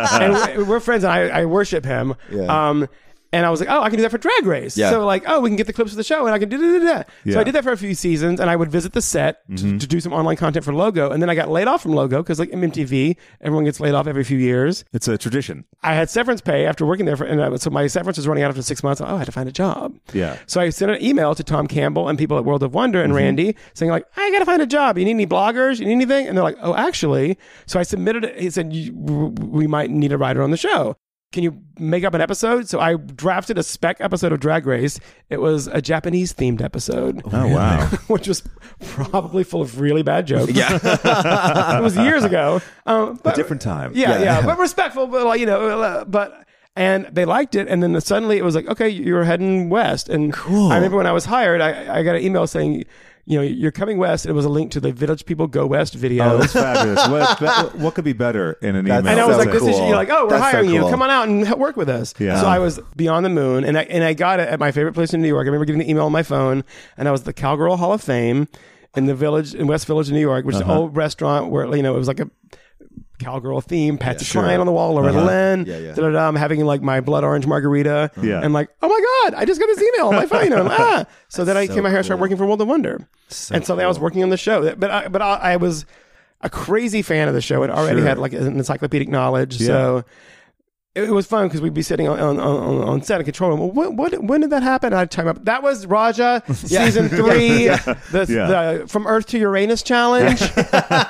Speaker 4: and we- we're friends, and I, I worship him.
Speaker 3: Yeah.
Speaker 4: Um, and I was like, oh, I can do that for Drag Race.
Speaker 3: Yeah.
Speaker 4: So like, oh, we can get the clips of the show, and I can do da da da. da. So
Speaker 1: Yeah.
Speaker 4: I did that for a few seasons, and I would visit the set to, to do some online content for Logo, and then I got laid off from Logo because like MTV, everyone gets laid off every few years.
Speaker 1: It's a tradition.
Speaker 4: I had severance pay after working there, for, and I, so my severance was running out after six months. Oh, I had to find a job.
Speaker 1: Yeah. Mm-hmm.
Speaker 4: So I sent an email to Tom Campbell and people at World of Wonder and Randy saying like, I got to find a job. You need any bloggers? You need anything? And they're like, Oh, actually. So I submitted it. He said, "You- w- w- We might need a writer on the show. Can you make up an episode? So I drafted a spec episode of Drag Race. It was a Japanese themed episode,
Speaker 1: Oh, wow.
Speaker 4: which was probably full of really bad jokes. Yeah. it was years ago. Um, but
Speaker 1: Different time.
Speaker 4: yeah, yeah, but respectful, but like you know, uh, but and they liked it, and then suddenly it was like, okay, you're heading west, and cool. I remember when I was hired, I, I got an email saying, you know, you're coming west, and it was a link to the Village People Go West
Speaker 1: Oh,
Speaker 4: video.
Speaker 1: that's fabulous. What, that, what could be better in an email?
Speaker 3: That's
Speaker 4: and I was
Speaker 3: so
Speaker 4: like, "This is
Speaker 3: cool.
Speaker 4: you're like, oh, we're
Speaker 3: That's so
Speaker 4: hiring
Speaker 3: cool.
Speaker 4: you. Come on out and h- work with us."
Speaker 1: Yeah.
Speaker 4: So I was beyond the moon, and I and I got it at my favorite place in New York. I remember getting the email on my phone, and I was at the Cowgirl Hall of Fame in the village in West Village, of New York, which is
Speaker 3: Uh-huh.
Speaker 4: an old restaurant where you know it was like a cowgirl theme. Patsy Cline on the wall, Loretta Lynn.
Speaker 3: Uh-huh. Yeah, yeah.
Speaker 4: da-da-da. I'm having like my blood orange margarita,
Speaker 1: Yeah.
Speaker 4: and like, oh my god, I just got this email on my phone. You know, and, ah. So then I came out here and started working for World of Wonder, and so then I was working on the show. But I, but I, I was a crazy fan of the show and already
Speaker 1: Sure.
Speaker 4: had like an encyclopedic knowledge. So it, it was fun because we'd be sitting on, on, on, on set and control room. Well, what, what, when did that happen? I'd time up. That was Raja season three, The,
Speaker 1: Yeah.
Speaker 4: the From Earth to Uranus challenge.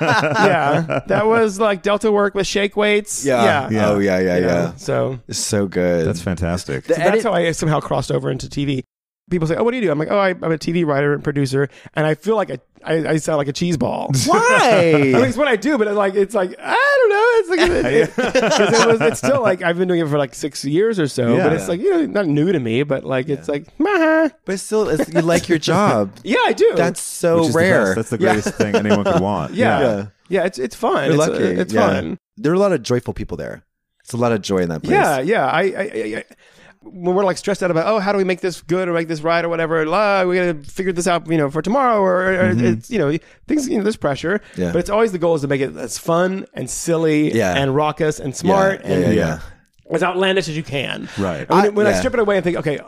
Speaker 4: yeah. That was like Delta work with shake weights.
Speaker 3: Yeah.
Speaker 1: Yeah.
Speaker 3: Oh, yeah, yeah, yeah.
Speaker 4: So
Speaker 3: It's so good.
Speaker 1: That's fantastic.
Speaker 3: The
Speaker 4: that's
Speaker 3: edit-
Speaker 4: how I somehow crossed over into TV. People say, "Oh, what do you do?" I'm like, "Oh, I, I'm a TV writer and producer," and I feel like a, I, I sound like a cheese ball. I mean,
Speaker 3: Why?
Speaker 4: it's what I do, but it's like it's like I don't know. It's like it, it- 'cause it was, it's still like I've been doing it for like six years or so,
Speaker 1: Yeah.
Speaker 4: but it's like you know not new to me, but like it's like meh.
Speaker 3: but still, it's, you like your job.
Speaker 4: yeah, I do.
Speaker 3: That's so
Speaker 1: Which is the
Speaker 3: rare.
Speaker 1: best. That's the
Speaker 3: Yeah.
Speaker 1: greatest thing anyone could want.
Speaker 4: yeah.
Speaker 3: yeah.
Speaker 4: yeah, It's it's fun.
Speaker 3: You're
Speaker 4: it's uh,
Speaker 3: lucky.
Speaker 4: it's
Speaker 3: Yeah.
Speaker 4: fun.
Speaker 3: There are a lot of joyful people there. It's a lot of joy in that place.
Speaker 4: Yeah, yeah. I, I, I, I when we're like stressed out about oh how do we make this good or make this right or whatever, la, we gotta figure this out you know for tomorrow or, or it's you know things you know there's pressure.
Speaker 3: Mm-hmm. Yeah.
Speaker 4: But it's always the goal is to make it as fun and silly
Speaker 3: Yeah.
Speaker 4: and raucous and
Speaker 3: Yeah,
Speaker 4: smart
Speaker 3: yeah,
Speaker 4: and
Speaker 3: yeah,
Speaker 1: Yeah.
Speaker 3: yeah.
Speaker 4: as outlandish as you can.
Speaker 1: Right.
Speaker 4: When,
Speaker 3: I-
Speaker 4: when I
Speaker 3: yeah.
Speaker 4: strip it away and think okay.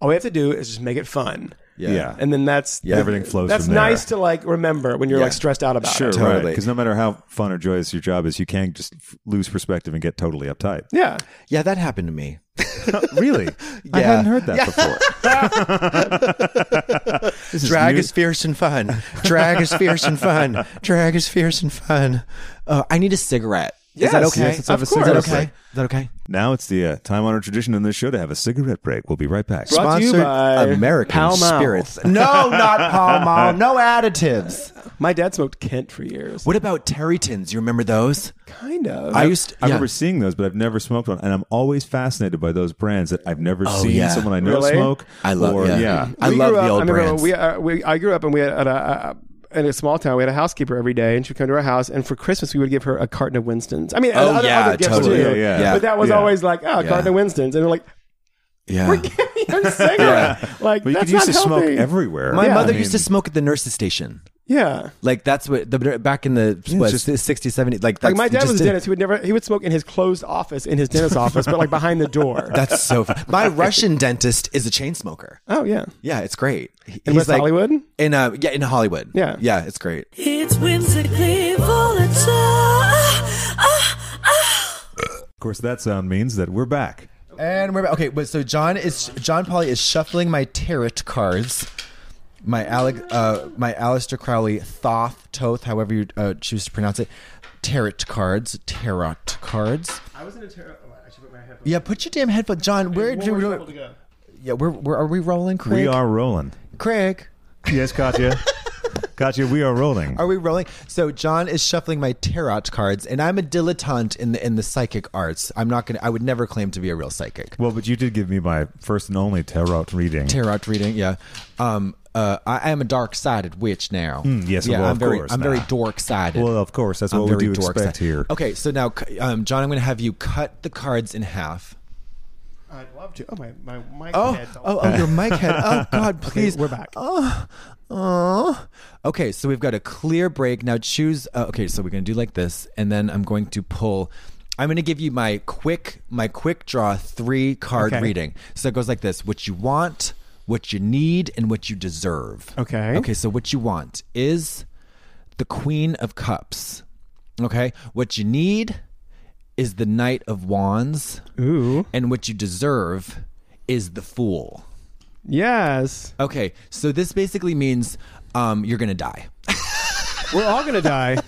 Speaker 4: All we have to do is just make it fun.
Speaker 3: Yeah.
Speaker 1: Yeah.
Speaker 4: And then that's
Speaker 3: Yeah.
Speaker 1: Everything flows
Speaker 4: That's
Speaker 1: from there.
Speaker 4: nice to like remember when you're
Speaker 3: Yeah.
Speaker 4: like stressed out about
Speaker 1: Sure,
Speaker 4: it.
Speaker 1: right.
Speaker 3: Totally.
Speaker 1: Because no matter how fun or joyous your job is, you can just f- lose perspective and get totally uptight.
Speaker 4: Yeah.
Speaker 3: Yeah, that happened to me.
Speaker 1: really? I
Speaker 3: Yeah.
Speaker 1: hadn't heard that before. This
Speaker 3: Drag
Speaker 1: new.
Speaker 3: is fierce and fun. Drag is fierce and fun. Drag is fierce and fun. Uh, I need a cigarette. is that
Speaker 1: Yes,
Speaker 3: okay?
Speaker 1: yes, let's have
Speaker 4: Of
Speaker 1: a
Speaker 4: course.
Speaker 3: Is
Speaker 1: cigarette
Speaker 3: that okay?
Speaker 1: break.
Speaker 3: Is that okay?
Speaker 1: Now it's the uh, time-honored tradition in this show to have a cigarette break. We'll be right back.
Speaker 4: Brought to you
Speaker 3: Sponsored
Speaker 4: by
Speaker 3: American
Speaker 4: Pall Mall.
Speaker 3: Spirits. No, not Pall Mall. No additives.
Speaker 4: My dad smoked Kent for years.
Speaker 3: What about Terrytons? You remember those?
Speaker 4: kind of?
Speaker 3: I used.
Speaker 1: I
Speaker 3: yeah.
Speaker 1: remember seeing those, but I've never smoked one, and I'm always fascinated by those brands that I've never seen
Speaker 3: Oh, yeah.
Speaker 1: someone I know
Speaker 4: Really?
Speaker 1: smoke.
Speaker 3: I love.
Speaker 1: or,
Speaker 3: yeah. I
Speaker 4: We
Speaker 3: love
Speaker 4: grew
Speaker 3: the
Speaker 4: up-
Speaker 3: old
Speaker 4: I remember
Speaker 3: brands.
Speaker 4: We, uh, we, I grew up and we had a, a, in a small town. We had a housekeeper every day, and she'd come to our house. And for Christmas, we would give her a carton of Winstons. I mean,
Speaker 3: Oh,
Speaker 4: other,
Speaker 3: yeah,
Speaker 4: other gifts
Speaker 3: totally.
Speaker 4: too.
Speaker 1: Yeah, yeah. Yeah.
Speaker 4: But that was
Speaker 1: Yeah.
Speaker 4: always like, oh, a carton of Winstons, and we're like,
Speaker 3: yeah.
Speaker 4: we're giving her a cigarette. Like
Speaker 1: But you
Speaker 4: that's
Speaker 1: could used to
Speaker 4: not
Speaker 1: smoke
Speaker 4: healthy.
Speaker 1: everywhere.
Speaker 3: My
Speaker 1: I
Speaker 3: mother
Speaker 1: mean,
Speaker 3: used to smoke at the nurse's station.
Speaker 4: Yeah.
Speaker 3: Like that's what the back in the what,
Speaker 1: just-
Speaker 3: 60s, 70s. Like,
Speaker 4: Like
Speaker 3: that's
Speaker 4: my dad
Speaker 3: just
Speaker 4: was a
Speaker 3: did-
Speaker 4: dentist. He would never. He would smoke in his closed office, in his dentist's office, but like behind the door.
Speaker 3: That's so. Fun. My Russian dentist is a chain smoker.
Speaker 4: oh yeah.
Speaker 3: Yeah, it's great. He-
Speaker 4: In West Hollywood?
Speaker 3: In uh, yeah, in Hollywood.
Speaker 4: Yeah.
Speaker 3: yeah, it's great.
Speaker 2: It's whimsically volatile.
Speaker 1: Of course, that sound means that we're back.
Speaker 3: And we're back. okay. But so John is John Polly is shuffling my tarot cards, my Alec, uh, my Alistair Crowley Thoth Toth, however you uh, choose to pronounce it, tarot cards, tarot cards.
Speaker 4: I was in a terrible. I should put my headphones.
Speaker 3: Yeah, put your damn headphone, John. Where do we?
Speaker 4: go.
Speaker 3: Yeah, we're, we're are we rolling, Craig?
Speaker 1: We are rolling.
Speaker 3: Craig.
Speaker 1: Yes, Katya. Katya, we are rolling.
Speaker 3: Are we rolling? So John is shuffling my tarot cards, and I'm a dilettante in the in the psychic arts. I'm not gonna. I would never claim to be a real psychic.
Speaker 1: Well, but you did give me my first and only tarot reading.
Speaker 3: Tarot reading, yeah. Um, uh, I, I am a dark sided witch now.
Speaker 1: Hmm, yes,
Speaker 3: yeah.
Speaker 1: well,
Speaker 3: I'm
Speaker 1: of
Speaker 3: very,
Speaker 1: course,
Speaker 3: I'm very
Speaker 1: nah.
Speaker 3: dork sided.
Speaker 1: well, of course, that's what
Speaker 3: I'm
Speaker 1: we do
Speaker 3: very dork
Speaker 1: expect here.
Speaker 3: Okay, so now, c- um, John, I'm going to have you cut the cards in half.
Speaker 4: I'd love to. Oh my my mic.
Speaker 3: Oh,
Speaker 4: head's all-
Speaker 3: oh, oh, your mic head. Oh God, please.
Speaker 4: we're back.
Speaker 3: Oh, oh. Okay, so we've got a clear break now. Choose. Uh, okay, so we're gonna do like this, and then I'm going to pull. I'm gonna give you my quick, my quick draw three card
Speaker 4: Okay.
Speaker 3: reading. So it goes like this: what you want, what you need, and what you deserve.
Speaker 4: Okay.
Speaker 3: Okay, so what you want is the Queen of Cups. Okay, what you need is the Knight of Wands.
Speaker 4: Ooh.
Speaker 3: And what you deserve is the fool.
Speaker 4: Yes.
Speaker 3: Okay, so this basically means um, you're gonna die.
Speaker 4: We're all gonna die.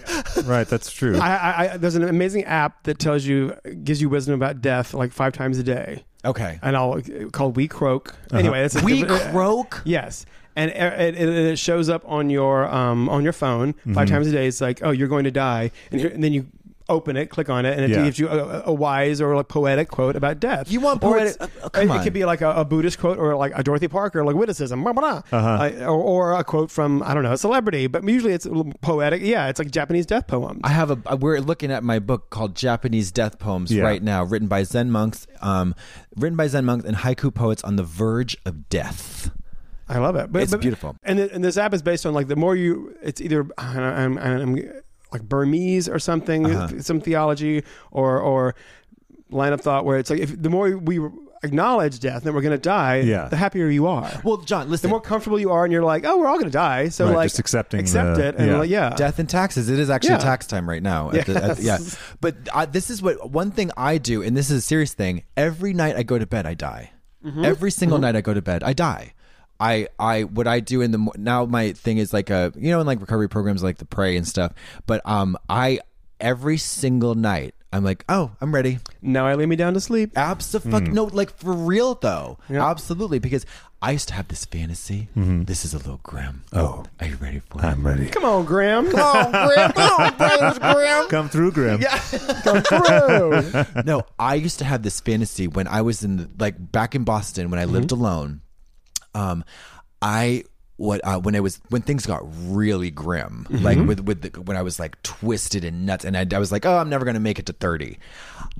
Speaker 1: Right, that's true.
Speaker 4: I, I, I there's an amazing app that tells you gives you wisdom about death like five times a day,
Speaker 3: Okay.
Speaker 4: and I'll called We Croak. Anyway, that's a
Speaker 3: Uh-huh. We
Speaker 4: different- uh,
Speaker 3: croak.
Speaker 4: Yes, and it, it, it shows up on your um on your phone 5
Speaker 3: Mm-hmm.
Speaker 4: times a day. It's like, oh, you're going to die, and, here, and then you open it, click on it, and it
Speaker 1: Yeah.
Speaker 4: gives you a, a wise or like poetic quote about death.
Speaker 3: You want
Speaker 4: Or
Speaker 3: poets-
Speaker 4: It,
Speaker 3: uh, uh, come
Speaker 4: it,
Speaker 3: on.
Speaker 4: could be like a, a Buddhist quote or like a Dorothy Parker like witticism, blah, blah, blah.
Speaker 3: Uh-huh.
Speaker 4: Uh, or, or a quote from I don't know a celebrity, but usually it's a little poetic. Yeah, it's like Japanese death poems.
Speaker 3: I have a. uh, We're looking at my book called Japanese Death Poems
Speaker 1: Yeah.
Speaker 3: right now, written by Zen monks, um, written by Zen monks and haiku poets on the verge of death.
Speaker 4: I love it. But,
Speaker 3: It's
Speaker 4: but-
Speaker 3: beautiful.
Speaker 4: And th- and this app is based on like the more you, it's either I don't know, I'm, I'm like Burmese or something,
Speaker 1: Uh-huh.
Speaker 4: some theology or or line of thought where it's like if the more we acknowledge death that we're going to die,
Speaker 1: Yeah.
Speaker 4: the happier you are.
Speaker 3: Well, John,
Speaker 4: the
Speaker 3: listen.
Speaker 4: more comfortable you are, and you're like, oh, we're all going to die, so
Speaker 1: Right,
Speaker 4: like
Speaker 1: just accepting
Speaker 4: accept
Speaker 1: the-
Speaker 4: it, and
Speaker 1: yeah.
Speaker 4: yeah. like yeah,
Speaker 3: death and taxes. It is actually
Speaker 4: Yeah.
Speaker 3: tax time right now. at the- at- yeah.
Speaker 4: Yes.
Speaker 3: But I, this is what one thing I do, and this is a serious thing. Every night I go to bed, I die.
Speaker 4: Mm-hmm.
Speaker 3: Every single night I go to bed, I die. I, I what I do in the mo- now my thing is like a you know in like recovery programs like the pray and stuff but um I every single night I'm like oh I'm ready
Speaker 4: Now I lay me down to sleep. Mm.
Speaker 3: Absolutely. No, like for real though. Absolutely. Because I used to have this fantasy.
Speaker 4: Mm-hmm.
Speaker 3: This is a little grim. Oh. Are you ready
Speaker 4: Uh-huh.
Speaker 3: for it?
Speaker 1: I'm ready.
Speaker 4: Come on, Graham.
Speaker 1: Come through, Grim. Yeah.
Speaker 3: no, I used to have this fantasy when I was in the, like back in Boston when I lived alone. Um, I what uh, when I was when things got really grim, like with with the, when I was like twisted and nuts, and I, I was like, oh, I'm never gonna make it to thirty.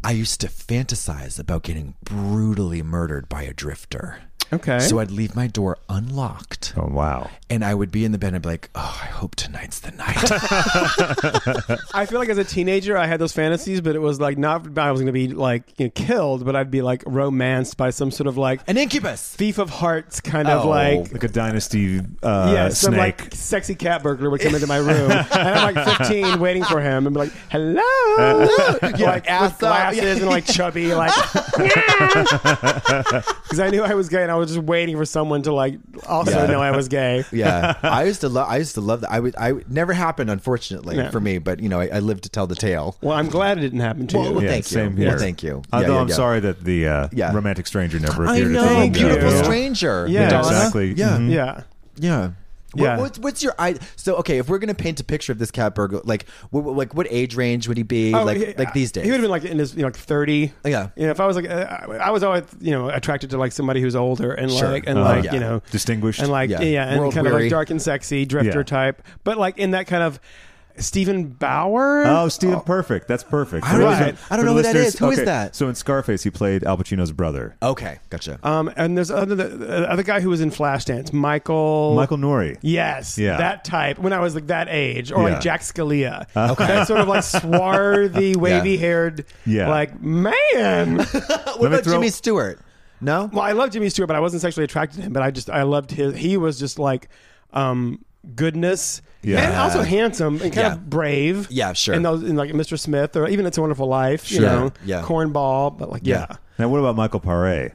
Speaker 3: I used to fantasize about getting brutally murdered by a drifter.
Speaker 4: Okay.
Speaker 3: So I'd leave my door unlocked
Speaker 1: Oh wow!
Speaker 3: and I would be in the bed and I'd be like, oh, I hope tonight's the night.
Speaker 4: I feel like as a teenager, I had those fantasies, but it was like not I was going to be like you know, killed, but I'd be like romanced by some sort of like
Speaker 3: An incubus.
Speaker 4: thief of hearts kind of
Speaker 3: Oh.
Speaker 4: like
Speaker 1: Like a dynasty uh,
Speaker 4: yeah, some
Speaker 1: snake.
Speaker 4: like sexy cat burglar would come into my room, and I'm like 15, waiting for him, and be like, "Hello," like
Speaker 3: ass
Speaker 4: with
Speaker 3: up.
Speaker 4: glasses
Speaker 3: Yeah.
Speaker 4: and like chubby, like because I knew I was gay, and I was just waiting for someone to like also
Speaker 3: Yeah.
Speaker 4: know I was gay.
Speaker 3: yeah, I used to love. I used to love that. I would. I would- never happened, unfortunately,
Speaker 4: Yeah.
Speaker 3: for me. But you know, I, I lived to tell the tale.
Speaker 4: Well, I'm glad it didn't happen to
Speaker 3: Well,
Speaker 4: you.
Speaker 3: well,
Speaker 1: yeah,
Speaker 3: thank you.
Speaker 1: same here.
Speaker 3: Well, thank you.
Speaker 1: Although
Speaker 3: Yeah, yeah,
Speaker 1: I'm
Speaker 3: yeah.
Speaker 1: sorry that the uh,
Speaker 3: Yeah.
Speaker 1: romantic stranger never appered. at the
Speaker 4: know,
Speaker 1: room.
Speaker 4: beautiful
Speaker 1: Yeah.
Speaker 4: stranger.
Speaker 3: stranger.
Speaker 4: Yeah,
Speaker 3: Madonna.
Speaker 1: exactly.
Speaker 3: Yeah,
Speaker 1: Mhm.
Speaker 4: Yeah.
Speaker 3: yeah.
Speaker 4: Yeah.
Speaker 3: What, what's, what's your I? So okay, if we're gonna paint a picture of this cat burglar, like what, what- like what age range would he be? like
Speaker 4: Oh, Um, he-
Speaker 3: like these days?
Speaker 4: He would have been like in his you know, like thirty.
Speaker 3: Yeah.
Speaker 4: You know, if I was like, uh, I was always you know attracted to like somebody who's older and
Speaker 3: Sure.
Speaker 4: like and
Speaker 1: Uh-huh.
Speaker 4: like
Speaker 3: Yeah.
Speaker 4: you know
Speaker 1: Distinguished.
Speaker 4: and like
Speaker 3: Yeah.
Speaker 4: yeah, and
Speaker 3: World
Speaker 4: kind of
Speaker 3: weary.
Speaker 4: like dark and sexy drifter
Speaker 1: Yeah.
Speaker 4: type, but like in that kind of Stephen Bauer.
Speaker 1: Oh, Stephen, perfect. That's perfect.
Speaker 3: I don't
Speaker 1: Right.
Speaker 3: even- I don't
Speaker 1: For
Speaker 3: know
Speaker 1: the
Speaker 3: who that
Speaker 1: listeners-
Speaker 3: is. Who is
Speaker 1: okay,
Speaker 3: that? Oh,
Speaker 1: So in Scarface, he played Al Pacino's brother,
Speaker 3: okay, gotcha.
Speaker 4: Um, and there's other the other guy who was in Flashdance, Michael.
Speaker 1: Michael Nouri.
Speaker 4: Yes,
Speaker 1: Yeah.
Speaker 4: that type. When I was like that age, or
Speaker 1: Yeah.
Speaker 4: like Jack Scalia, okay. that sort of like swarthy, wavy-haired,
Speaker 1: Yeah.
Speaker 4: like man.
Speaker 3: what
Speaker 1: me
Speaker 3: about
Speaker 1: throw-
Speaker 3: Jimmy Stewart? No.
Speaker 4: Well, I love Jimmy Stewart, but I wasn't sexually attracted to him. But I just I loved his. He was just like um, goodness,
Speaker 1: Yeah.
Speaker 4: and also handsome and kind
Speaker 3: Yeah.
Speaker 4: of brave.
Speaker 3: Yeah, sure.
Speaker 4: And those in like Mr. Smith or even It's a Wonderful Life. You
Speaker 3: Sure.
Speaker 4: know,
Speaker 3: Yeah.
Speaker 4: cornball, but like yeah.
Speaker 3: Yeah.
Speaker 1: Now, what about Michael Paré?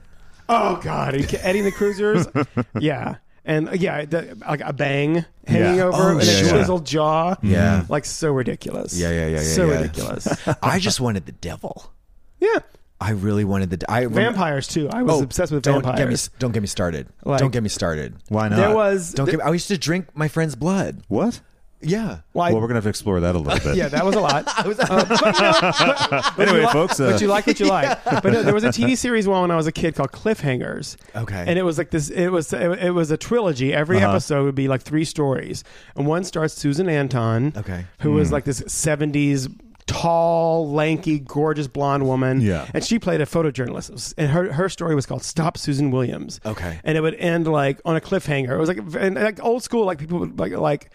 Speaker 4: Oh God, and Eddie and the Cruisers. yeah. And uh, yeah, the, like a bang hanging
Speaker 1: Yeah.
Speaker 4: over
Speaker 3: Oh,
Speaker 4: and
Speaker 3: sure.
Speaker 4: a chiseled jaw.
Speaker 3: Yeah.
Speaker 4: Like so ridiculous.
Speaker 3: Yeah, yeah, yeah, yeah,
Speaker 4: So
Speaker 3: yeah.
Speaker 4: ridiculous.
Speaker 3: I just wanted the devil.
Speaker 4: yeah.
Speaker 3: I really wanted the. I
Speaker 4: Vampires too. I was
Speaker 3: Oh,
Speaker 4: obsessed with
Speaker 3: don't
Speaker 4: vampires.
Speaker 3: Get me, don't get me started.
Speaker 4: Like-
Speaker 3: don't get me started.
Speaker 1: Why not?
Speaker 4: there was
Speaker 3: Don't get. I used to drink my friend's blood.
Speaker 1: what?
Speaker 3: Yeah.
Speaker 4: why,
Speaker 1: well, we're gonna have to explore that a little bit.
Speaker 4: yeah, that was a lot.
Speaker 1: Anyway, folks, uh,
Speaker 4: but you like what you like. But no, there was a TV series one when I was a kid called Cliffhangers.
Speaker 3: Okay. Uh-huh.
Speaker 4: And it was like this. It was it, it was a trilogy. Every episode would be like three stories, and one starts Susan Anton.
Speaker 3: Okay. Hmm.
Speaker 4: Who was like this '70s tall, lanky, gorgeous blonde woman.
Speaker 1: Yeah.
Speaker 4: And she played a photojournalist, and her her story was called "Stop Susan Williams."
Speaker 3: Okay.
Speaker 4: And it would end like on a cliffhanger. It was like and, like old school, like people would like like.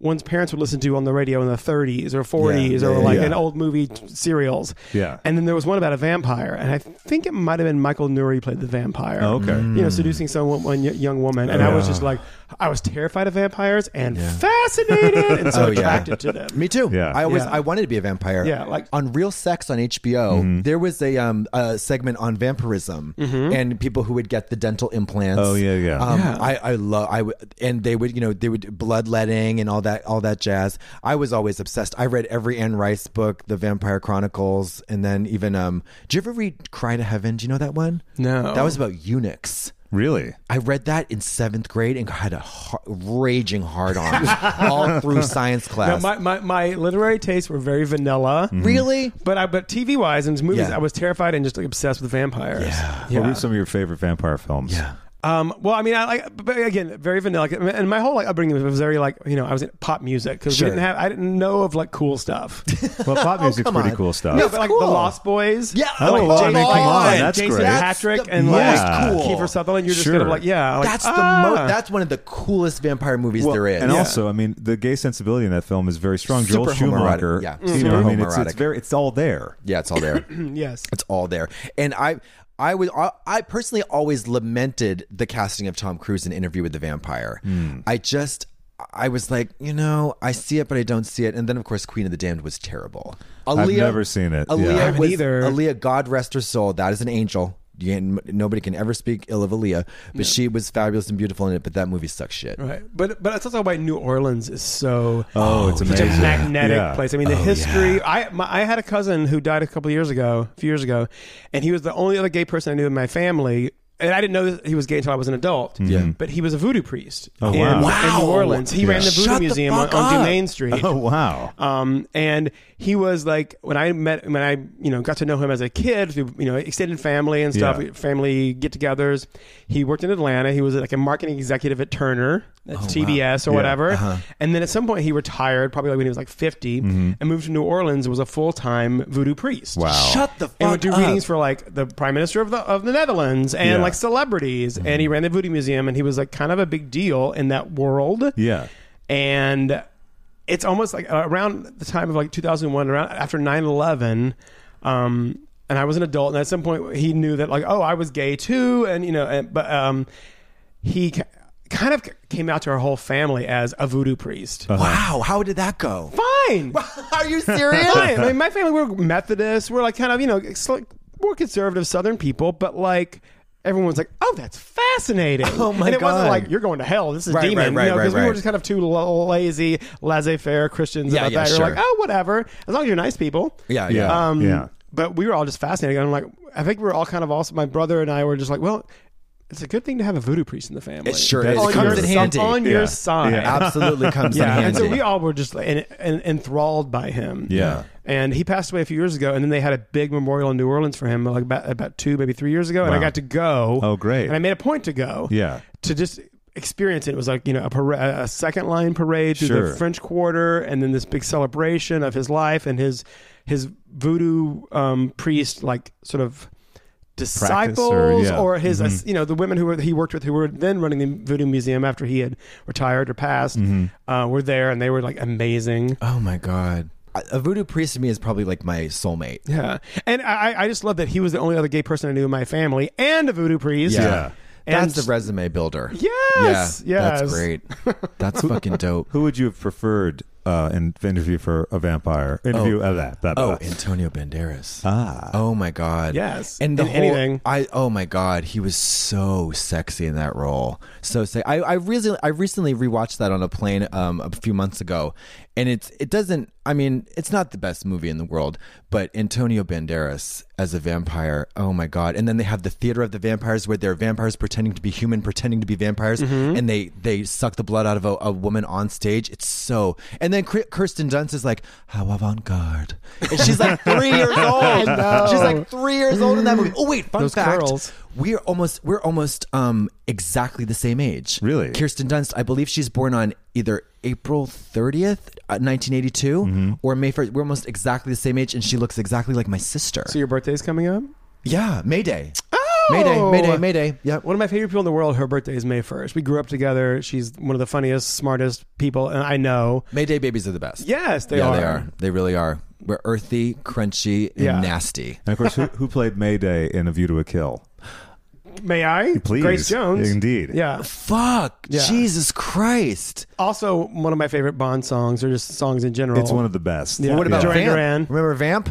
Speaker 4: One's parents would listen to on the radio in the 30s or 40s,
Speaker 3: Yeah,
Speaker 4: or
Speaker 3: yeah,
Speaker 4: like
Speaker 3: yeah.
Speaker 4: an old movie t- serials.
Speaker 1: Yeah.
Speaker 4: And then there was one about a vampire, and I think it might have been Michael Nuri played the vampire.
Speaker 1: Oh, okay.
Speaker 4: You know, seducing someone, one y- young woman, and I was just like, I was terrified of vampires and fascinated, and so
Speaker 3: Oh, yeah.
Speaker 4: attracted to them.
Speaker 3: Me too.
Speaker 1: Yeah.
Speaker 3: I always
Speaker 4: Yeah.
Speaker 3: I wanted to be a vampire.
Speaker 4: Yeah, like-
Speaker 3: on Real Sex on HBO,
Speaker 1: Mm-hmm.
Speaker 3: there was a um a segment on vampirism and people who would get the dental implants.
Speaker 1: Oh, yeah, yeah.
Speaker 3: Um, I I love I would and they would you know they would bloodletting and all that all that jazz. I was always obsessed. I read every Anne Rice book, The Vampire Chronicles, and then even um. Did you ever read Cry to Heaven? Do you know that one?
Speaker 4: No.
Speaker 3: that was about eunuchs.
Speaker 1: really?
Speaker 3: I read that in seventh grade and had a har- raging hard on all through science
Speaker 4: Now,
Speaker 3: class.
Speaker 4: my, my, my literary tastes were very vanilla,
Speaker 5: Mm-hmm.
Speaker 3: really?
Speaker 4: but I but TV wise and movies,
Speaker 3: Yeah.
Speaker 4: I was terrified and just like, obsessed with vampires. Yeah.
Speaker 1: What were some of your favorite vampire films? Yeah.
Speaker 4: Um, well, I mean, I like, but again, very vanilla. Like, And my whole like upbringing was very like, you know, I was in pop music because
Speaker 3: Sure.
Speaker 4: we didn't have, I didn't know of like cool stuff.
Speaker 1: Well, pop music's
Speaker 3: Oh, come
Speaker 1: pretty
Speaker 3: on.
Speaker 1: cool stuff.
Speaker 4: No, but like
Speaker 3: cool.
Speaker 4: the Lost Boys.
Speaker 3: Yeah,
Speaker 1: Oh,
Speaker 4: like
Speaker 1: well, I
Speaker 4: Jason-
Speaker 1: mean, come on,
Speaker 4: and
Speaker 1: that's
Speaker 4: Jason
Speaker 1: great.
Speaker 4: Patrick
Speaker 3: That's the
Speaker 4: and
Speaker 3: most
Speaker 4: like
Speaker 3: cool.
Speaker 4: Kiefer Sutherland. You're
Speaker 1: Sure.
Speaker 4: just kind of like, yeah, like,
Speaker 3: that's
Speaker 4: ah.
Speaker 3: the most. That's one of the coolest vampire movies
Speaker 1: Well,
Speaker 3: there is.
Speaker 1: And also, I mean, the gay sensibility in that film is very strong. Joel
Speaker 3: Super homoerotic.
Speaker 1: Schumacher.
Speaker 3: Yeah,
Speaker 1: You
Speaker 3: super
Speaker 1: know, I mean, it's, it's
Speaker 3: homoerotic.
Speaker 1: very, it's all there.
Speaker 3: yeah, it's all there.
Speaker 4: yes.
Speaker 3: it's all there. And I, I would, I, I personally always lamented the casting of Tom Cruise in Interview with the Vampire. I just. I was like, you know, I see it, but I don't see it. And then, of course, Queen of the Damned was terrible. Aaliyah,
Speaker 1: never seen it.
Speaker 3: Aaliyah
Speaker 1: Yeah. I
Speaker 4: haven't
Speaker 3: was-
Speaker 4: either.
Speaker 3: Aaliyah, God rest her soul. That is an angel. You ain't- nobody can ever speak ill of Aaliyah, but she was fabulous and beautiful in it. But that movie sucks shit.
Speaker 4: Right, but but it's also why New Orleans is so
Speaker 1: Oh, it's
Speaker 4: such a
Speaker 1: amazing.
Speaker 4: magnetic
Speaker 1: Yeah.
Speaker 4: place. I mean, the history. I my, I had a cousin who died a couple years ago, a few years ago, and he was the only other gay person I knew in my family. And I didn't know that he was gay until I was an adult.
Speaker 3: Yeah.
Speaker 4: But he was a voodoo priest
Speaker 1: Oh,
Speaker 4: in,
Speaker 1: wow.
Speaker 4: in New Orleans. He ran the voodoo
Speaker 3: Shut the
Speaker 4: museum on,
Speaker 3: fuck
Speaker 4: on
Speaker 3: up.
Speaker 4: Dumaine Street.
Speaker 1: Oh, wow.
Speaker 4: Um, and he was like when I met when I you know got to know him as a kid through you know extended family and stuff,
Speaker 1: Yeah.
Speaker 4: family get-togethers. He worked in Atlanta. He was like a marketing executive at Turner, that's TBS or
Speaker 1: Oh, Yeah. uh-huh.
Speaker 4: whatever. And then at some point he retired, probably like when he was like 50 and moved to New Orleans. and Was a full-time voodoo priest.
Speaker 1: Mm-hmm. Wow.
Speaker 3: Shut the fuck
Speaker 4: And would do
Speaker 3: up.
Speaker 4: readings for like the prime minister of the of the Netherlands and
Speaker 1: Yeah. Mm-hmm.
Speaker 4: like celebrities. And he ran the Voodoo Museum, and he was like kind of a big deal in that world.
Speaker 1: Yeah.
Speaker 4: And it's almost like uh, around the time of like 2001, around after 9 11. Um, and I was an adult, and at some point he knew that, like, oh, I was gay too. And, you know, and, but um, he ca- kind of c- came out to our whole family as a voodoo priest.
Speaker 5: Wow, how did that go?
Speaker 4: Fine.
Speaker 5: Are you serious?
Speaker 4: Fine. I mean, my family, we're Methodists. We're like kind of, you know, it's like more conservative Southern people, but like everyone was like, oh, that's fascinating.
Speaker 5: Oh, my
Speaker 4: And it wasn't
Speaker 5: God.
Speaker 4: like, you're going to hell. This is
Speaker 5: Right,
Speaker 4: demon.
Speaker 5: right, right,
Speaker 4: you know, because
Speaker 5: right,
Speaker 4: we were
Speaker 5: right.
Speaker 4: just kind of two l- lazy, laissez faire Christians
Speaker 5: Yeah,
Speaker 4: about
Speaker 5: yeah,
Speaker 4: that. You're
Speaker 5: sure.
Speaker 4: like, oh, whatever. As long as you're nice people.
Speaker 5: yeah, yeah.
Speaker 1: Yeah.
Speaker 4: Um,
Speaker 1: yeah.
Speaker 4: But we were all just fascinated. And I'm like, I think we were all kind of also, my brother and I were just like, well, it's a good thing to have a voodoo priest in the family.
Speaker 5: It sure
Speaker 1: That's
Speaker 5: is.
Speaker 1: on
Speaker 5: It comes
Speaker 4: your,
Speaker 5: in
Speaker 4: si-
Speaker 5: handy.
Speaker 4: On your
Speaker 1: Yeah.
Speaker 4: side
Speaker 1: Yeah.
Speaker 5: Absolutely comes in
Speaker 4: and
Speaker 5: handy.
Speaker 4: so we all were just like, en- en- enthralled by him.
Speaker 1: Yeah.
Speaker 4: and he passed away a few years ago, and then they had a big memorial in New Orleans for him, like about, about two, maybe three years ago, and I
Speaker 1: Wow.
Speaker 4: got to go.
Speaker 1: Oh, great.
Speaker 4: And I made a point to go.
Speaker 1: Yeah.
Speaker 4: to just experience it. It was like you know a, para- a second line parade through
Speaker 1: Sure.
Speaker 4: the French Quarter, and then this big celebration of his life and his his voodoo um, priest, like sort of disciples or,
Speaker 1: yeah.
Speaker 5: Mm-hmm.
Speaker 4: his ass- you know the women who were, he worked with who were then running the voodoo museum after he had retired or passed
Speaker 5: Mm-hmm.
Speaker 4: uh, were there and they were like amazing
Speaker 5: oh my god, a a voodoo priest to me is probably like my soulmate.
Speaker 4: yeah and i I- i just love that he was the only other gay person i knew in my family and a voodoo priest
Speaker 1: Yeah.
Speaker 4: And-
Speaker 5: That's the resume builder.
Speaker 4: yes yes
Speaker 5: That's great. That's fucking dope.
Speaker 1: Who would you have preferred uh, in interview for a vampire? Interview of that. that
Speaker 5: Oh,
Speaker 1: that.
Speaker 5: Antonio Banderas.
Speaker 1: ah.
Speaker 5: Oh my god.
Speaker 4: Yes.
Speaker 5: And the
Speaker 4: In
Speaker 5: whole
Speaker 4: anything.
Speaker 5: I oh my god, he was so sexy in that role. So sexy. I I recently I recently rewatched that on a plane um a few months ago. And it's it doesn't I mean, it's not the best movie in the world, but Antonio Banderas as a vampire. Oh my god. And then they have the theater of the vampires where they're vampires pretending to be human, pretending to be vampires
Speaker 4: Mm-hmm.
Speaker 5: and they they suck the blood out of a, a woman on stage. It's so. And then Kir- Kirsten Dunst is like, "How avant-garde." And she's like 3 years old. She's like 3 years old in that movie. Oh wait, fun
Speaker 4: Those
Speaker 5: fact.
Speaker 4: curls.
Speaker 5: We're almost we're almost um exactly the same age.
Speaker 1: Really?
Speaker 5: Kirsten Dunst, I believe she's born on either April 30th, uh, 1982 or May 1st. We're almost exactly the same age and she looks exactly like my sister.
Speaker 4: so your birthday's coming up
Speaker 5: yeah, Mayday. Oh! Mayday, Mayday, Mayday. Yep.
Speaker 4: One of my favorite people in the world, her birthday is May 1st. We grew up together. She's one of the funniest, smartest people and I know.
Speaker 5: Mayday babies are the best.
Speaker 4: Yes, they
Speaker 5: yeah,
Speaker 4: are.
Speaker 5: they are. They really are. We're earthy, crunchy, and
Speaker 4: Yeah.
Speaker 5: nasty.
Speaker 1: And of course, who, who played Mayday in A View to a Kill?
Speaker 4: May I?
Speaker 1: Please.
Speaker 4: Grace Jones.
Speaker 1: Indeed.
Speaker 4: Yeah.
Speaker 5: Fuck.
Speaker 4: Yeah.
Speaker 5: Jesus Christ.
Speaker 4: Also, one of my favorite Bond songs, or just songs in general.
Speaker 1: It's one of the best.
Speaker 4: Oh. Yeah. What about
Speaker 1: yeah.
Speaker 4: Duran
Speaker 5: Vamp.
Speaker 4: Duran.
Speaker 5: Remember Vamp?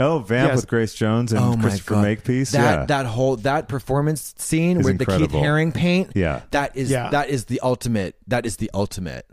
Speaker 1: Oh, Vamp
Speaker 4: Yes.
Speaker 1: with Grace Jones and Christopher Makepeace.
Speaker 5: Oh, That
Speaker 1: yeah.
Speaker 5: that whole that performance scene
Speaker 1: Is
Speaker 5: with the
Speaker 1: incredible.
Speaker 5: Keith Haring paint.
Speaker 1: Yeah.
Speaker 5: That is
Speaker 4: Yeah.
Speaker 5: that is the ultimate. That is the ultimate.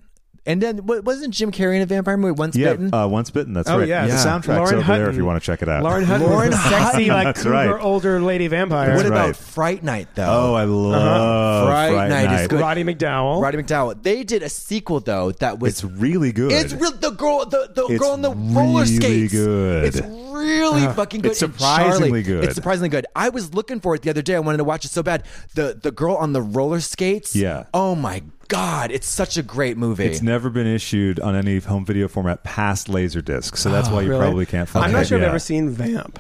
Speaker 5: And then wa- wasn't Jim Carrey in a vampire movie once
Speaker 1: yeah,
Speaker 5: bitten?
Speaker 1: uh, Once Bitten. That's
Speaker 4: Oh,
Speaker 1: right.
Speaker 4: yeah.
Speaker 1: The
Speaker 4: Yeah.
Speaker 1: soundtrack's
Speaker 4: Lauren
Speaker 1: over there if
Speaker 4: Hutton.
Speaker 1: you want to check it out.
Speaker 4: Lauren Hutton
Speaker 5: Lauren
Speaker 4: was a sexy, like
Speaker 1: That's
Speaker 4: cougar,
Speaker 1: right.
Speaker 4: older lady vampire.
Speaker 5: what
Speaker 1: That's
Speaker 5: about
Speaker 1: right.
Speaker 5: Fright Night
Speaker 1: Oh,
Speaker 5: though?
Speaker 1: I love
Speaker 5: Fright
Speaker 1: Fright
Speaker 5: Night is good.
Speaker 4: Roddy McDowell.
Speaker 5: Roddy McDowell. They did a sequel though that was
Speaker 1: Oh. It's really good.
Speaker 5: It's real. The girl, the, the
Speaker 1: It's
Speaker 5: girl on the
Speaker 1: really
Speaker 5: roller skates.
Speaker 1: good. Ah,
Speaker 5: It's really fucking good.
Speaker 1: It's
Speaker 5: And
Speaker 1: surprisingly
Speaker 5: Charlie-
Speaker 1: good.
Speaker 5: It's surprisingly good. I was looking for it the other day. I wanted to watch it so bad. The the girl on the roller skates.
Speaker 1: Yeah.
Speaker 5: Oh my god! It's such a great movie.
Speaker 1: It's never been issued on any home video format past Laserdisc, so that's why you
Speaker 4: Really?
Speaker 1: probably can't find
Speaker 4: I'm
Speaker 1: it.
Speaker 4: not sure
Speaker 1: yeah.
Speaker 4: I've ever seen Vamp.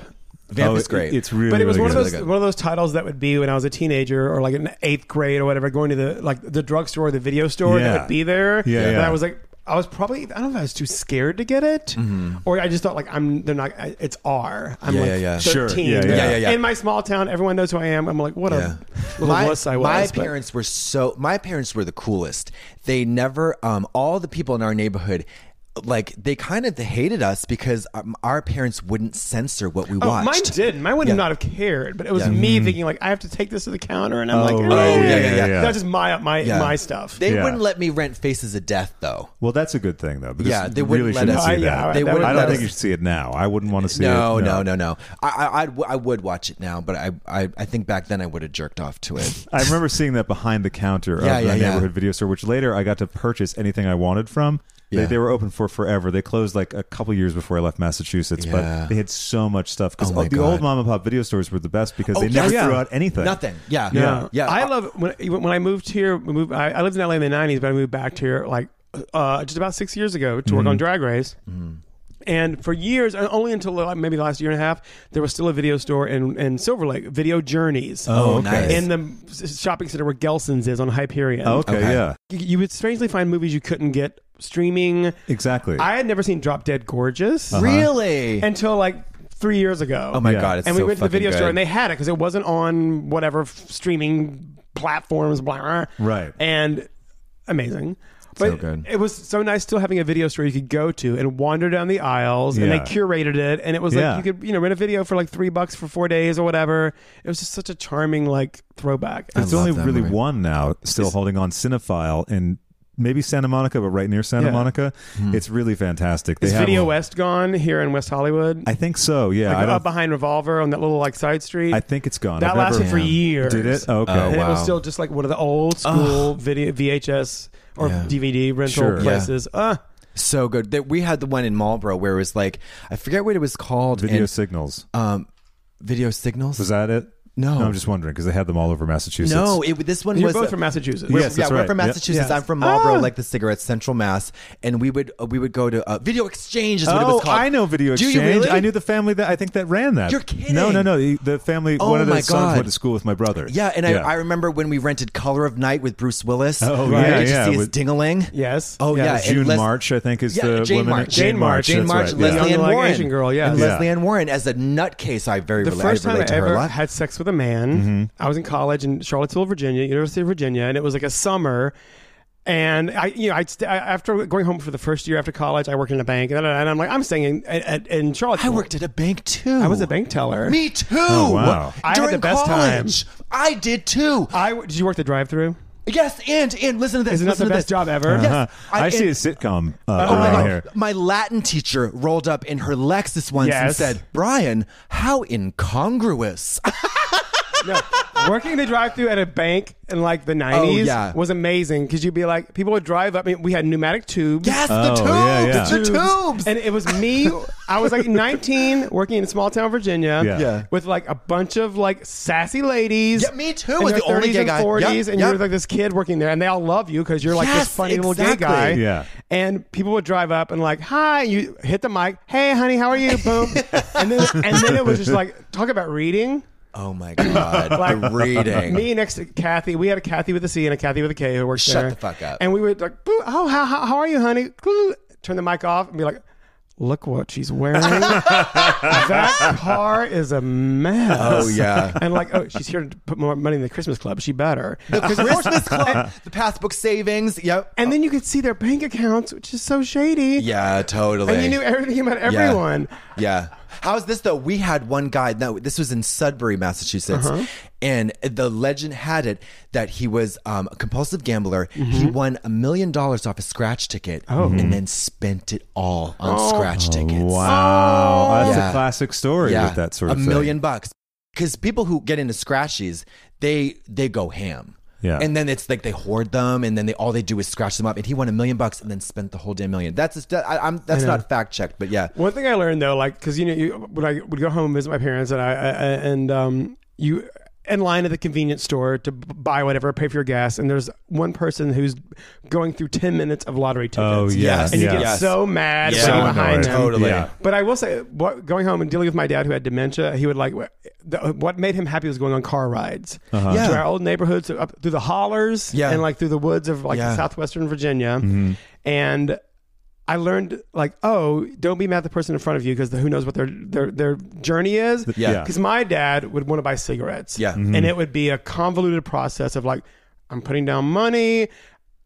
Speaker 5: Vamp
Speaker 1: Oh,
Speaker 5: is
Speaker 1: it-
Speaker 5: great.
Speaker 1: It's really,
Speaker 4: But it was
Speaker 1: really
Speaker 4: one of
Speaker 1: good.
Speaker 4: those
Speaker 5: good.
Speaker 4: one of those titles that would be when I was a teenager or like in eighth grade or whatever, going to the like the drugstore or the video store
Speaker 1: Yeah.
Speaker 4: that would be there.
Speaker 1: Yeah,
Speaker 4: and
Speaker 1: yeah.
Speaker 4: I was like, I was probably I don't know if I was too scared to get it, or I just thought like I'm they're not I- it's R. I'm
Speaker 5: Mm-hmm. Yeah,
Speaker 4: like
Speaker 5: yeah, yeah.
Speaker 1: Sure.
Speaker 4: 13.
Speaker 1: Yeah, yeah.
Speaker 5: Yeah, yeah, yeah.
Speaker 4: In my small town, everyone knows who I am. I'm like, what
Speaker 5: Yeah.
Speaker 4: a little
Speaker 5: my,
Speaker 4: wuss I was.
Speaker 5: my
Speaker 4: but-
Speaker 5: parents were so my parents were the coolest. They never um all the people in our neighborhood like they kind of hated us because um, our parents wouldn't censor what we
Speaker 4: Oh,
Speaker 5: watched.
Speaker 4: mine did. Mine would
Speaker 5: Yeah.
Speaker 4: not have cared, but it was
Speaker 5: Yeah. Mm.
Speaker 4: me thinking like I have to take this to the counter, and I'm
Speaker 1: Oh,
Speaker 4: like, eh,
Speaker 1: right. Oh,
Speaker 5: yeah, yeah, yeah.
Speaker 4: That's just my my
Speaker 5: Yeah.
Speaker 4: my stuff.
Speaker 5: They
Speaker 1: Yeah.
Speaker 5: wouldn't let me rent Faces of Death though.
Speaker 1: well, that's a good thing though. Because
Speaker 5: Yeah, they
Speaker 1: you
Speaker 5: wouldn't
Speaker 1: really
Speaker 5: let
Speaker 1: shouldn't
Speaker 5: us-
Speaker 1: see
Speaker 4: Oh, yeah,
Speaker 1: that.
Speaker 4: all right,
Speaker 5: They that wouldn't
Speaker 1: I
Speaker 5: let
Speaker 1: don't think
Speaker 5: us-
Speaker 1: you should see it now. I wouldn't want to see
Speaker 5: No,
Speaker 1: it.
Speaker 5: no, no, no. I I, I'd, I would watch it now, but I, I, I think back then I would have jerked off to it.
Speaker 1: I remember seeing that behind the counter
Speaker 5: Yeah,
Speaker 1: of
Speaker 5: yeah,
Speaker 1: the
Speaker 5: yeah.
Speaker 1: neighborhood video store, which later I got to purchase anything I wanted from. They,
Speaker 5: Yeah.
Speaker 1: they were open for forever. They closed like a couple years before I left Massachusetts,
Speaker 5: Yeah.
Speaker 1: but they had so much stuff because
Speaker 5: Oh, my
Speaker 1: the
Speaker 5: God.
Speaker 1: old mom and pop video stores were the best because they
Speaker 5: Oh,
Speaker 1: never
Speaker 5: yeah.
Speaker 1: threw out anything.
Speaker 5: Nothing. Yeah.
Speaker 4: Yeah,
Speaker 5: Yeah.
Speaker 4: Um, I love when when I moved here. we Moved, I, I lived in
Speaker 5: Mm-hmm.
Speaker 4: LA in the '90s, but I moved back here like uh, just about six years ago to work on Drag Race. And for years, and only until like, maybe the last year and a half, there was still a video store in, in Silver Lake, Video Journeys.
Speaker 5: Oh, nice.
Speaker 4: In the s- shopping center where Gelson's is on Hyperion.
Speaker 1: Okay,
Speaker 5: Oh, Okay.
Speaker 1: yeah,
Speaker 4: You- You would strangely find movies you couldn't get streaming.
Speaker 1: exactly.
Speaker 4: I had never seen Drop Dead Gorgeous
Speaker 5: Uh-huh. Really?
Speaker 4: until like three years ago.
Speaker 5: oh my
Speaker 1: Yeah.
Speaker 5: god! It's
Speaker 4: and we
Speaker 5: so
Speaker 4: went to the
Speaker 5: fucking
Speaker 4: video store
Speaker 5: good.
Speaker 4: and they had it because it wasn't on whatever f- streaming platforms, blah, blah. blah.
Speaker 1: Right.
Speaker 4: And amazing. But
Speaker 5: So good.
Speaker 4: it was so nice still having a video store you could go to and wander down the aisles and they
Speaker 1: Yeah.
Speaker 4: curated it and it was like
Speaker 1: Yeah.
Speaker 4: you could you know rent a video for like three bucks for four days or whatever. It was just such a charming like throwback.
Speaker 1: There's only
Speaker 5: that
Speaker 1: really
Speaker 5: movie.
Speaker 1: one now still holding on Cinephile and maybe Santa Monica, but right near Santa
Speaker 4: Yeah.
Speaker 1: Monica.
Speaker 5: Hmm.
Speaker 1: It's really fantastic. They
Speaker 4: Is
Speaker 1: have
Speaker 4: Video
Speaker 1: one.
Speaker 4: West gone here in West Hollywood?
Speaker 1: I think so. Yeah,
Speaker 4: like,
Speaker 1: I
Speaker 4: up
Speaker 1: don't.
Speaker 4: behind Revolver on that little like side street.
Speaker 1: I think it's gone.
Speaker 4: that
Speaker 1: I've
Speaker 4: lasted
Speaker 1: never-
Speaker 4: for years.
Speaker 1: Did it? Okay.
Speaker 5: Oh,
Speaker 4: and it was
Speaker 5: Wow.
Speaker 4: still just like one of the old school video VHS or
Speaker 5: Yeah.
Speaker 4: DVD rental
Speaker 1: Sure. Yeah.
Speaker 4: places. Uh,
Speaker 5: so good. That we had the one in Marlboro where it was like I forget what it was called.
Speaker 1: Video
Speaker 5: and,
Speaker 1: signals.
Speaker 5: um, video signals.
Speaker 1: Was that it?
Speaker 5: No.
Speaker 1: I'm just wondering because they had them all over Massachusetts.
Speaker 5: no, it, this one
Speaker 4: you're
Speaker 5: was
Speaker 4: both from
Speaker 1: Yes.
Speaker 4: Massachusetts.
Speaker 5: yeah,
Speaker 1: that's
Speaker 5: we're
Speaker 1: right.
Speaker 5: from
Speaker 1: Yep.
Speaker 5: Massachusetts.
Speaker 4: Yes.
Speaker 5: I'm from Marlboro,
Speaker 4: Ah.
Speaker 5: like the cigarettes, Central Mass, and we would uh, we would go to uh, Video Exchange is what it
Speaker 1: oh,
Speaker 5: was called.
Speaker 1: I know Video
Speaker 5: Do
Speaker 1: Exchange.
Speaker 5: you really?
Speaker 1: I knew the family that I think that ran that.
Speaker 5: You're kidding.
Speaker 1: No, no, no. The, the family.
Speaker 5: Oh
Speaker 1: One of
Speaker 5: my
Speaker 1: the sons
Speaker 5: God.
Speaker 1: went to school with my brother.
Speaker 5: Yeah, and I, I remember when we rented Color of Night with Bruce Willis.
Speaker 1: Oh,
Speaker 5: right.
Speaker 1: yeah,
Speaker 5: Did you
Speaker 1: yeah,
Speaker 5: see his
Speaker 1: with-
Speaker 5: ding-a-ling?
Speaker 4: Yes.
Speaker 5: Oh, yeah. and
Speaker 1: June
Speaker 5: Les-
Speaker 1: March, I think, is
Speaker 5: Yeah,
Speaker 1: the
Speaker 5: Jane
Speaker 1: woman.
Speaker 5: March.
Speaker 4: Jane March,
Speaker 1: that's
Speaker 5: Jane March,
Speaker 1: right,
Speaker 5: Leslie
Speaker 4: Young,
Speaker 5: Ann
Speaker 4: like,
Speaker 5: Warren,
Speaker 4: Asian girl, yes.
Speaker 5: and
Speaker 1: Yeah.
Speaker 5: Leslie Ann Warren as a nutcase. I very
Speaker 4: The
Speaker 5: relate,
Speaker 4: first time
Speaker 5: I
Speaker 4: I
Speaker 5: relate to her
Speaker 4: ever
Speaker 5: a lot.
Speaker 4: had sex with a man, I was in college in Charlottesville, Virginia, University of Virginia, and it was like a summer. And I, you know, I'd st- I, after going home for the first year after college, I worked in a bank, and, and I'm like, I'm staying in, at, in
Speaker 5: I
Speaker 4: Charlottesville.
Speaker 5: worked at a bank too.
Speaker 4: I was a bank teller.
Speaker 5: Me too.
Speaker 1: Oh, wow.
Speaker 4: I had
Speaker 5: During
Speaker 4: the best
Speaker 5: college, I did too.
Speaker 4: I w- did you work the drive-through?
Speaker 5: Yes, and and listen to this.
Speaker 4: Isn't that
Speaker 5: listen
Speaker 4: the
Speaker 5: to
Speaker 4: best
Speaker 5: this.
Speaker 4: job ever?
Speaker 5: Yes,
Speaker 1: Uh-huh. I,
Speaker 5: I-
Speaker 1: see a
Speaker 5: and-
Speaker 1: sitcom uh,
Speaker 5: Oh my
Speaker 1: around
Speaker 5: God.
Speaker 1: here.
Speaker 5: My Latin teacher rolled up in her Lexus once
Speaker 4: Yes.
Speaker 5: and said, Brian, how incongruous.
Speaker 4: No, working the drive-through at a bank in like the '90s
Speaker 5: Oh, yeah.
Speaker 4: was amazing because you'd be like, people would drive up. I mean, we had pneumatic tubes.
Speaker 5: yes,
Speaker 1: Oh,
Speaker 5: the tubes.
Speaker 1: yeah, yeah.
Speaker 5: The tubes.
Speaker 4: And it was me. I was like 19, working in small town Virginia,
Speaker 1: Yeah. Yeah.
Speaker 4: with like a bunch of like sassy ladies.
Speaker 5: Yeah, me too,
Speaker 4: in
Speaker 5: was
Speaker 4: their
Speaker 5: the only
Speaker 4: 30s
Speaker 5: gay
Speaker 4: and
Speaker 5: guy.
Speaker 4: 40s,
Speaker 5: Yep,
Speaker 4: and
Speaker 5: yep.
Speaker 4: you're like this kid working there, and they all love you because you're like
Speaker 5: Yes,
Speaker 4: this funny little gay
Speaker 5: exactly.
Speaker 4: guy.
Speaker 1: Yeah.
Speaker 4: And people would drive up and like, "Hi," you hit the mic. "Hey, honey, how are you?" Boom. and then and then it was just like, talk about reading.
Speaker 5: oh my God. the
Speaker 4: Like,
Speaker 5: reading.
Speaker 4: Me next to Kathy, we had a Kathy with a C and a Kathy with a K who worked
Speaker 5: Shut
Speaker 4: there.
Speaker 5: the fuck up.
Speaker 4: And we would like, "Boo, oh, how, how, how are you, honey? Boo." Turn the mic off and be like, look what she's wearing. that car is a mess.
Speaker 5: Oh, yeah.
Speaker 4: And like, oh, she's here to put more money in the Christmas club. She better.
Speaker 5: The Christmas Club, the passbook savings. Yep.
Speaker 4: And then you could see their bank accounts, which is so shady.
Speaker 5: yeah, totally.
Speaker 4: And you knew everything about everyone.
Speaker 5: Yeah. How's this though? We had one guy. No, this was in Sudbury, Massachusetts,
Speaker 4: Uh-huh.
Speaker 5: and the legend had it that he was um, a compulsive gambler.
Speaker 4: Mm-hmm.
Speaker 5: He won a million dollars off a scratch ticket,
Speaker 4: Oh.
Speaker 5: and then spent it all on
Speaker 1: Oh,
Speaker 5: scratch tickets.
Speaker 1: Wow, that's
Speaker 5: Yeah.
Speaker 1: a classic story
Speaker 5: Yeah,
Speaker 1: with that sort
Speaker 5: a
Speaker 1: of thing.
Speaker 5: million bucks. Because people who get into scratchies, they they go ham.
Speaker 1: Yeah.
Speaker 5: And then it's like they hoard them, and then they all they do is scratch them up. And he won a million bucks, and then spent the whole damn million. That's just, I, I'm that's not fact checked, but yeah.
Speaker 4: One thing I learned though, like, because you know, you, when I would go home and visit my parents, and I, I I- and um, you in line at the convenience store to b- buy whatever, pay for your gas, and there's one person who's going through ten minutes of lottery tickets.
Speaker 1: Oh yeah,
Speaker 5: Yes.
Speaker 4: and you
Speaker 1: yeah.
Speaker 4: get
Speaker 5: Yes.
Speaker 4: so mad
Speaker 5: Yeah.
Speaker 4: when you're
Speaker 5: So
Speaker 4: behind
Speaker 1: annoyed.
Speaker 4: them.
Speaker 5: Totally.
Speaker 1: Yeah.
Speaker 4: But I will say, what, going home and dealing with my dad who had dementia, he would like wh- the, what made him happy was going on car rides
Speaker 5: Yeah.
Speaker 4: to our old neighborhoods, so up through the hollers,
Speaker 5: Yeah.
Speaker 4: and like through the woods of like
Speaker 5: Yeah.
Speaker 4: southwestern Virginia, and. I learned like, oh, don't be mad at the person in front of you because who knows what their their their journey is.
Speaker 5: Yeah.
Speaker 4: Because my dad would want to buy cigarettes.
Speaker 5: Yeah.
Speaker 4: And it would be a convoluted process of like, I'm putting down money.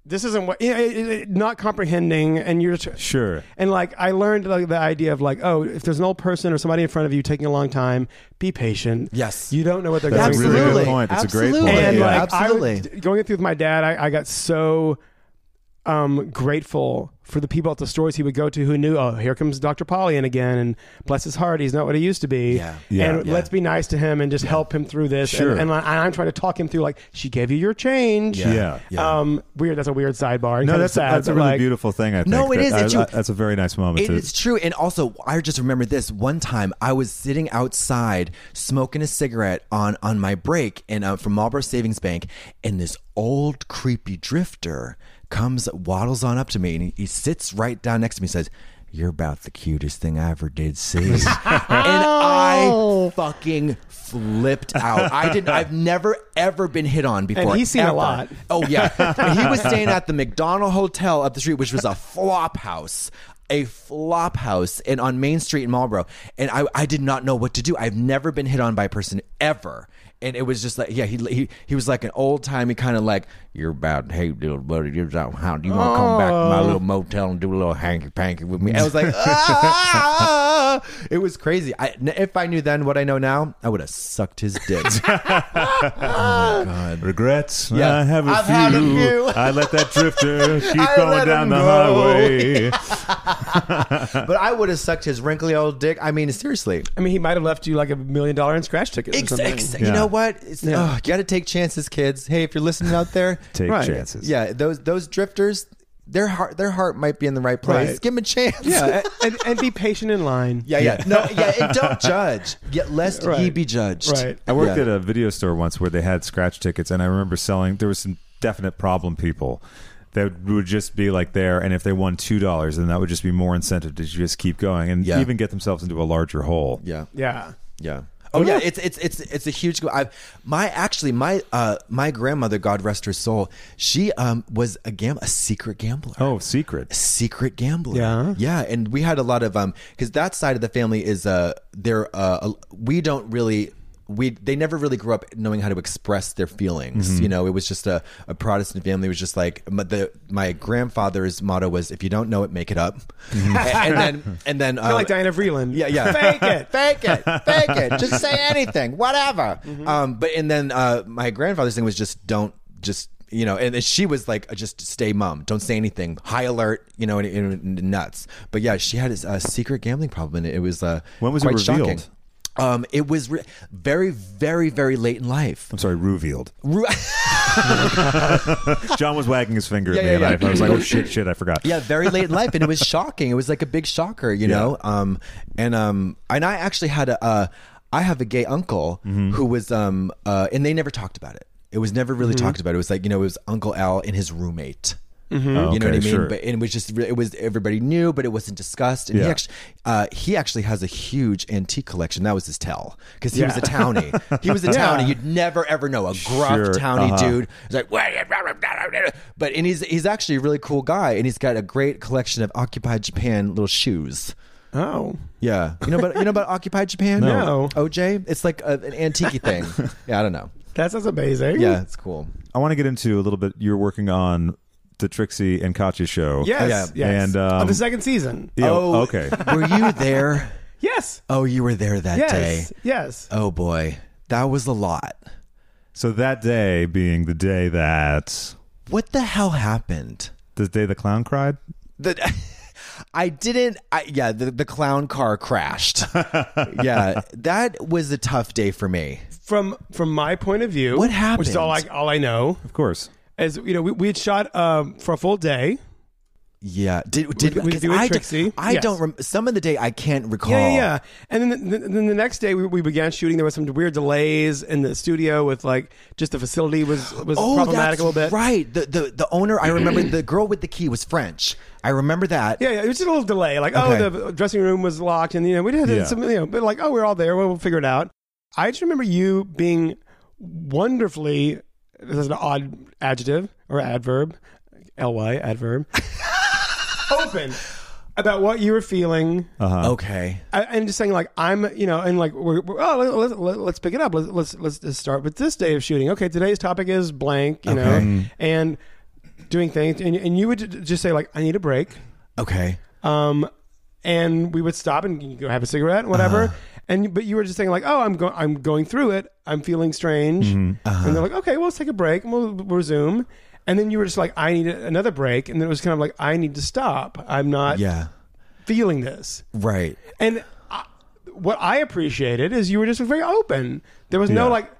Speaker 4: This isn't what it- it- it- not comprehending, and you're just-
Speaker 1: Sure.
Speaker 4: and like I learned like, the idea of like, oh, if there's an old person or somebody in front of you taking a long time, be patient.
Speaker 5: Yes.
Speaker 4: You don't know what they're
Speaker 1: That's
Speaker 4: going
Speaker 1: a really
Speaker 4: through.
Speaker 1: good point. That's a great
Speaker 5: Absolutely.
Speaker 1: point.
Speaker 4: And
Speaker 1: yeah.
Speaker 4: like I
Speaker 5: Absolutely.
Speaker 4: was, d- going through with my dad, I, I got so um, grateful for the people at the stores he would go to who knew, oh, here comes Dr. Polyan again, and bless his heart, he's not what he used to be.
Speaker 5: Yeah.
Speaker 1: Yeah.
Speaker 4: And
Speaker 1: Yeah.
Speaker 4: let's be nice to him and just help him through this.
Speaker 1: Sure.
Speaker 4: And, and I, I'm trying to talk him through, like, she gave you your change.
Speaker 1: Yeah. Yeah.
Speaker 5: Yeah.
Speaker 4: Um, weird. That's a weird sidebar. and
Speaker 1: No,
Speaker 4: kinda
Speaker 1: that's a,
Speaker 4: sad,
Speaker 1: that's a
Speaker 4: but,
Speaker 1: really
Speaker 4: like,
Speaker 1: beautiful thing. I think.
Speaker 5: No, it
Speaker 1: that-
Speaker 5: is. It's
Speaker 1: I,
Speaker 5: you-
Speaker 1: I, that's a very nice moment.
Speaker 5: It
Speaker 1: to,
Speaker 5: is true. And also, I just remember this one time I was sitting outside smoking a cigarette on, on my break and uh, from Marlboro Savings Bank, and this old creepy drifter comes, waddles on up to me, and he, he sits right down next to me and says, you're about the cutest thing I ever did see. and I fucking flipped out. I didn't I've never ever been hit on before.
Speaker 4: he's seen a
Speaker 5: ever.
Speaker 4: lot.
Speaker 5: Oh yeah. he was staying at the McDonald Hotel up the street, which was a flop house. A flop house and on Main Street in Marlboro. And I, I did not know what to do. I've never been hit on by a person ever. And it was just like, yeah, he he, he was like an old timey kind of like, you're about, hey, little buddy, you're about, how do you want to come back to my
Speaker 4: Oh.
Speaker 5: little motel and do a little hanky panky with me? I was like, ah! it was crazy. I, if I knew then what I know now, I would have sucked his dick.
Speaker 1: Regrets?
Speaker 5: Yeah.
Speaker 1: I have a
Speaker 5: I've
Speaker 1: few.
Speaker 5: had a few.
Speaker 1: I let that drifter keep
Speaker 5: I
Speaker 1: going
Speaker 5: let
Speaker 1: down
Speaker 5: him
Speaker 1: the
Speaker 5: go.
Speaker 1: highway.
Speaker 5: but I would have sucked his wrinkly old dick. I mean, seriously.
Speaker 4: I mean, he might have left you like a million dollar in scratch tickets. or
Speaker 5: Ex-
Speaker 4: something.
Speaker 5: ex-
Speaker 1: Yeah.
Speaker 5: You know what? It's, oh, you got to take chances, kids. Hey, if you're listening out there,
Speaker 1: Take
Speaker 4: Right.
Speaker 1: chances.
Speaker 5: yeah, those those drifters, their heart their heart might be in the right place.
Speaker 4: Right.
Speaker 5: Give them a chance.
Speaker 4: yeah, and, and be patient in line.
Speaker 5: yeah, yeah. No, yeah, and don't judge. Yet lest he
Speaker 4: Right.
Speaker 5: be judged.
Speaker 4: Right.
Speaker 1: I worked
Speaker 5: Yeah.
Speaker 1: at a video store once where they had scratch tickets, and I remember selling. There was some definite problem people that would just be like there, and if they won two dollars, then that would just be more incentive to just keep going and
Speaker 5: Yeah.
Speaker 1: even get themselves into a larger hole.
Speaker 5: Yeah.
Speaker 4: Yeah.
Speaker 5: Yeah. Oh yeah, it's it's it's it's a huge. I've my actually my uh my grandmother, God rest her soul, she um was a gam a secret gambler.
Speaker 1: Oh, secret.
Speaker 5: secret gambler.
Speaker 4: Yeah.
Speaker 5: yeah, and we had a lot of um because that side of the family is uh they're uh we don't really. We they never really grew up knowing how to express their feelings. You know, it was just a, a Protestant family. It was just like my, the, my grandfather's motto was, "If you don't know it, make it up." and, then and then
Speaker 4: Kind
Speaker 5: uh,
Speaker 4: of like Diana Vreeland.
Speaker 5: yeah, yeah.
Speaker 4: Fake it.
Speaker 5: Fake it. Fake it. Just say anything, whatever. Um, but and then uh, my grandfather's thing was just don't just you know, and she was like uh, just stay mum, don't say anything, high alert, you know, and, and nuts. But yeah, she had a uh, secret gambling problem, and it was uh,
Speaker 1: When was it
Speaker 5: quite
Speaker 1: revealed?
Speaker 5: Shocking. Um, it was re- very, very, very late in life.
Speaker 1: I'm sorry, revealed.
Speaker 5: Ru-
Speaker 1: John was wagging his finger at
Speaker 5: Yeah,
Speaker 1: me,
Speaker 5: yeah,
Speaker 1: and I-
Speaker 5: yeah.
Speaker 1: I, was like, "Oh shit, shit, I forgot."
Speaker 5: Yeah, very late in life, and it was shocking. It was like a big shocker, you know. Um, and um, and I actually had a, uh, I have a gay uncle who was um, uh, and they never talked about it. It was never really talked about. It was like you know, it was Uncle Al and his roommate.
Speaker 1: Oh,
Speaker 5: you know what I
Speaker 1: okay,
Speaker 5: mean?
Speaker 1: sure.
Speaker 5: But and it was just re- it was everybody knew, but it wasn't discussed. And
Speaker 1: Yeah.
Speaker 5: he actually uh, he actually has a huge antique collection. That was his tell because he was a townie. He was a townie. You'd never ever know a gruff
Speaker 1: Sure,
Speaker 5: townie
Speaker 1: uh-huh.
Speaker 5: dude. He's like, "Wait, but and he's he's actually a really cool guy, and he's got a great collection of occupied Japan little shoes.
Speaker 4: Oh.
Speaker 5: Yeah, you know, about you know about occupied Japan.
Speaker 4: No.
Speaker 5: OJ, it's like a, an antique thing. Yeah, I don't know.
Speaker 4: That sounds amazing.
Speaker 5: Yeah, it's cool.
Speaker 1: I want to get into a little bit. You're working on the Trixie and Katya show.
Speaker 4: Yes.
Speaker 5: Yeah.
Speaker 4: Yes.
Speaker 1: And, um,
Speaker 4: of the second season.
Speaker 1: Yeah,
Speaker 5: Oh.
Speaker 1: okay.
Speaker 5: Were you there?
Speaker 4: Yes.
Speaker 5: Oh, you were there that
Speaker 4: Yes.
Speaker 5: day.
Speaker 4: Yes.
Speaker 5: Oh boy, that was a lot.
Speaker 1: So that day being the day that
Speaker 5: What the hell happened?
Speaker 1: the day the clown cried.
Speaker 5: The I didn't. I, yeah, the, the clown car crashed. yeah, that was a tough day for me.
Speaker 4: From from my point of view,
Speaker 5: What
Speaker 4: Which is all I
Speaker 5: happened?
Speaker 4: all I know
Speaker 1: Of course.
Speaker 4: is you know we, we had shot um, for a full day.
Speaker 5: Yeah, did did
Speaker 4: we
Speaker 5: 'cause
Speaker 4: do it,
Speaker 5: I, d-
Speaker 4: Trixie?
Speaker 5: I
Speaker 4: Yes.
Speaker 5: don't. Rem- some of the day I can't recall.
Speaker 4: Yeah, yeah, yeah. And then the, then the next day we, we began shooting. There was some weird delays in the studio with like just the facility was was
Speaker 5: Oh,
Speaker 4: problematic
Speaker 5: that's
Speaker 4: a little bit.
Speaker 5: right. The the the owner. I remember the girl with the key was French. I remember that.
Speaker 4: Yeah, yeah, it was just a little delay. Like,
Speaker 5: Okay.
Speaker 4: oh, the dressing room was locked, and you know, we did
Speaker 1: Yeah.
Speaker 4: some, you know, but like, oh, we're all there. Well, we'll figure it out. I just remember you being wonderfully. This is an odd adjective or adverb, ly adverb. open about what you were feeling,
Speaker 5: Uh. Okay.
Speaker 4: I- and just saying like I'm, you know, and like we're, we're oh let, let, let's pick it up. Let's let's let's just start with this day of shooting. Okay, today's topic is blank, you know, and doing things, and and you would j- just say like I need a break
Speaker 5: Okay.
Speaker 4: um, and we would stop and go have a cigarette, whatever.
Speaker 5: Uh-huh.
Speaker 4: And but you were just saying like, oh, I'm going, I'm going through it. I'm feeling strange.
Speaker 5: Mm-hmm.
Speaker 4: And
Speaker 5: Uh-huh.
Speaker 4: they're like, okay, well, let's take a break and we'll resume. And then you were just like, I need another break. And then it was kind of like, I need to stop. I'm not
Speaker 5: Yeah.
Speaker 4: feeling this.
Speaker 5: Right.
Speaker 4: And I, what I appreciated is you were just very open. There was
Speaker 1: Yeah.
Speaker 4: no like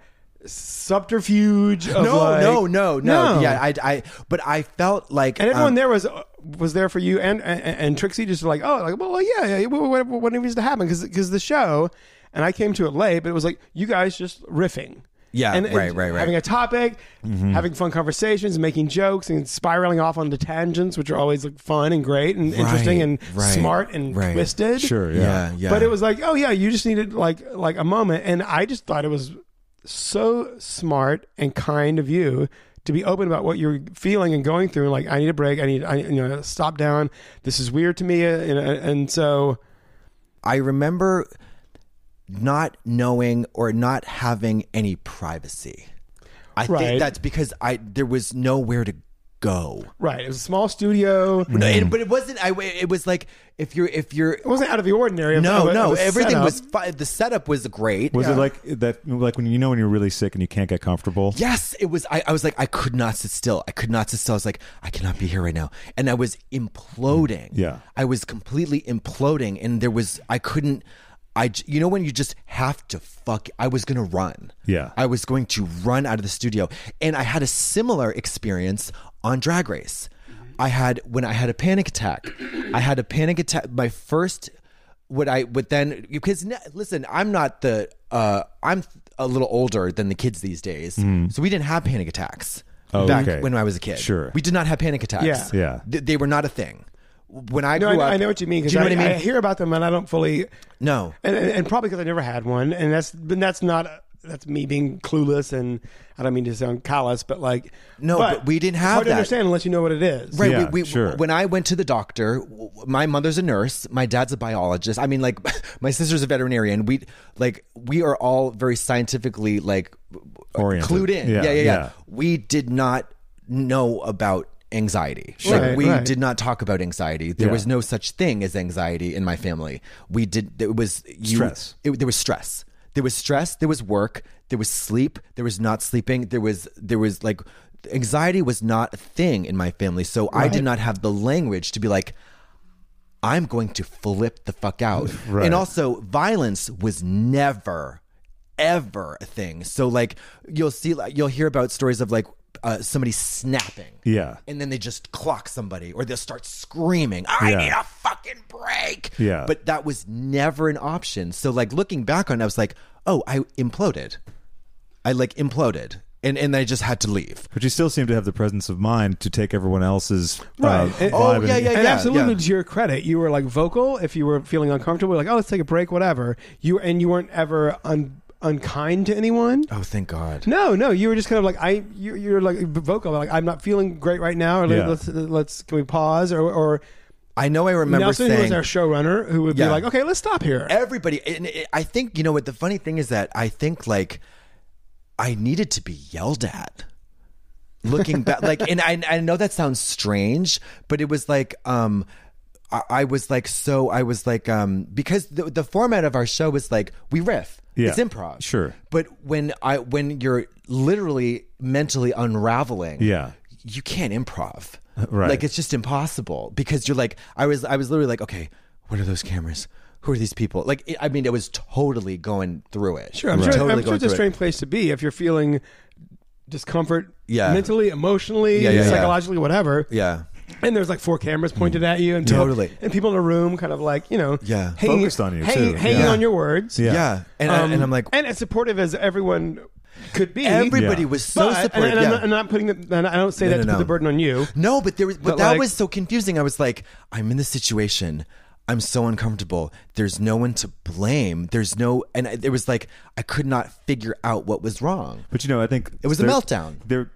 Speaker 4: subterfuge. Of
Speaker 5: No,
Speaker 4: like-
Speaker 5: no, no, no, Yeah, I, I, but I felt like
Speaker 4: And everyone
Speaker 5: um,
Speaker 4: there was uh, was there for you and and, and Trixie just like oh like well yeah, yeah whatever whatever needs to happen because the show and I came to it late but it was like you guys just riffing
Speaker 5: Yeah, right, right, Mm-hmm. right.
Speaker 4: Having a topic, having fun conversations, making jokes, and spiraling off onto tangents, which are always like, fun and great and interesting and
Speaker 5: right,
Speaker 4: smart and
Speaker 5: right.
Speaker 4: twisted.
Speaker 1: Sure, yeah.
Speaker 5: uh, yeah, yeah.
Speaker 4: But it was like, oh yeah, you just needed like like a moment, and I just thought it was so smart and kind of you to be open about what you're feeling and going through. Like, I need a break. I need, I you know, stop down. This is weird to me, uh, and, and so
Speaker 5: I remember not knowing or not having any privacy. I
Speaker 4: Right.
Speaker 5: think that's because I there was nowhere to go.
Speaker 4: right, it was a small studio.
Speaker 5: No, and- but it wasn't. I. It was like if you're if you're.
Speaker 4: It wasn't out of the ordinary.
Speaker 5: No,
Speaker 4: It
Speaker 5: no.
Speaker 4: was set
Speaker 5: everything
Speaker 4: up.
Speaker 5: was fi- the setup was great.
Speaker 1: Was it like that? Like when you know when you're really sick and you can't get comfortable?
Speaker 5: Yes, it was. I, I was like, I could not sit still. I could not sit still. I was like, I cannot be here right now. And I was imploding.
Speaker 1: Yeah.
Speaker 5: I was completely imploding. And there was, I couldn't, I, j- you know, when you just have to fuck, I was going to run.
Speaker 1: Yeah.
Speaker 5: I was going to run out of the studio. And I had a similar experience on Drag Race. I had, when I had a panic attack, I had a panic attack. My first, what I would then because n- listen, I'm not the uh, I'm a little older than the kids these days, so we didn't have panic attacks
Speaker 1: Mm. Oh,
Speaker 5: back
Speaker 1: okay.
Speaker 5: when I was a kid.
Speaker 1: Sure.
Speaker 5: we did not have panic attacks.
Speaker 4: Yeah.
Speaker 1: Yeah.
Speaker 5: Th- they were not a thing. When I
Speaker 4: No,
Speaker 5: grew
Speaker 4: I, know-
Speaker 5: up,
Speaker 4: I know what you mean.
Speaker 5: Do
Speaker 4: Because
Speaker 5: you know
Speaker 4: I,
Speaker 5: what I mean?
Speaker 4: I hear about them, and I don't fully.
Speaker 5: no,
Speaker 4: and, and, and probably because I never had one, and that's but that's not that's me being clueless, and I don't mean to sound callous, but like
Speaker 5: No, but we didn't have
Speaker 4: it's hard
Speaker 5: that.
Speaker 4: to understand unless you know what it is.
Speaker 5: Right.
Speaker 1: Yeah,
Speaker 5: we, we,
Speaker 1: sure.
Speaker 5: When I went to the doctor, w- w- my mother's a nurse, my dad's a biologist. I mean, like, my sister's a veterinarian. We like we are all very scientifically like
Speaker 1: Oriented.
Speaker 5: clued in.
Speaker 1: Yeah,
Speaker 5: Yeah, yeah, yeah.
Speaker 1: yeah.
Speaker 5: We did not know about anxiety.
Speaker 4: Sure.
Speaker 5: Like, we
Speaker 4: Right, right.
Speaker 5: did not talk about anxiety. There
Speaker 1: Yeah.
Speaker 5: was no such thing as anxiety in my family. We did. It was you,
Speaker 1: Stress.
Speaker 5: It, there was stress. There was stress. There was work. There was sleep. There was not sleeping. There was there was like anxiety was not a thing in my family. So I did not have the language to be like, I'm going to flip the fuck out.
Speaker 1: Right.
Speaker 5: And also, violence was never, ever a thing. So like, you'll see, like, you'll hear about stories of like uh, somebody snapping.
Speaker 1: Yeah.
Speaker 5: And then they just clock somebody or they'll start screaming, I
Speaker 1: Yeah.
Speaker 5: need a fucking break.
Speaker 1: Yeah.
Speaker 5: But that was never an option. So like looking back on it, I was like, oh, I imploded. I like imploded. And and I just had to leave.
Speaker 1: But you still seem to have the presence of mind to take everyone else's uh,
Speaker 4: Right.
Speaker 1: vibe.
Speaker 4: And-
Speaker 5: Oh, yeah,
Speaker 1: and-
Speaker 5: yeah,
Speaker 4: And
Speaker 5: yeah,
Speaker 4: absolutely
Speaker 5: yeah.
Speaker 4: to your credit, you were like vocal if you were feeling uncomfortable, like, oh, let's take a break, whatever. You and you weren't ever un, unkind to anyone.
Speaker 5: Oh, thank God.
Speaker 4: No, no, you were just kind of like I. You, you're like vocal, like I'm not feeling great right now, or
Speaker 1: Yeah.
Speaker 4: let's let's can we pause or or
Speaker 5: I know I remember
Speaker 4: Nelson who was
Speaker 5: saying
Speaker 4: our showrunner who would
Speaker 5: Yeah.
Speaker 4: be like, okay, let's stop here.
Speaker 5: everybody and it- i think you know what the funny thing is that i think like i needed to be yelled at looking back like and I, I know that sounds strange but it was like um I, I was like so i was like um because the, the format of our show is like we riff
Speaker 1: Yeah.
Speaker 5: it's improv
Speaker 1: Sure.
Speaker 5: but when i when you're literally mentally unraveling
Speaker 1: Yeah.
Speaker 5: you can't improv.
Speaker 1: Right.
Speaker 5: Like it's just impossible because you're like I was I was literally like okay, what are those cameras? Who are these people? Like it, I mean it was totally going through it.
Speaker 4: Sure, I'm
Speaker 5: Right.
Speaker 4: sure,
Speaker 5: Totally
Speaker 4: I'm sure
Speaker 5: going
Speaker 4: it's a
Speaker 5: through it.
Speaker 4: strange place to be if you're feeling discomfort
Speaker 5: Yeah.
Speaker 4: mentally, emotionally,
Speaker 5: Yeah, yeah, yeah.
Speaker 4: psychologically, whatever.
Speaker 5: Yeah.
Speaker 4: And there's like four cameras pointed at you and
Speaker 5: Totally.
Speaker 4: people, and people in a room kind of like, you know,
Speaker 5: Yeah.
Speaker 4: hanging,
Speaker 1: Focused on you,
Speaker 4: hanging,
Speaker 1: too.
Speaker 4: hanging
Speaker 1: Yeah.
Speaker 4: on your words.
Speaker 1: Yeah.
Speaker 5: Yeah. And I, and I'm like
Speaker 4: Um, and as supportive as everyone could be.
Speaker 5: everybody
Speaker 1: Yeah.
Speaker 5: was
Speaker 4: but-
Speaker 5: so
Speaker 4: and-
Speaker 5: supportive.
Speaker 4: And, I'm,
Speaker 5: yeah.
Speaker 4: not, I'm not putting the, and I don't say
Speaker 5: No,
Speaker 4: that
Speaker 5: no,
Speaker 4: to put
Speaker 5: no.
Speaker 4: the burden on you.
Speaker 5: No, but there was, but,
Speaker 4: But,
Speaker 5: that
Speaker 4: like-
Speaker 5: was so confusing. I was like, I'm in this situation. I'm so uncomfortable. There's no one to blame. There's no, and I, it was like I could not figure out what was wrong.
Speaker 1: But you know, I think
Speaker 5: It was a
Speaker 1: there-
Speaker 5: meltdown.
Speaker 1: There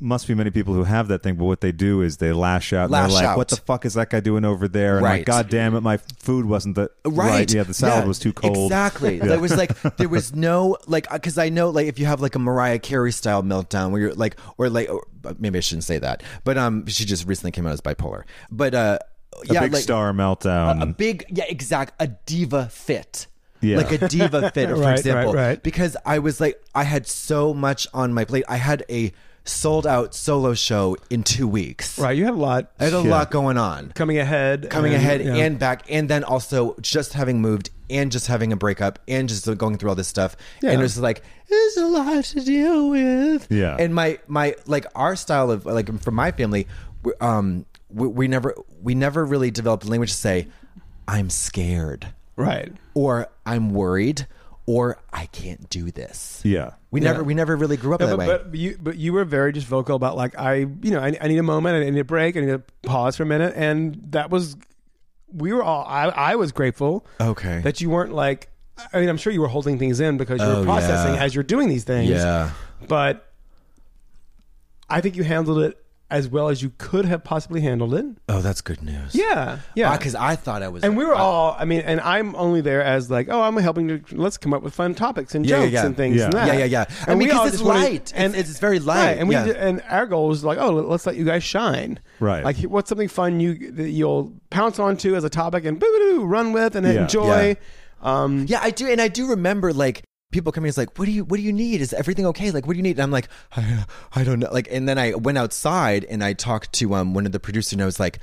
Speaker 1: must be many people who have that thing, but what they do is they lash out. and
Speaker 5: Lash
Speaker 1: they're like,
Speaker 5: out.
Speaker 1: "What the fuck is that guy doing over there?" And like,
Speaker 5: Right.
Speaker 1: "God damn it, my food wasn't the
Speaker 5: right.
Speaker 1: Yeah, the salad
Speaker 5: Yeah,
Speaker 1: was too cold.
Speaker 5: Exactly.
Speaker 1: Yeah.
Speaker 5: There was like there was no like because I know like if you have like a Mariah Carey style meltdown where you're like or like or, but maybe I shouldn't say that, but um she just recently came out as bipolar, but uh
Speaker 1: a
Speaker 5: yeah
Speaker 1: big
Speaker 5: like, uh,
Speaker 1: star meltdown.
Speaker 5: a big yeah exact a diva fit
Speaker 1: Yeah.
Speaker 5: like a diva fit for
Speaker 4: Right, right,
Speaker 5: example
Speaker 4: right.
Speaker 5: because i was like i had so much on my plate i had a sold out solo show in two weeks
Speaker 4: Right. You had a lot
Speaker 5: i had a lot going on
Speaker 4: coming ahead.
Speaker 5: coming
Speaker 4: and,
Speaker 5: ahead
Speaker 4: yeah.
Speaker 5: and back and then also just having moved and just having a breakup and just going through all this stuff and it was like there's a lot to deal with
Speaker 1: Yeah.
Speaker 5: and my my like our style of like from my family we- um we, we never we never really developed language to say i'm scared
Speaker 4: Right.
Speaker 5: or i'm worried or I can't do this.
Speaker 1: Yeah.
Speaker 5: We never we never really grew up
Speaker 4: No,
Speaker 5: that
Speaker 4: but,
Speaker 5: way.
Speaker 4: but you but you were very just vocal about like I you know I, I need a moment I need a break I need to pause for a minute and that was we were all I, I was grateful
Speaker 5: Okay.
Speaker 4: that you weren't like I mean I'm sure you were holding things in because you
Speaker 5: Oh,
Speaker 4: were processing
Speaker 5: yeah.
Speaker 4: as you're doing these things
Speaker 5: yeah.
Speaker 4: but I think you handled it as well as you could have possibly handled it
Speaker 5: Oh, that's good news.
Speaker 4: yeah yeah
Speaker 5: Because I thought Uh, I was.
Speaker 4: and we were all I mean and I'm only there as like oh I'm helping to let's come up with fun topics and
Speaker 5: Yeah, yeah,
Speaker 4: jokes
Speaker 5: yeah.
Speaker 4: and things
Speaker 1: Yeah.
Speaker 4: and that
Speaker 5: Yeah, yeah, yeah. I mean,
Speaker 4: we
Speaker 5: 'cause
Speaker 4: all
Speaker 5: it's
Speaker 4: just wanted-
Speaker 5: light. It's- it's very light.
Speaker 4: right, and we
Speaker 5: Yeah.
Speaker 4: did- and our goal was like oh let's let you guys shine
Speaker 1: Right.
Speaker 4: like what's something fun you that you'll pounce onto as a topic and boo run with and
Speaker 1: Yeah.
Speaker 4: enjoy
Speaker 5: Yeah, I do, and I do remember like people coming. It's like, what do you what do you need? Is everything okay? Like, what do you need? And I'm like, I, I don't know. Like, and then I went outside and I talked to um one of the producers, and I was like,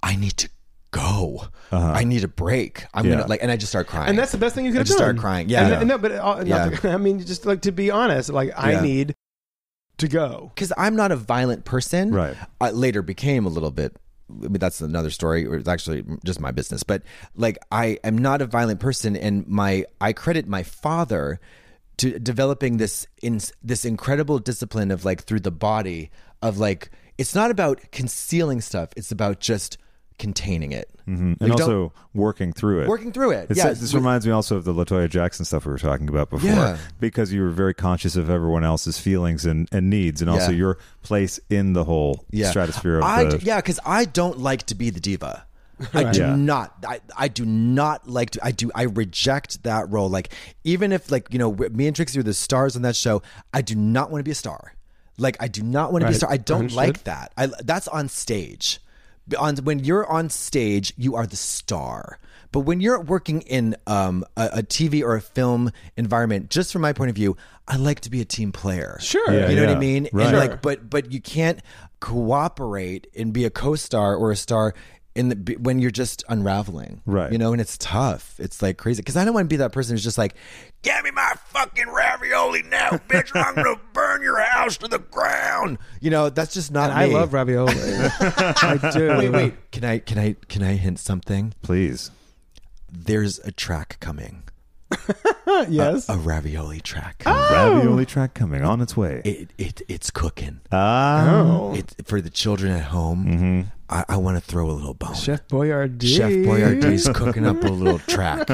Speaker 5: I need to go. I need a break. I'm
Speaker 1: Yeah.
Speaker 5: gonna like, and I just start crying.
Speaker 4: and that's the best thing you could
Speaker 5: I
Speaker 4: have
Speaker 5: just
Speaker 4: done.
Speaker 5: started crying. Yeah.
Speaker 4: And-
Speaker 5: Yeah.
Speaker 4: and no, but uh, not
Speaker 5: Yeah.
Speaker 4: to- I mean, just like to be honest, like
Speaker 5: Yeah.
Speaker 4: I need to go.
Speaker 5: because I'm not a violent person.
Speaker 1: Right.
Speaker 5: I later became a little bit. I mean, that's another story. Or it's actually just my business. But like, I am not a violent person, and my I credit my father to developing this in this incredible discipline of like through the body of like it's not about concealing stuff. It's about just containing it. Mm-hmm.
Speaker 1: And also working through it.
Speaker 5: working through it.
Speaker 1: It's,
Speaker 5: yeah.
Speaker 1: this reminds me also of the Latoya Jackson stuff we were talking about before,
Speaker 5: Yeah.
Speaker 1: because you were very conscious of everyone else's feelings and, and needs, and also
Speaker 5: Yeah.
Speaker 1: your place in the whole stratosphere of
Speaker 5: I
Speaker 1: the.
Speaker 5: d- yeah, because I don't like to be the diva. I do
Speaker 1: Yeah.
Speaker 5: not. I, I do not like to. I do. I reject that role. Like even if like you know w- me and Trixie were the stars on that show, I do not want to be a star. Like I do not want to be a
Speaker 4: Right.
Speaker 5: star. I don't
Speaker 4: Understood.
Speaker 5: like that. I that's on stage. On when you're on stage, you are the star. But when you're working in um, a, a TV or a film environment, just from my point of view, I like to be a team player.
Speaker 4: Sure.
Speaker 1: Yeah,
Speaker 5: you know what
Speaker 1: yeah.
Speaker 5: I mean.
Speaker 1: Right.
Speaker 5: And like, but but you can't cooperate and be a co-star or a star in the when you're just unraveling,
Speaker 1: Right.
Speaker 5: You know, and it's tough. It's like crazy because I don't want to be that person who's just like,
Speaker 7: Get me my fucking ravioli now, bitch, or I'm gonna burn your house to the ground.
Speaker 5: you know, that's just not.
Speaker 4: And I
Speaker 5: me.
Speaker 4: love ravioli. I do.
Speaker 5: Wait, wait. Can I can I can I hint something?
Speaker 1: Please.
Speaker 5: There's a track coming,
Speaker 4: Yes.
Speaker 5: a ravioli track.
Speaker 4: Ah!
Speaker 1: Ravioli track coming on its way.
Speaker 5: Oh. It it it's cooking.
Speaker 1: Ah.
Speaker 4: Oh.
Speaker 1: Mm-hmm.
Speaker 5: It for the children at home. I, I want to throw a little bone.
Speaker 4: Chef Boyardee.
Speaker 5: Chef Boyardee's cooking up a little track,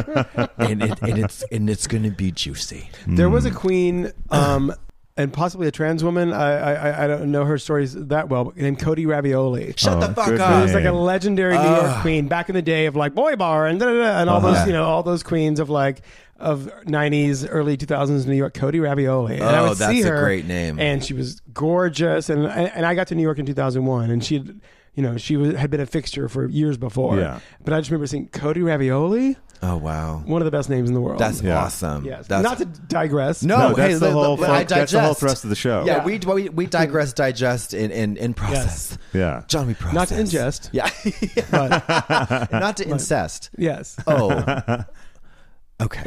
Speaker 5: and, it, and it's and it's gonna be juicy.
Speaker 4: There was a
Speaker 5: Hmm.
Speaker 4: queen, um, and possibly a trans woman. I, I I- I don't know her stories that well, but named Cody Ravioli.
Speaker 5: Shut
Speaker 1: Oh,
Speaker 5: the fuck
Speaker 1: good
Speaker 5: up.
Speaker 4: It was like a
Speaker 1: Dang.
Speaker 4: legendary New
Speaker 5: Ah.
Speaker 4: York queen back in the day of like boy bar and da, da, da, and all
Speaker 5: Uh-huh.
Speaker 4: those you know all those queens of like of 90s early 2000s New York Cody Ravioli and I
Speaker 5: Oh,
Speaker 4: would
Speaker 5: that's
Speaker 4: see
Speaker 5: a
Speaker 4: her,
Speaker 5: great name.
Speaker 4: and she was gorgeous and and and I got to New York in 2001 and she had- you know she was, had been a fixture for years before
Speaker 1: Yeah.
Speaker 4: but I just remember seeing Cody Ravioli
Speaker 5: Oh wow,
Speaker 4: one of the best names in the world
Speaker 5: that's
Speaker 1: Yeah.
Speaker 5: awesome.
Speaker 4: yes
Speaker 5: That's,
Speaker 4: not to digress
Speaker 1: No,
Speaker 5: no,
Speaker 1: that's
Speaker 5: hey,
Speaker 1: the
Speaker 5: li- li-
Speaker 1: whole.
Speaker 5: li- I
Speaker 1: fuck- that's the whole
Speaker 5: digest.
Speaker 1: thrust of the show.
Speaker 5: yeah, we, we we digress, digest, and and, and process.
Speaker 1: Yeah.
Speaker 5: John, we process.
Speaker 4: Not to ingest.
Speaker 5: Yeah,
Speaker 4: but
Speaker 5: not to incest.
Speaker 4: yes
Speaker 5: Oh, okay.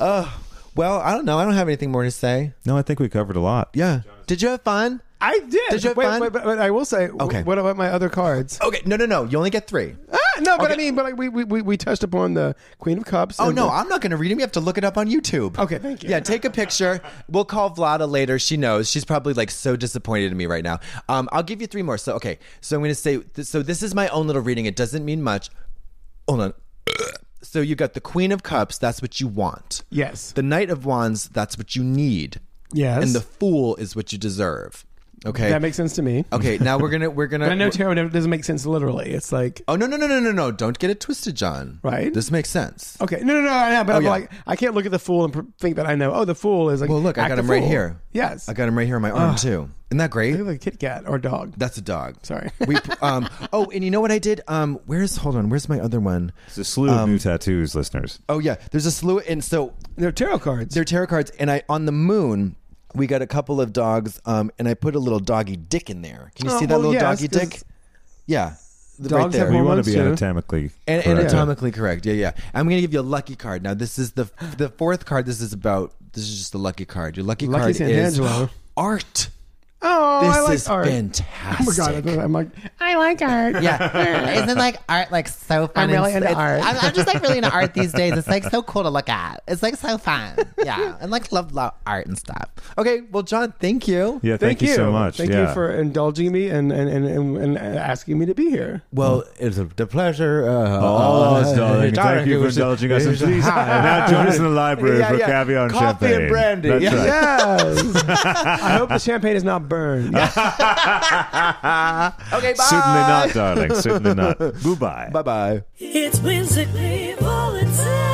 Speaker 5: Oh, well, I don't know. I don't have anything more to say.
Speaker 1: No, I think we covered a lot.
Speaker 5: Yeah. Did you have fun?
Speaker 4: I did.
Speaker 5: Did you have
Speaker 4: wait,
Speaker 5: fun?
Speaker 4: wait, but, but I will say,
Speaker 5: Okay.
Speaker 4: okay. what about my other cards?
Speaker 5: Okay. No, no, no. You only get three. Oh,
Speaker 4: Ah, no, but I mean, but like we, we, we- we touched upon the Queen of Cups.
Speaker 5: Oh
Speaker 4: and
Speaker 5: no,
Speaker 4: the-
Speaker 5: I'm not going to read them. You have to look it up on YouTube.
Speaker 4: Okay, thank you.
Speaker 5: Yeah, take a picture. We'll call Vlada later. She knows. She's probably like so disappointed in me right now. Um, I'll give you three more. So okay, so I'm going to say. Th- so this is my own little reading. It doesn't mean much. Hold on. So you got the Queen of Cups. That's what you want.
Speaker 4: yes,
Speaker 5: The Knight of Wands. That's what you need.
Speaker 4: yes,
Speaker 5: And the Fool is what you deserve. Okay.
Speaker 4: that makes sense to me.
Speaker 5: okay. Now we're gonna we're gonna.
Speaker 4: But I know tarot never- doesn't make sense literally. It's like
Speaker 5: oh no no no no no no! Don't get it twisted, John.
Speaker 4: Right?
Speaker 5: This makes sense.
Speaker 4: okay, no, no, no, I know, but I'm
Speaker 5: Oh, yeah.
Speaker 4: like I can't look at the fool and pr- think that I know. Oh, the fool is like.
Speaker 5: Well, look, I
Speaker 4: act
Speaker 5: got
Speaker 4: the
Speaker 5: him right
Speaker 4: fool.
Speaker 5: here.
Speaker 4: Yes,
Speaker 5: I got him right here on my arm too. Isn't that great?
Speaker 4: like a Kit Kat or dog.
Speaker 5: That's a dog.
Speaker 4: Sorry.
Speaker 5: We um oh and you know what I did? Um where's hold on, where's my other one?
Speaker 1: It's a slew
Speaker 5: Um,
Speaker 1: of new tattoos, listeners.
Speaker 5: Oh yeah, there's a slew and so
Speaker 4: They're tarot cards.
Speaker 5: they're tarot cards and I on the moon we got a couple of dogs um and I put a little doggy dick in there. Can you
Speaker 4: Oh,
Speaker 5: see that
Speaker 4: well,
Speaker 5: little
Speaker 4: yes,
Speaker 5: doggy
Speaker 4: 'cause
Speaker 5: dick? Yeah. th- Right
Speaker 4: dogs have
Speaker 5: there.
Speaker 1: We
Speaker 4: Well,
Speaker 1: want
Speaker 4: that's
Speaker 1: to be
Speaker 4: true.
Speaker 1: anatomically
Speaker 5: and
Speaker 1: correct.
Speaker 5: anatomically correct. Yeah, yeah. I'm going to give you a lucky card. Now, this is the the fourth card. This is about. This is just the lucky card. Your lucky,
Speaker 4: Lucky
Speaker 5: card
Speaker 4: San
Speaker 5: is
Speaker 4: Angelo.
Speaker 5: art.
Speaker 4: oh,
Speaker 3: This
Speaker 4: I like
Speaker 3: is
Speaker 4: art. Oh my
Speaker 3: fantastic.
Speaker 4: god, I'm like
Speaker 8: I like art.
Speaker 9: Yeah. Isn't like art like so
Speaker 4: I'm
Speaker 9: fun?
Speaker 4: really
Speaker 9: and-
Speaker 4: into art.
Speaker 9: it's- I'm, I'm just like really into art these days. It's like so cool to look at. It's like so fun. Yeah. And like love, love art and stuff.
Speaker 3: Okay, well, John, thank you.
Speaker 1: Yeah, thank, you. so much.
Speaker 4: Thank
Speaker 1: yeah.
Speaker 4: you for indulging me and and, and, and and asking me to be here.
Speaker 6: Well, it's a the pleasure. Uh,
Speaker 1: Oh,
Speaker 6: uh,
Speaker 1: darling, thank
Speaker 6: darling, it
Speaker 1: you for
Speaker 6: was-
Speaker 1: indulging us.
Speaker 6: it
Speaker 1: And
Speaker 6: was a
Speaker 1: please,
Speaker 6: high.
Speaker 1: now join us in the library
Speaker 6: Yeah,
Speaker 1: for
Speaker 6: yeah.
Speaker 1: caviar and
Speaker 6: Coffee and
Speaker 1: champagne.
Speaker 6: brandy.
Speaker 1: That's
Speaker 6: Yeah.
Speaker 1: right.
Speaker 4: Yes. I hope the champagne is not burned.
Speaker 3: Okay, bye.
Speaker 1: Certainly not, darling. Certainly not. Goodbye.
Speaker 3: Bye bye.
Speaker 2: It's whimsically volunteer.